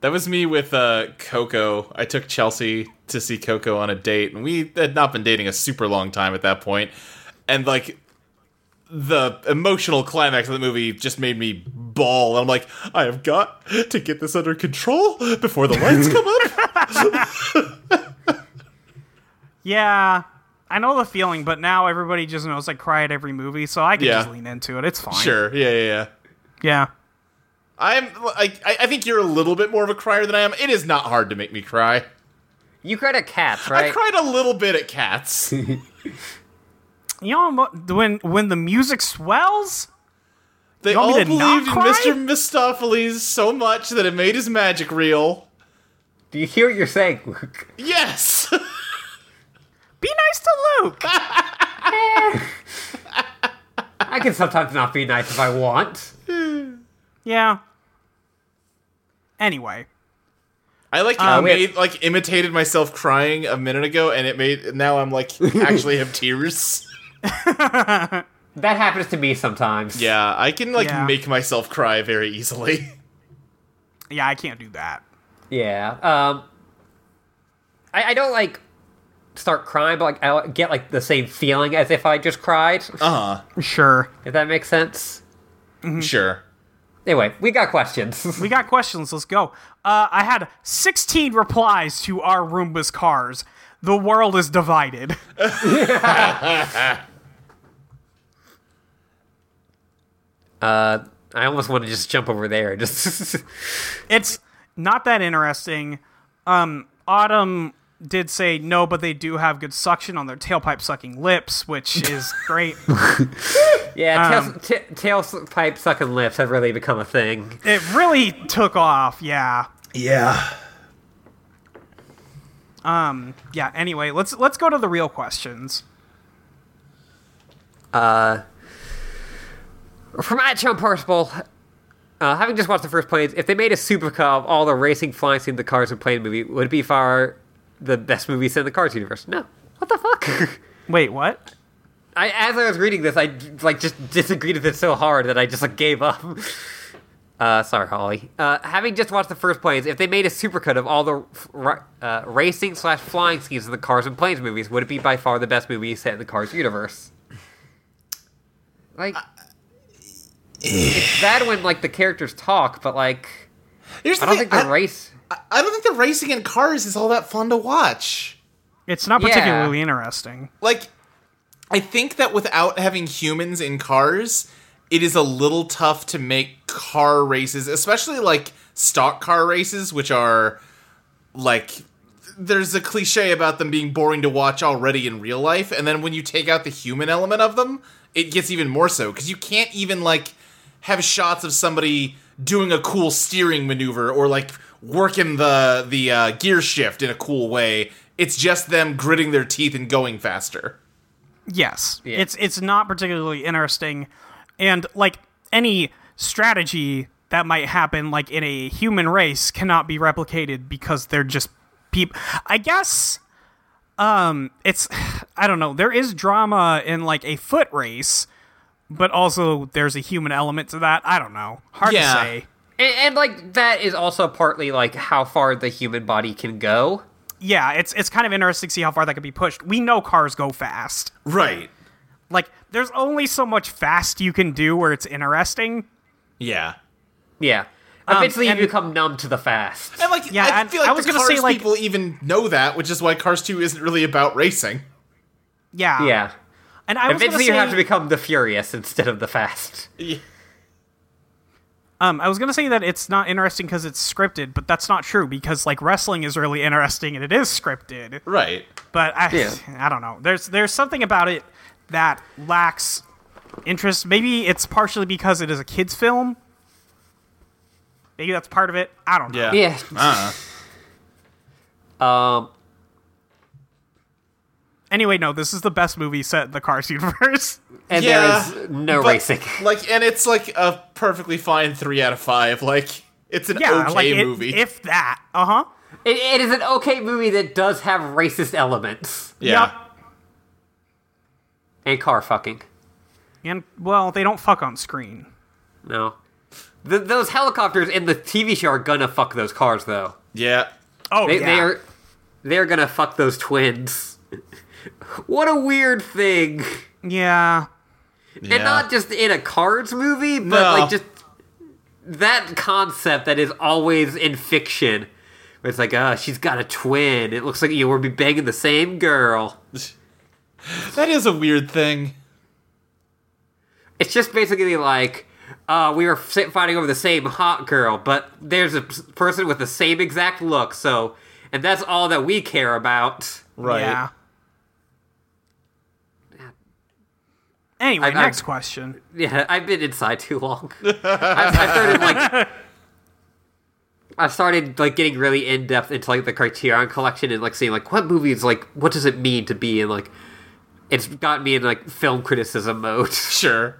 Speaker 5: That was me with uh, Coco. I took Chelsea to see Coco on a date, and we had not been dating a super long time at that point. And like the emotional climax of the movie just made me bawl. I'm like, I have got to get this under control before the lights come up.
Speaker 4: yeah. I know the feeling, but now everybody just knows I cry at every movie, so I can
Speaker 5: Yeah.
Speaker 4: just lean into it. It's fine.
Speaker 5: sure, yeah, yeah, yeah.
Speaker 4: Yeah.
Speaker 5: I'm like, I I think you're a little bit more of a crier than I am. It is not hard to make me cry.
Speaker 3: you cried at cats,
Speaker 5: I
Speaker 3: right?
Speaker 5: cried a little bit at Cats.
Speaker 4: You know mo- when when the music swells,
Speaker 5: They
Speaker 4: You want
Speaker 5: all
Speaker 4: me to not
Speaker 5: believed in
Speaker 4: cry?
Speaker 5: Mr. Mistopheles so much that it made his magic real.
Speaker 3: Do you hear what you're saying, Luke?
Speaker 5: Yes!
Speaker 4: be nice to Luke.
Speaker 3: I can sometimes not be nice if I want.
Speaker 4: yeah. Anyway,
Speaker 5: I like
Speaker 3: wait.
Speaker 5: made, like imitated myself crying a minute ago, and it made now I'm like actually have tears.
Speaker 3: That happens to me sometimes.
Speaker 5: Yeah, I can like
Speaker 4: Yeah.
Speaker 5: make myself cry very easily.
Speaker 4: yeah, I can't do that.
Speaker 3: Yeah. Um, I, I don't like start crying, but like I get like the same feeling as if I just cried.
Speaker 5: Uh huh.
Speaker 4: Sure.
Speaker 3: If that makes sense.
Speaker 4: Mm-hmm.
Speaker 5: Sure.
Speaker 3: Anyway, we got questions.
Speaker 4: We got questions. Let's go. Uh, I had 16 replies to our Roomba's cars. The world is divided.
Speaker 3: I almost want to just jump over there. Just
Speaker 4: It's not that interesting. Um, Autumn did say no, but they do have good suction on their tailpipe sucking lips, which is great.
Speaker 3: yeah, tail, t- tail pipe sucking lips have really become a thing.
Speaker 4: it really took off. Yeah.
Speaker 5: Yeah.
Speaker 4: Um, Yeah. Anyway, let's let's go to the real questions.
Speaker 3: From at John Percival, uh, having just watched the first planes, if they made a supercar of all the racing, flying scene, the cars, and plane movie, would it be far the best movie set in the Cars universe? No. What the fuck?
Speaker 4: Wait, what?
Speaker 3: I, as I was reading this, I like just disagreed with it so hard that I just like gave up. Uh, sorry, Holly. Uh, having just watched the first planes, if they made a supercut of all the r- uh, racing slash flying scenes in the Cars and Planes movies, would it be by far the best movie set in the Cars universe? Like, it's bad when like the characters talk, but like
Speaker 5: Here's the
Speaker 3: I don't
Speaker 5: thing.
Speaker 3: think the
Speaker 5: I,
Speaker 3: race.
Speaker 5: I don't think the racing in cars is all that fun to watch.
Speaker 4: It's not
Speaker 3: Yeah.
Speaker 4: particularly interesting.
Speaker 5: like I think that without having humans in cars, it is a little tough to make car races, especially like stock car races, which are like there's a cliche about them being boring to watch already in real life, and then when you take out the human element of them, it gets even more so because you can't even like have shots of somebody doing a cool steering maneuver or like working the the uh, gear shift in a cool way. It's just them gritting their teeth and going faster.
Speaker 4: Yes. It's it's not particularly interesting and like any strategy that might happen like in a human race cannot be replicated because they're just people I guess um it's I don't know there is drama in like a foot race but also there's a human element to that I don't know hard
Speaker 5: Yeah.
Speaker 4: to say
Speaker 3: And, and like that is also partly like how far the human body can go.
Speaker 4: yeah it's it's kind of interesting to see how far that could be pushed we know cars go fast
Speaker 5: Right.
Speaker 4: like there's only so much fast you can do where it's interesting
Speaker 5: Yeah.
Speaker 3: Yeah. Eventually,
Speaker 4: and-
Speaker 3: you become numb to the fast.
Speaker 5: And like
Speaker 4: Yeah,
Speaker 5: I
Speaker 4: and
Speaker 5: feel like
Speaker 4: I was
Speaker 5: the
Speaker 4: gonna
Speaker 5: cars
Speaker 4: say, like-
Speaker 5: people even know that, which is why Cars 2 isn't really about racing.
Speaker 4: yeah
Speaker 3: Yeah.
Speaker 4: And I was gonna
Speaker 3: Eventually,
Speaker 4: say,
Speaker 3: you have to become the furious instead of the fast.
Speaker 4: um, I was gonna say that it's not interesting because it's scripted, but that's not true because like wrestling is really interesting and it is scripted.
Speaker 5: Right.
Speaker 4: But I,
Speaker 3: Yeah.
Speaker 4: I don't know. There's there's something about it that lacks interest. Maybe it's partially because it is a kids' film. Maybe that's part of it. I don't know.
Speaker 5: Yeah.
Speaker 3: Yeah. Um.
Speaker 4: Anyway, no, this is the best movie set in the Cars universe.
Speaker 3: And
Speaker 5: Yeah,
Speaker 3: there is no
Speaker 5: But,
Speaker 3: racing.
Speaker 5: Like and it's like a perfectly fine 3 out of 5. Like it's an
Speaker 4: Yeah,
Speaker 5: okay
Speaker 4: like it-
Speaker 5: movie.
Speaker 4: if that. Uh huh.
Speaker 3: It, it is an okay movie that does have racist elements
Speaker 5: yeah.
Speaker 3: and car fucking.
Speaker 4: And well, they don't fuck on screen.
Speaker 3: No. Th those helicopters in the TV show are gonna fuck those cars though.
Speaker 5: Yeah.
Speaker 4: Oh
Speaker 3: They,
Speaker 4: yeah.
Speaker 3: they are. They're gonna fuck those twins. what a weird thing.
Speaker 4: yeah.
Speaker 3: and not just in a cards movie but
Speaker 5: No.
Speaker 3: like just that concept that is always in fiction where it's like oh she's got a twin it looks like you will be banging the same girl
Speaker 5: That is a weird thing.
Speaker 3: it's just basically like uh, we were fi- fighting over the same hot girl but there's a p- person with the same exact look so and that's all that we care about
Speaker 5: Right.
Speaker 4: Yeah. Anyway,
Speaker 3: I- I-
Speaker 4: next question.
Speaker 3: Yeah, I've been inside too long. I, I started like I started like getting really in depth into like the Criterion collection and like seeing like what movies like what does it mean to be in like it's got me in like film criticism mode.
Speaker 5: Sure.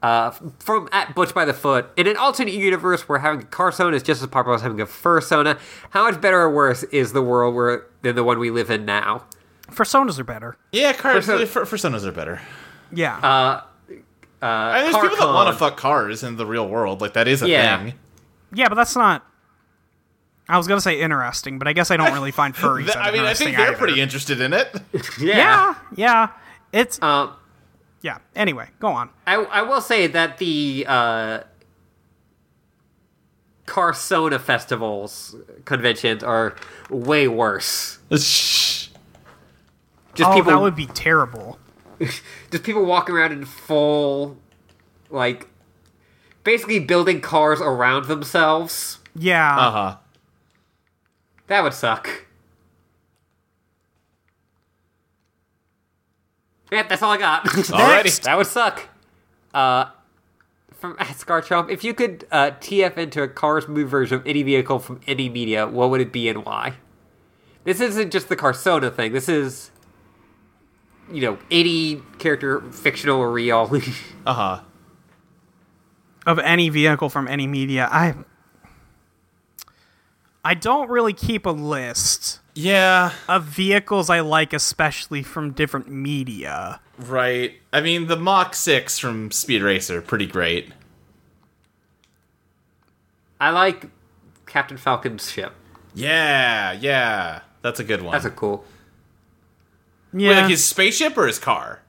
Speaker 3: Uh, from at Butch by the Foot, in an alternate universe where having a car zone is just as popular as having a fur zona, how much better or worse is the world where than the one we live in now?
Speaker 4: Personas are better.
Speaker 5: Yeah, cars
Speaker 3: Persona-
Speaker 5: for personas are better.
Speaker 4: Yeah.
Speaker 5: Uh, I mean, there's
Speaker 3: car
Speaker 5: people that want to
Speaker 3: con.
Speaker 5: fuck cars in the real world. Like that is a
Speaker 3: Yeah.
Speaker 5: thing.
Speaker 4: yeah, but that's not. I was gonna say interesting, but I guess I don't really find furries.
Speaker 5: Th-
Speaker 4: that
Speaker 5: I mean, I think
Speaker 4: interesting
Speaker 5: they're
Speaker 4: either.
Speaker 5: pretty interested in it.
Speaker 4: Yeah, yeah. It's
Speaker 5: Uh,
Speaker 3: Um,
Speaker 4: yeah. Anyway, go on.
Speaker 3: I, I will say that the uh, Carcona festivals conventions are way worse. Just
Speaker 4: Oh,
Speaker 3: people,
Speaker 4: that would be terrible.
Speaker 3: just people walking around in full, like, basically building cars around themselves.
Speaker 4: Yeah.
Speaker 5: Uh huh.
Speaker 3: That would suck. Yep, that's all I got.
Speaker 5: Alrighty.
Speaker 3: that would suck. Uh, from at Scarchomp, if you could uh, TF into a Cars movie version of any vehicle from any media, what would it be and why? This isn't just the Carsona thing. This is, you know, any character, fictional or real.
Speaker 5: Uh huh.
Speaker 4: of any vehicle from any media. I I don't really keep a list
Speaker 5: Yeah.
Speaker 4: of vehicles I like, especially from different media.
Speaker 5: Right. I mean, the Mach 6 from Speed Racer, pretty great.
Speaker 3: I like Captain Falcon's ship.
Speaker 5: Yeah, yeah. That's a good one.
Speaker 3: That's a cool.
Speaker 4: Yeah,
Speaker 5: Wait, like his spaceship or his car?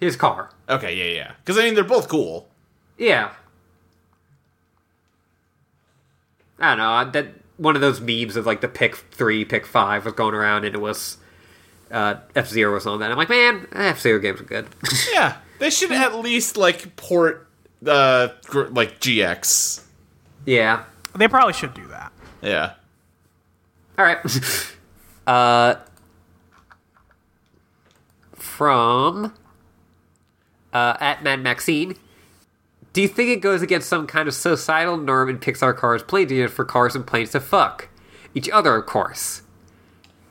Speaker 3: His car.
Speaker 5: Okay, yeah, yeah. Because, I mean, they're both cool.
Speaker 3: Yeah. I don't know. I- That one of those memes of like the pick three, pick five was going around, and it was uh, F Zero was on that. I'm like, man, F Zero games are good.
Speaker 5: Yeah. They should at least, like, port, uh, gr- like, GX.
Speaker 3: yeah.
Speaker 4: they probably should do that.
Speaker 5: Yeah.
Speaker 3: All right. uh, from uh, at Mad Maxine. Do you think it goes against some kind of societal norm in Pixar Cars play data for cars and planes to fuck each other? Of course.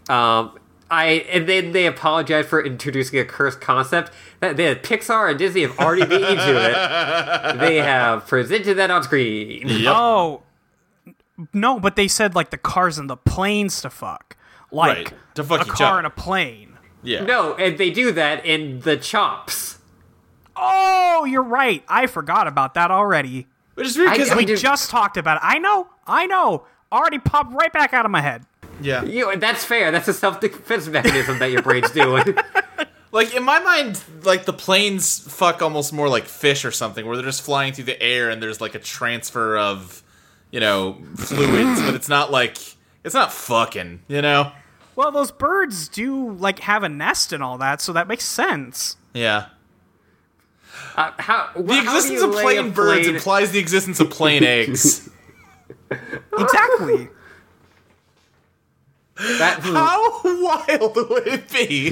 Speaker 3: Um, I and then they apologize for introducing a cursed concept that the Pixar and Disney have already been into it. They have presented that on screen.
Speaker 4: Oh no, but they said like the cars and the planes to fuck, like
Speaker 5: Right, to fuck
Speaker 4: a
Speaker 5: each
Speaker 4: car
Speaker 5: other.
Speaker 4: and a plane.
Speaker 5: Yeah.
Speaker 3: No, and they do that in the chops.
Speaker 4: Oh, you're right. I forgot about that already.
Speaker 5: Which is weird
Speaker 3: I-
Speaker 5: because,
Speaker 3: I
Speaker 4: We
Speaker 5: like,
Speaker 3: do- Dude.
Speaker 4: just talked about it. I know. I know. Already popped right back out of my head.
Speaker 5: yeah.
Speaker 3: You know, that's fair. That's a self defense mechanism that your brain's doing.
Speaker 5: Like, in my mind, like, the planes fuck almost more like fish or something, where they're just flying through the air and there's, like, a transfer of, you know, fluids, but it's not like, it's not fucking, you know?
Speaker 4: Well, those birds do like have a nest and all that, so that makes sense.
Speaker 5: Yeah.
Speaker 3: Uh, how, wh-
Speaker 5: The
Speaker 3: how do
Speaker 5: existence
Speaker 3: you
Speaker 5: of
Speaker 3: lay
Speaker 5: plain
Speaker 3: a
Speaker 5: birds
Speaker 3: plane-
Speaker 5: implies the existence of plain eggs.
Speaker 4: Exactly.
Speaker 3: that-
Speaker 5: How wild would it be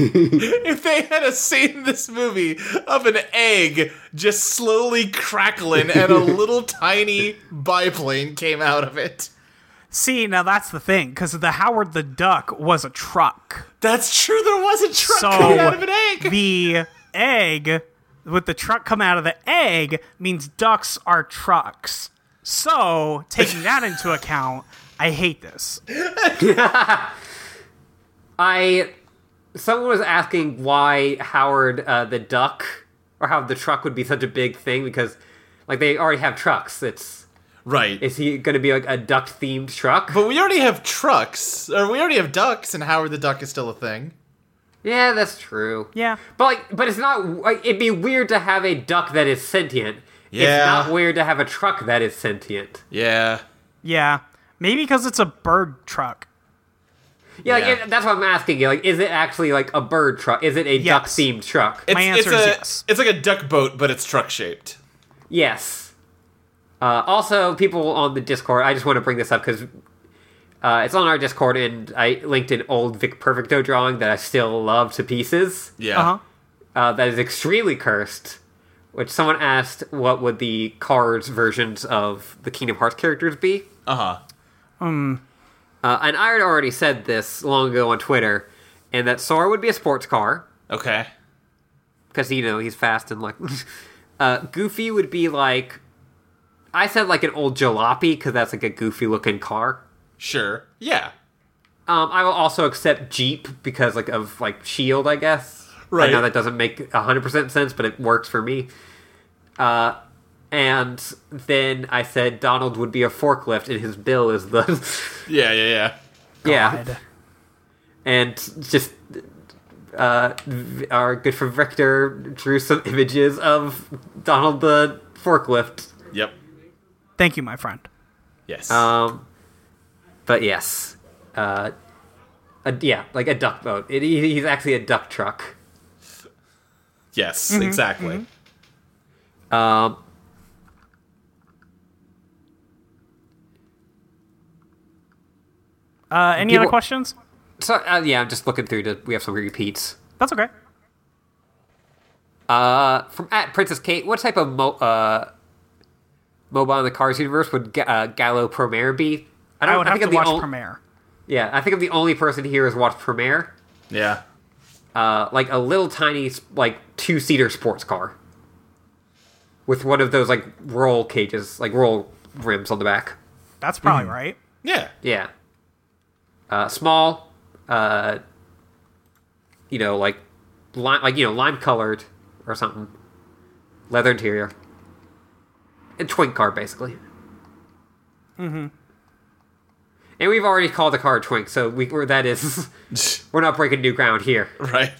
Speaker 5: if they had a scene in this movie of an egg just slowly crackling and a little tiny biplane came out of it?
Speaker 4: See, now that's the thing, because the Howard the Duck was a truck.
Speaker 5: That's true, there was a truck
Speaker 4: So-
Speaker 5: coming out of an egg.
Speaker 4: The egg, with the truck coming out of the egg, means ducks are trucks. So, taking that into account, I hate this.
Speaker 3: I someone was asking why Howard uh, the duck or how the truck would be such a big thing because like they already have trucks. It's
Speaker 5: right.
Speaker 3: is he going to be like a duck themed truck?
Speaker 5: But we already have trucks, or we already have ducks, and Howard the Duck is still a thing.
Speaker 3: yeah, that's true.
Speaker 4: Yeah.
Speaker 3: But like, but it's not. Like, it'd be weird to have a duck that is sentient.
Speaker 5: Yeah.
Speaker 3: It's not weird to have a truck that is sentient.
Speaker 5: Yeah.
Speaker 4: Yeah. Maybe because it's a bird truck.
Speaker 3: Yeah, like,
Speaker 5: Yeah.
Speaker 3: it- that's what I'm asking you. Like, is it actually like a bird truck? Is it a
Speaker 4: Yes.
Speaker 3: duck themed truck?
Speaker 5: It's,
Speaker 4: My answer
Speaker 5: it's
Speaker 4: is
Speaker 5: a,
Speaker 4: yes.
Speaker 5: It's like a duck boat, but it's truck shaped.
Speaker 3: yes. Uh, also, people on the Discord, I just want to bring this up because uh, it's on our Discord, and I linked an old Vic Perfecto drawing that I still love to pieces.
Speaker 5: Yeah.
Speaker 4: Uh huh.
Speaker 3: Uh, that is extremely cursed. Which someone asked, what would the cards versions of the Kingdom Hearts characters be?
Speaker 5: Uh-huh.
Speaker 3: Uh, and I had already said this long ago on Twitter, and that Sora would be a sports car.
Speaker 5: Okay.
Speaker 3: because you know he's fast and like uh, goofy would be like i said like an old jalopy because that's like a goofy looking car
Speaker 5: Sure. Yeah.
Speaker 3: um, i will also accept jeep because like of like shield i guess i
Speaker 5: Right.
Speaker 3: know that doesn't make 100% sense but it works for me uh, And then I said Donald would be a forklift, and his bill is the
Speaker 5: Yeah, yeah, yeah.
Speaker 3: yeah.
Speaker 4: God.
Speaker 3: And just uh, v- our good friend Victor drew some images of Donald the forklift.
Speaker 5: Yep.
Speaker 4: Thank you, my friend.
Speaker 5: Yes.
Speaker 3: Um, but yes, uh, a, yeah, like a duck boat. It, he, he's actually a duck truck.
Speaker 5: yes, exactly.
Speaker 3: Um,
Speaker 4: Uh, any
Speaker 3: People-
Speaker 4: other questions?
Speaker 3: so uh, yeah, I'm just looking through to we have some repeats.
Speaker 4: That's okay.
Speaker 3: Uh, from at Princess Kate, what type of mo- uh, mobile in the Cars universe would Ga- uh, Gallo Premiere be?
Speaker 4: I, would have
Speaker 3: think
Speaker 4: to
Speaker 3: I'm the
Speaker 4: watch
Speaker 3: on-
Speaker 4: Premiere.
Speaker 3: Yeah, I think I'm the only person here who's watched Premiere.
Speaker 5: Yeah.
Speaker 3: Uh, like a little tiny, like two seater sports car with one of those like roll cages, like roll rims on the back.
Speaker 4: That's probably right.
Speaker 5: Yeah.
Speaker 3: Yeah. Uh, small, uh, you know, like lime, like you know, lime colored or something. Leather interior. A twink car, basically. Mm-hmm. And we've already called the car a twink, so we we're, that is we're not breaking new ground here.
Speaker 5: right.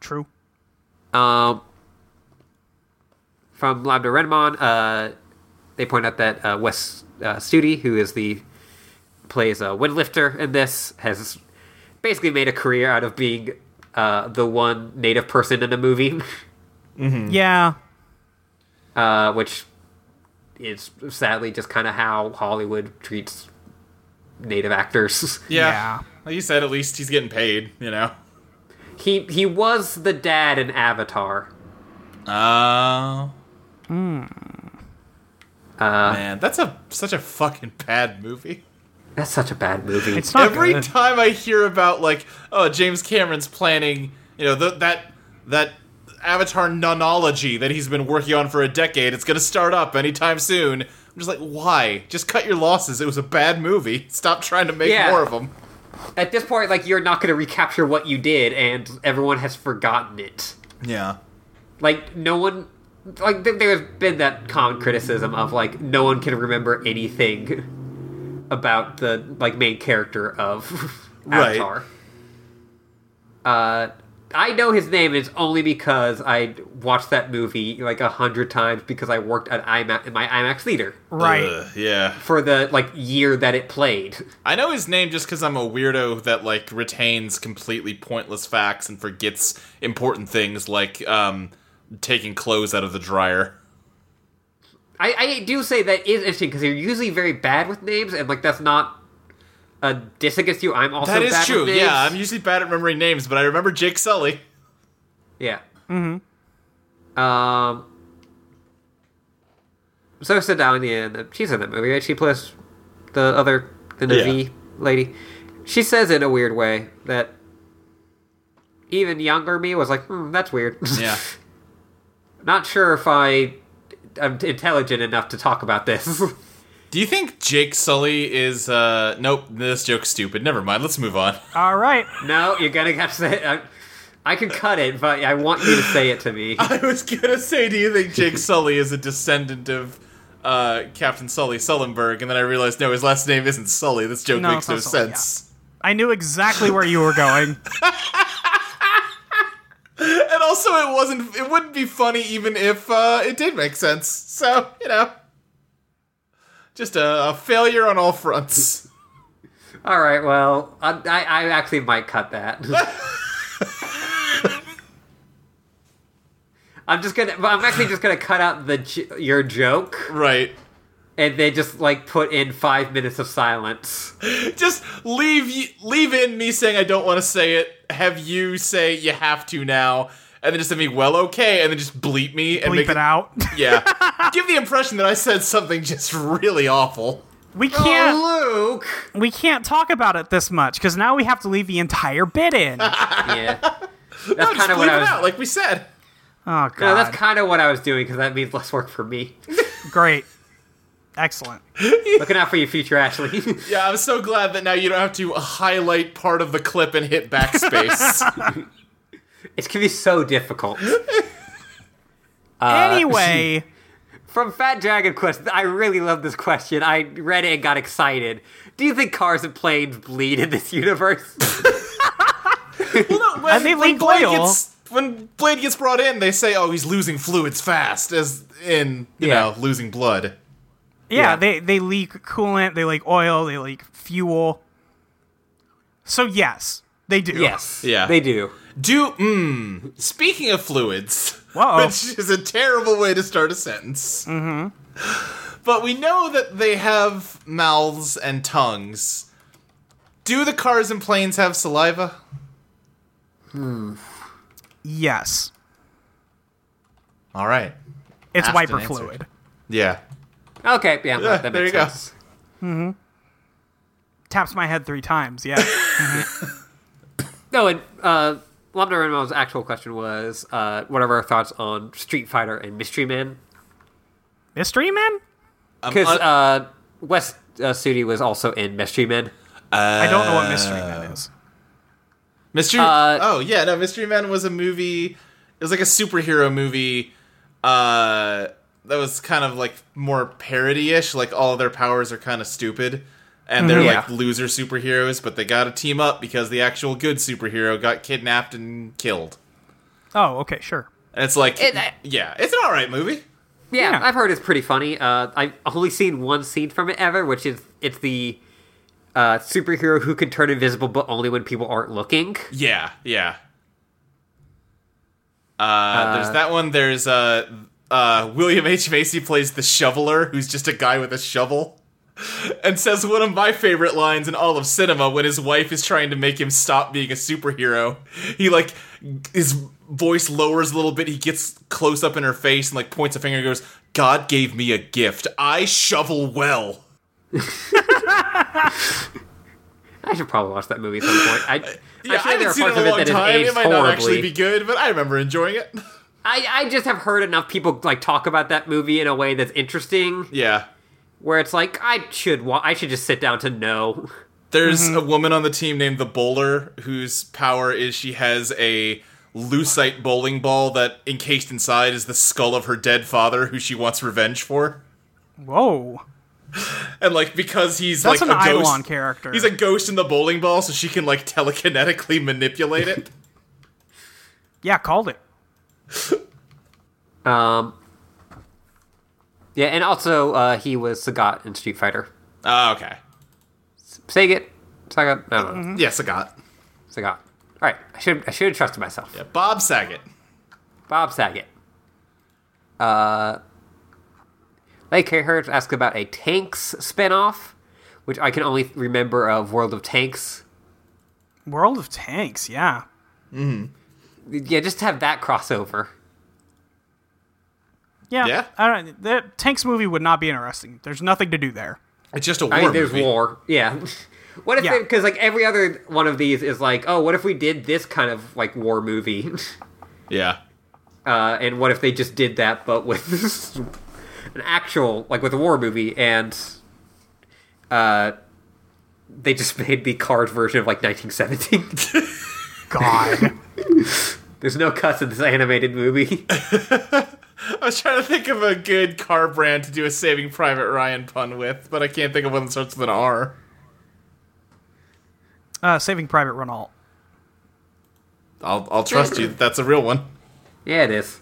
Speaker 4: True.
Speaker 3: Um, from Lambda Renmon, uh, they point out that uh, Wes uh, Studi, who is the plays a windlifter in this, has basically made a career out of being uh, the one native person in a movie,
Speaker 4: Yeah.
Speaker 3: uh, which is sadly just kind of how Hollywood treats native actors.
Speaker 5: Yeah.
Speaker 4: Yeah.
Speaker 5: Like you said, at least he's getting paid, you know?
Speaker 3: he he was the dad in Avatar.
Speaker 5: Oh. Man, that's a such a fucking bad movie.
Speaker 3: That's such a bad movie.
Speaker 4: It's not
Speaker 5: Every
Speaker 4: good.
Speaker 5: time I hear about like, oh, James Cameron's planning, you know, th- that that Avatar nonology that he's been working on for a decade, it's gonna start up anytime soon. I'm just like, why? Just cut your losses. It was a bad movie. Stop trying to make
Speaker 3: Yeah.
Speaker 5: more of them.
Speaker 3: At this point, like you're not going to recapture what you did, and everyone has forgotten it.
Speaker 5: Yeah.
Speaker 3: Like no one, like th- there's been that common criticism of like no one can remember anything about the like main character of
Speaker 5: Right.
Speaker 3: Avatar. Uh, I know his name, and it's only because I watched that movie like a hundred times because I worked at IMAX in my IMAX theater
Speaker 4: Right.
Speaker 5: Ugh, yeah.
Speaker 3: for the like year that it played.
Speaker 5: I know his name just because I'm a weirdo that like retains completely pointless facts and forgets important things like um, taking clothes out of the dryer.
Speaker 3: I, I do say that is interesting because you're usually very bad with names, and like that's not a diss against you. I'm also
Speaker 5: That is
Speaker 3: bad
Speaker 5: true.
Speaker 3: With names.
Speaker 5: Yeah, I'm usually bad at remembering names, but I remember Jake Sully.
Speaker 3: yeah. Mm-hmm. Um. So Sedalian, she's in that movie, right? She plays the other the
Speaker 5: Yeah.
Speaker 3: Navi lady. She says in a weird way that even younger me was like, hmm, "That's weird." Not sure if I am intelligent enough to talk about this.
Speaker 5: Do you think Jake Sully is? uh Nope, this joke's stupid. Never mind. Let's move on.
Speaker 4: All right.
Speaker 3: No, you're gonna have to say it. I, I can cut it, but I want you to say it to me.
Speaker 5: I was gonna say, do you think Jake Sully is a descendant of uh Captain Sully Sullenberg? And then I realized no, his last name isn't Sully. This joke
Speaker 4: No, it's
Speaker 5: makes
Speaker 4: not
Speaker 5: no
Speaker 4: Sully, yeah.
Speaker 5: sense.
Speaker 4: I knew exactly where you were going.
Speaker 5: And also, it wasn't. It wouldn't be funny even if uh, it did make sense. So you know, just a, a failure on all fronts.
Speaker 3: All right, well, I, I, I actually might cut that. I'm just gonna. I'm actually just gonna cut out the j- your joke
Speaker 5: right.
Speaker 3: and then just like put in five minutes of silence.
Speaker 5: Just leave y- leave in me saying I don't want to say it. Have you say you have to now, and then just have me well okay, and then just bleep me and make
Speaker 4: Bleep it out.
Speaker 5: Yeah, give the impression that I said something just really awful.
Speaker 4: We can't.
Speaker 3: Oh, Luke.
Speaker 4: We can't talk about it this much because now we have to leave the entire bit in. Oh
Speaker 3: Yeah, that's
Speaker 5: No, just
Speaker 3: kind of
Speaker 5: bleep
Speaker 3: what
Speaker 5: it
Speaker 3: I was.
Speaker 5: out, like we said.
Speaker 4: god.
Speaker 3: No, that's kind of what I was doing because that means less work for me.
Speaker 4: Great. Excellent.
Speaker 3: Looking out for your future, Ashley.
Speaker 5: Yeah, I'm so glad that now you don't have to highlight part of the clip and hit backspace.
Speaker 3: It's gonna be so difficult.
Speaker 5: Uh,
Speaker 4: anyway,
Speaker 3: From Fat Dragon Quest, I really love this question. I read it and got excited. Do you think cars and planes bleed in this universe?
Speaker 5: Well, no, when,
Speaker 4: And they
Speaker 5: when
Speaker 4: link
Speaker 5: Blade
Speaker 4: oil.
Speaker 5: gets when Blade gets brought in, they say, "Oh, he's losing fluids fast," as in you
Speaker 3: Yeah.
Speaker 5: know losing blood.
Speaker 4: yeah,
Speaker 3: Yeah.
Speaker 4: they they leak coolant, they leak oil, they leak fuel. So yes, they do.
Speaker 3: yes.
Speaker 5: Yeah.
Speaker 3: They do.
Speaker 5: Do mm, speaking of fluids,
Speaker 4: Whoa.
Speaker 5: which is a terrible way to start a sentence. Mm-hmm. But we know that they have mouths and tongues. Do the cars and planes have saliva?
Speaker 4: Yes.
Speaker 5: All right.
Speaker 4: It's
Speaker 5: Asked
Speaker 4: wiper
Speaker 5: and answered.
Speaker 4: fluid.
Speaker 5: Yeah.
Speaker 3: Okay, yeah,
Speaker 5: Yeah,
Speaker 3: that makes
Speaker 5: there you
Speaker 3: sense.
Speaker 5: go.
Speaker 4: Taps my head three times. Yeah.
Speaker 3: No, and uh, Lobner Renmo's actual question was uh, what are our thoughts on Street Fighter and Mystery Man?
Speaker 4: Mystery Man?
Speaker 3: Because
Speaker 5: un-
Speaker 3: uh, West uh, Sudi was also in Mystery Man.
Speaker 4: I don't know what Mystery
Speaker 5: Uh,
Speaker 4: Man is.
Speaker 5: Mystery.
Speaker 3: Uh,
Speaker 5: oh yeah, no. Mystery Man was a movie. It was like a superhero movie. Uh, that was kind of like more parody-ish. Like all their powers are kind of stupid, and they're
Speaker 3: Mhm.
Speaker 5: like
Speaker 3: Yeah.
Speaker 5: loser superheroes. But they got to team up because the actual good superhero got kidnapped and killed.
Speaker 4: Oh, okay, sure.
Speaker 5: And it's like,
Speaker 3: It- I-
Speaker 5: yeah, it's an all right movie.
Speaker 3: Yeah,
Speaker 4: Yeah.
Speaker 3: I've heard it's pretty funny. Uh, I've only seen one scene from it ever, which is it's the uh, superhero who can turn invisible, but only when people aren't looking.
Speaker 5: Yeah, yeah. Uh, there's that one. There's uh, uh, William H Macy plays the shoveler, who's just a guy with a shovel, and says one of my favorite lines in all of cinema when his wife is trying to make him stop being a superhero. He like his voice lowers a little bit. He gets close up in her face and like points a finger and goes, "God gave me a gift. I shovel well."
Speaker 3: I should probably watch that movie at some point. I,
Speaker 5: Yeah,
Speaker 3: I'm
Speaker 5: I
Speaker 3: sure there are
Speaker 5: haven't seen
Speaker 3: parts of
Speaker 5: it in
Speaker 3: it
Speaker 5: a long
Speaker 3: that
Speaker 5: time.
Speaker 3: have
Speaker 5: It
Speaker 3: aged
Speaker 5: might not actually
Speaker 3: horribly.
Speaker 5: be good, but I remember enjoying it.
Speaker 3: I, I just have heard enough people like talk about that movie in a way that's interesting,
Speaker 5: yeah.
Speaker 3: where it's like I should wa- I should just sit down to know.
Speaker 5: There's
Speaker 3: Mm-hmm.
Speaker 5: a woman on the team named the Bowler whose power is she has a lucite bowling ball that encased inside is the skull of her dead father who she wants revenge for.
Speaker 4: Whoa.
Speaker 5: And like because he's
Speaker 4: That's
Speaker 5: like
Speaker 4: an
Speaker 5: a ghost,
Speaker 4: Eidolon character.
Speaker 5: he's a ghost in the bowling ball, so she can like telekinetically manipulate it.
Speaker 4: yeah, called it.
Speaker 3: Um, yeah, and also uh, he was Sagat in Street Fighter.
Speaker 5: Ah, okay.
Speaker 3: Sagat, Sagat, no, no, no,
Speaker 5: Yes, I got.
Speaker 3: Sagat. All right, I should I should have trusted myself.
Speaker 5: Yeah, Bob Saget.
Speaker 3: Bob Saget. Uh, like Hertz asked about a Tanks spinoff, which I can only remember of World of Tanks.
Speaker 4: World of Tanks, yeah.
Speaker 3: Yeah, just have that crossover.
Speaker 4: Yeah.
Speaker 5: Yeah?
Speaker 4: I don't the Tanks movie would not be interesting. There's nothing to do there.
Speaker 5: It's just a war
Speaker 3: I mean, there's
Speaker 5: movie.
Speaker 3: war. Yeah. What if
Speaker 4: Yeah.
Speaker 3: because like every other one of these is like, oh, what if we did this kind of like war movie,
Speaker 5: Yeah.
Speaker 3: uh, and what if they just did that but with an actual like with a war movie and uh, they just made the card version of like 1917.
Speaker 4: God.
Speaker 3: there's no cuts in this animated movie.
Speaker 5: I was trying to think of a good car brand to do a Saving Private Ryan pun with, but I can't think of one that starts with an R.
Speaker 4: uh, Saving Private Renault.
Speaker 5: I'll, I'll trust you. that That's a real one.
Speaker 3: yeah, it is.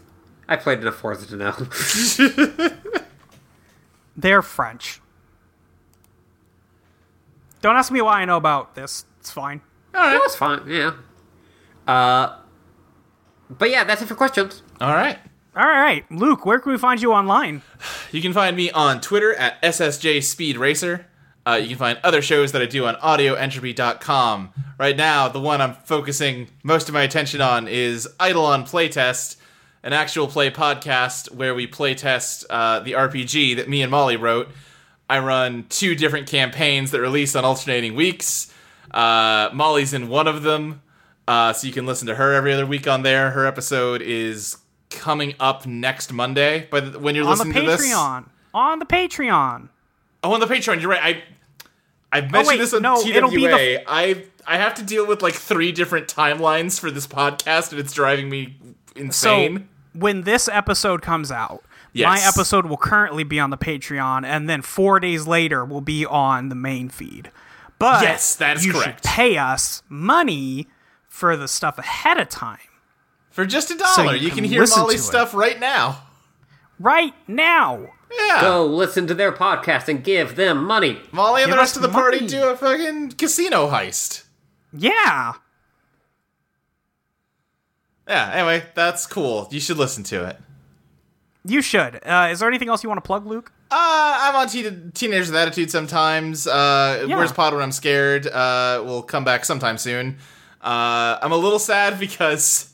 Speaker 3: I played enough Forza to know.
Speaker 4: They're French. Don't ask me why I know about this. It's fine.
Speaker 3: That was fun. Yeah. Uh, but yeah, that's it for questions.
Speaker 5: All right.
Speaker 4: All right, Luke, where can we find you online?
Speaker 5: You can find me on Twitter at SSJ Speed Racer. Uh, you can find other shows that I do on audioentropy.com. Right now, the one I'm focusing most of my attention on is Eidolon Playtest, an actual play podcast where we playtest uh, the RPG that me and Molly wrote. I run two different campaigns that release on alternating weeks. Uh, Molly's in one of them, uh, so you can listen to her every other week on there. Her episode is coming up next Monday. By the, when you're
Speaker 4: On the
Speaker 5: listening to this,
Speaker 4: Patreon. On the Patreon.
Speaker 5: Oh, on the Patreon. You're right. I I mentioned
Speaker 4: Oh, wait,
Speaker 5: this on
Speaker 4: no,
Speaker 5: TWA.
Speaker 4: it'll be the-
Speaker 5: I I have to deal with like three different timelines for this podcast, and it's driving me
Speaker 4: So
Speaker 5: insane.
Speaker 4: when this episode comes out, my
Speaker 5: Yes.
Speaker 4: episode will currently be on the Patreon, and then four days later will be on the main feed. But
Speaker 5: Yes, that is
Speaker 4: you
Speaker 5: correct.
Speaker 4: Should pay us money for the stuff ahead of time.
Speaker 5: For just a dollar,
Speaker 4: you
Speaker 5: you
Speaker 4: can
Speaker 5: can, hear
Speaker 4: listen
Speaker 5: Molly's
Speaker 4: to it.
Speaker 5: stuff right now.
Speaker 4: Right now,
Speaker 5: Yeah.
Speaker 3: Go listen to their podcast and give them money.
Speaker 5: Molly and the
Speaker 4: Give
Speaker 5: rest
Speaker 4: us
Speaker 5: of the party
Speaker 4: money.
Speaker 5: do a fucking casino heist.
Speaker 4: yeah.
Speaker 5: Yeah, anyway, that's cool. You should listen to it.
Speaker 4: You should. Uh, is there anything else you want to plug, Luke?
Speaker 5: Uh, I'm on Teen Teenagers with Attitude sometimes. Uh,
Speaker 4: Yeah.
Speaker 5: Where's Pod When I'm Scared? Uh, will come back sometime soon. Uh, I'm a little sad because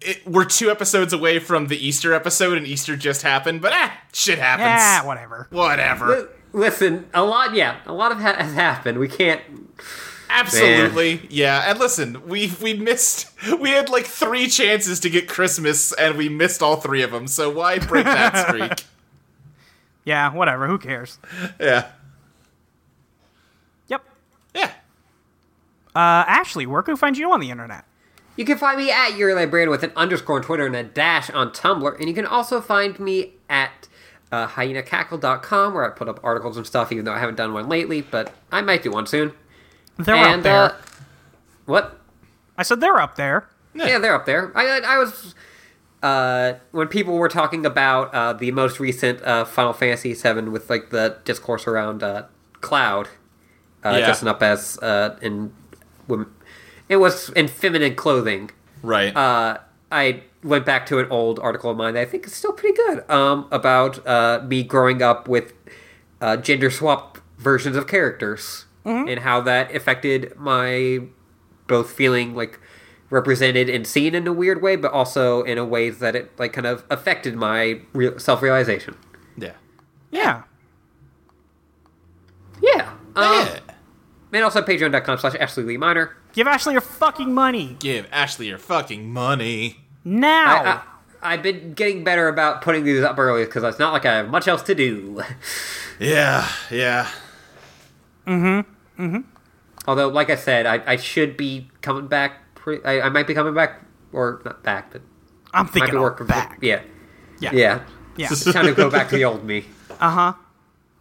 Speaker 5: it, we're two episodes away from the Easter episode, and Easter just happened, but ah, shit
Speaker 4: Yeah,
Speaker 5: happens.
Speaker 4: whatever.
Speaker 5: Whatever.
Speaker 3: Listen, a lot, yeah, a lot of ha- has happened. We can't.
Speaker 5: Absolutely, yeah. And listen, we we missed. We had like three chances to get Christmas, and we missed all three of them. So why break that streak?
Speaker 4: Yeah, whatever. Who cares?
Speaker 5: Yeah,
Speaker 4: Yep.
Speaker 5: yeah.
Speaker 4: Uh, Ashley, where can we find you on the internet?
Speaker 3: You can find me at Your Librarian with an underscore on Twitter and a dash on Tumblr, and you can also find me at uh, hyenacackle.com where I put up articles and stuff, even though I haven't done one lately, but I might do one soon.
Speaker 4: They're
Speaker 3: and
Speaker 4: up there.
Speaker 3: Uh, what?
Speaker 4: I said they're up there.
Speaker 3: Yeah, they're up there. I, I, I was uh, when people were talking about uh, the most recent uh, Final Fantasy VII with like the discourse around uh, Cloud uh,
Speaker 5: Yeah.
Speaker 3: dressing up as uh, in women. It was in feminine clothing.
Speaker 5: Right.
Speaker 3: Uh, I went back to an old article of mine that I think is still pretty good um, about uh, me growing up with uh, gender swap versions of characters and how that affected my both feeling like represented and seen in a weird way, but also in a ways that it like kind of affected my real self realization.
Speaker 5: yeah.
Speaker 4: Yeah.
Speaker 3: Yeah. Um,
Speaker 5: yeah.
Speaker 3: And also patreon.com slash Ashley Lee Minor.
Speaker 4: Give Ashley your fucking money
Speaker 5: Give Ashley your fucking money.
Speaker 4: now.
Speaker 3: I, I, I've been getting better about putting these up early because it's not like I have much else to do.
Speaker 5: Yeah, yeah.
Speaker 3: Although, like I said, I, I should be coming back. Pre- I, I might be coming back, or not back, but
Speaker 4: I'm
Speaker 3: might
Speaker 4: thinking
Speaker 3: be
Speaker 4: I'll
Speaker 3: working
Speaker 4: back.
Speaker 3: Yeah,
Speaker 4: yeah.
Speaker 3: yeah.
Speaker 4: Yeah.
Speaker 3: It's time to go back to the old me.
Speaker 4: Uh-huh.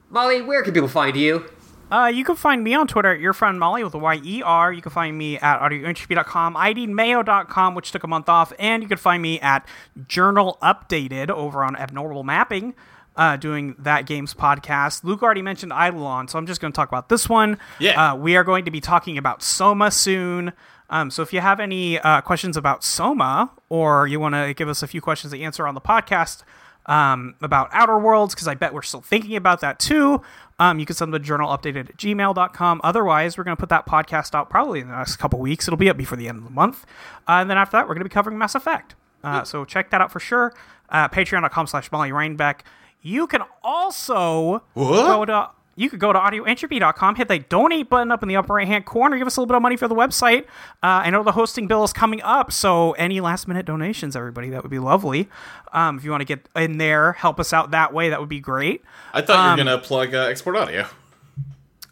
Speaker 3: Molly, where can people find you?
Speaker 4: Uh, you can find me on Twitter at your friend Molly with a Y-E-R. You can find me at audioentropy.com, idmayo.com, which took a month off, and you can find me at Journal Updated over on Abnormal Mapping, uh, doing that game's podcast. Luke already mentioned Eidolon, so I'm just going to talk about this one.
Speaker 5: Yeah.
Speaker 4: Uh, we are going to be talking about Soma soon. Um, so if you have any uh, questions about Soma, or you want to give us a few questions to answer on the podcast um, about Outer Worlds, because I bet we're still thinking about that too, um, you can send the journal updated at gmail.com. Otherwise, we're going to put that podcast out probably in the next couple weeks. It'll be up before the end of the month. Uh, and then after that, we're going to be covering Mass Effect. Uh, so check that out for sure. Uh, Patreon.com slash Molly Reinbeck. You can also go to you could go to audioentropy.com, hit that donate button up in the upper right hand corner, give us a little bit of money for the website. Uh, I know the hosting bill is coming up, so any last minute donations, everybody, that would be lovely. Um, if you want to get in there, help us out that way, that would be great.
Speaker 5: I thought
Speaker 3: Um,
Speaker 5: you were gonna plug uh, Export Audio.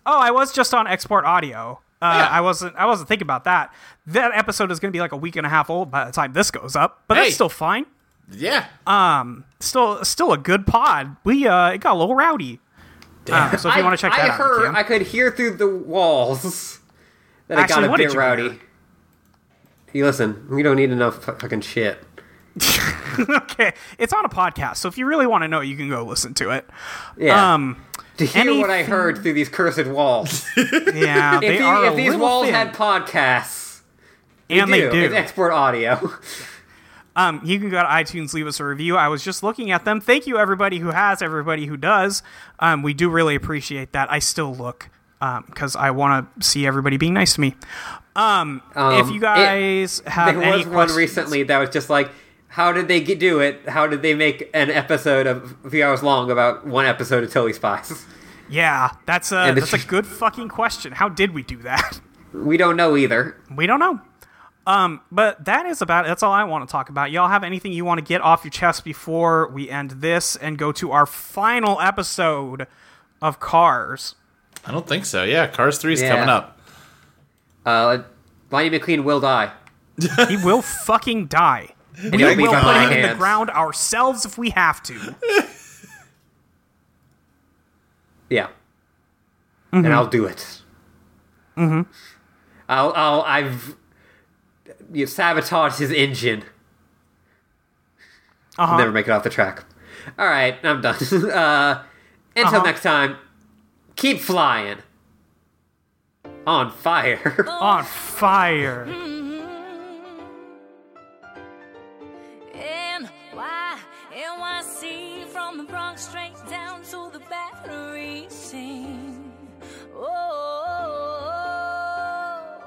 Speaker 4: Oh, I was just on export audio. Uh,
Speaker 5: Yeah.
Speaker 4: I wasn't. I wasn't thinking about that. That episode is going to be like a week and a half old by the time this goes up, but
Speaker 5: Hey.
Speaker 4: that's still fine.
Speaker 5: Yeah.
Speaker 3: uh,
Speaker 4: Still, still a good pod. We uh, it got a little rowdy. Um, so if you
Speaker 3: I-
Speaker 4: want to check
Speaker 3: I
Speaker 4: that out, you
Speaker 3: heard,
Speaker 4: can.
Speaker 3: I could hear through the walls that I
Speaker 4: Actually,
Speaker 3: got a
Speaker 4: what did
Speaker 3: bit
Speaker 4: you
Speaker 3: rowdy.
Speaker 4: hear?
Speaker 3: Hey, listen, we don't need enough fu- fucking shit.
Speaker 4: okay, it's on a podcast, so if you really want to know, you can go listen to it.
Speaker 3: Yeah.
Speaker 4: Um,
Speaker 3: to hear what I
Speaker 4: anything-
Speaker 3: heard through these cursed walls.
Speaker 4: yeah, they
Speaker 3: if, the-
Speaker 4: are a
Speaker 3: if these
Speaker 4: little
Speaker 3: walls
Speaker 4: thin,
Speaker 3: had podcasts,
Speaker 4: and they do.
Speaker 3: It's export audio.
Speaker 4: Um, you can go to iTunes, leave us a review. I was just looking at them. Thank you, everybody who has, everybody who does. Um, we do really appreciate that. I still look because I want to see everybody being nice to me. Um, if
Speaker 3: Um,
Speaker 4: you
Speaker 3: it-
Speaker 4: guys have
Speaker 3: there
Speaker 4: any
Speaker 3: was one
Speaker 4: questions-
Speaker 3: recently that was just like how did they get, do it how did they make an episode of a few hours long about one episode of Totally spies
Speaker 4: yeah, that's a
Speaker 3: And
Speaker 4: that's
Speaker 3: it's-
Speaker 4: a good fucking question. How did we do that?
Speaker 3: we don't know either
Speaker 4: we don't know. Um, but that is about it. That's all I want to talk about. Y'all have anything you want to get off your chest before we end this and go to our final episode of Cars?
Speaker 5: I don't think so. Yeah, Cars Three is
Speaker 3: Yeah.
Speaker 5: coming up.
Speaker 3: uh Lonnie McQueen will die
Speaker 4: He will fucking die.
Speaker 3: And it'll be
Speaker 4: We'll
Speaker 3: on
Speaker 4: put
Speaker 3: my
Speaker 4: him in the
Speaker 3: hands.
Speaker 4: ground ourselves if we have to.
Speaker 3: Yeah. And I'll do it. Mm-hmm.
Speaker 4: Mm-hmm.
Speaker 3: I'll, I'll, I've you sabotaged his engine.
Speaker 4: Uh-huh.
Speaker 3: Never make it off the track. All right, I'm done. uh, until
Speaker 4: Uh-huh.
Speaker 3: next time, keep flying. On fire.
Speaker 4: On fire.
Speaker 1: NYC from the Bronx straight down to the battery scene. Oh,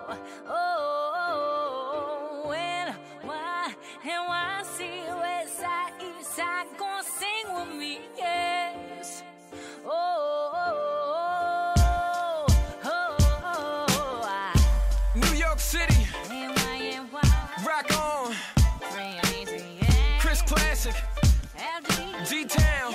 Speaker 1: oh, oh, oh, NY, NYC, West Side, East Side, gonna sing with me, yes. Oh, oh, oh, oh, oh, I,
Speaker 2: New York City,
Speaker 1: NY,
Speaker 2: rock on.
Speaker 1: NY, 3, 3, yeah.
Speaker 2: Chris Classic, D Town. Uh-huh.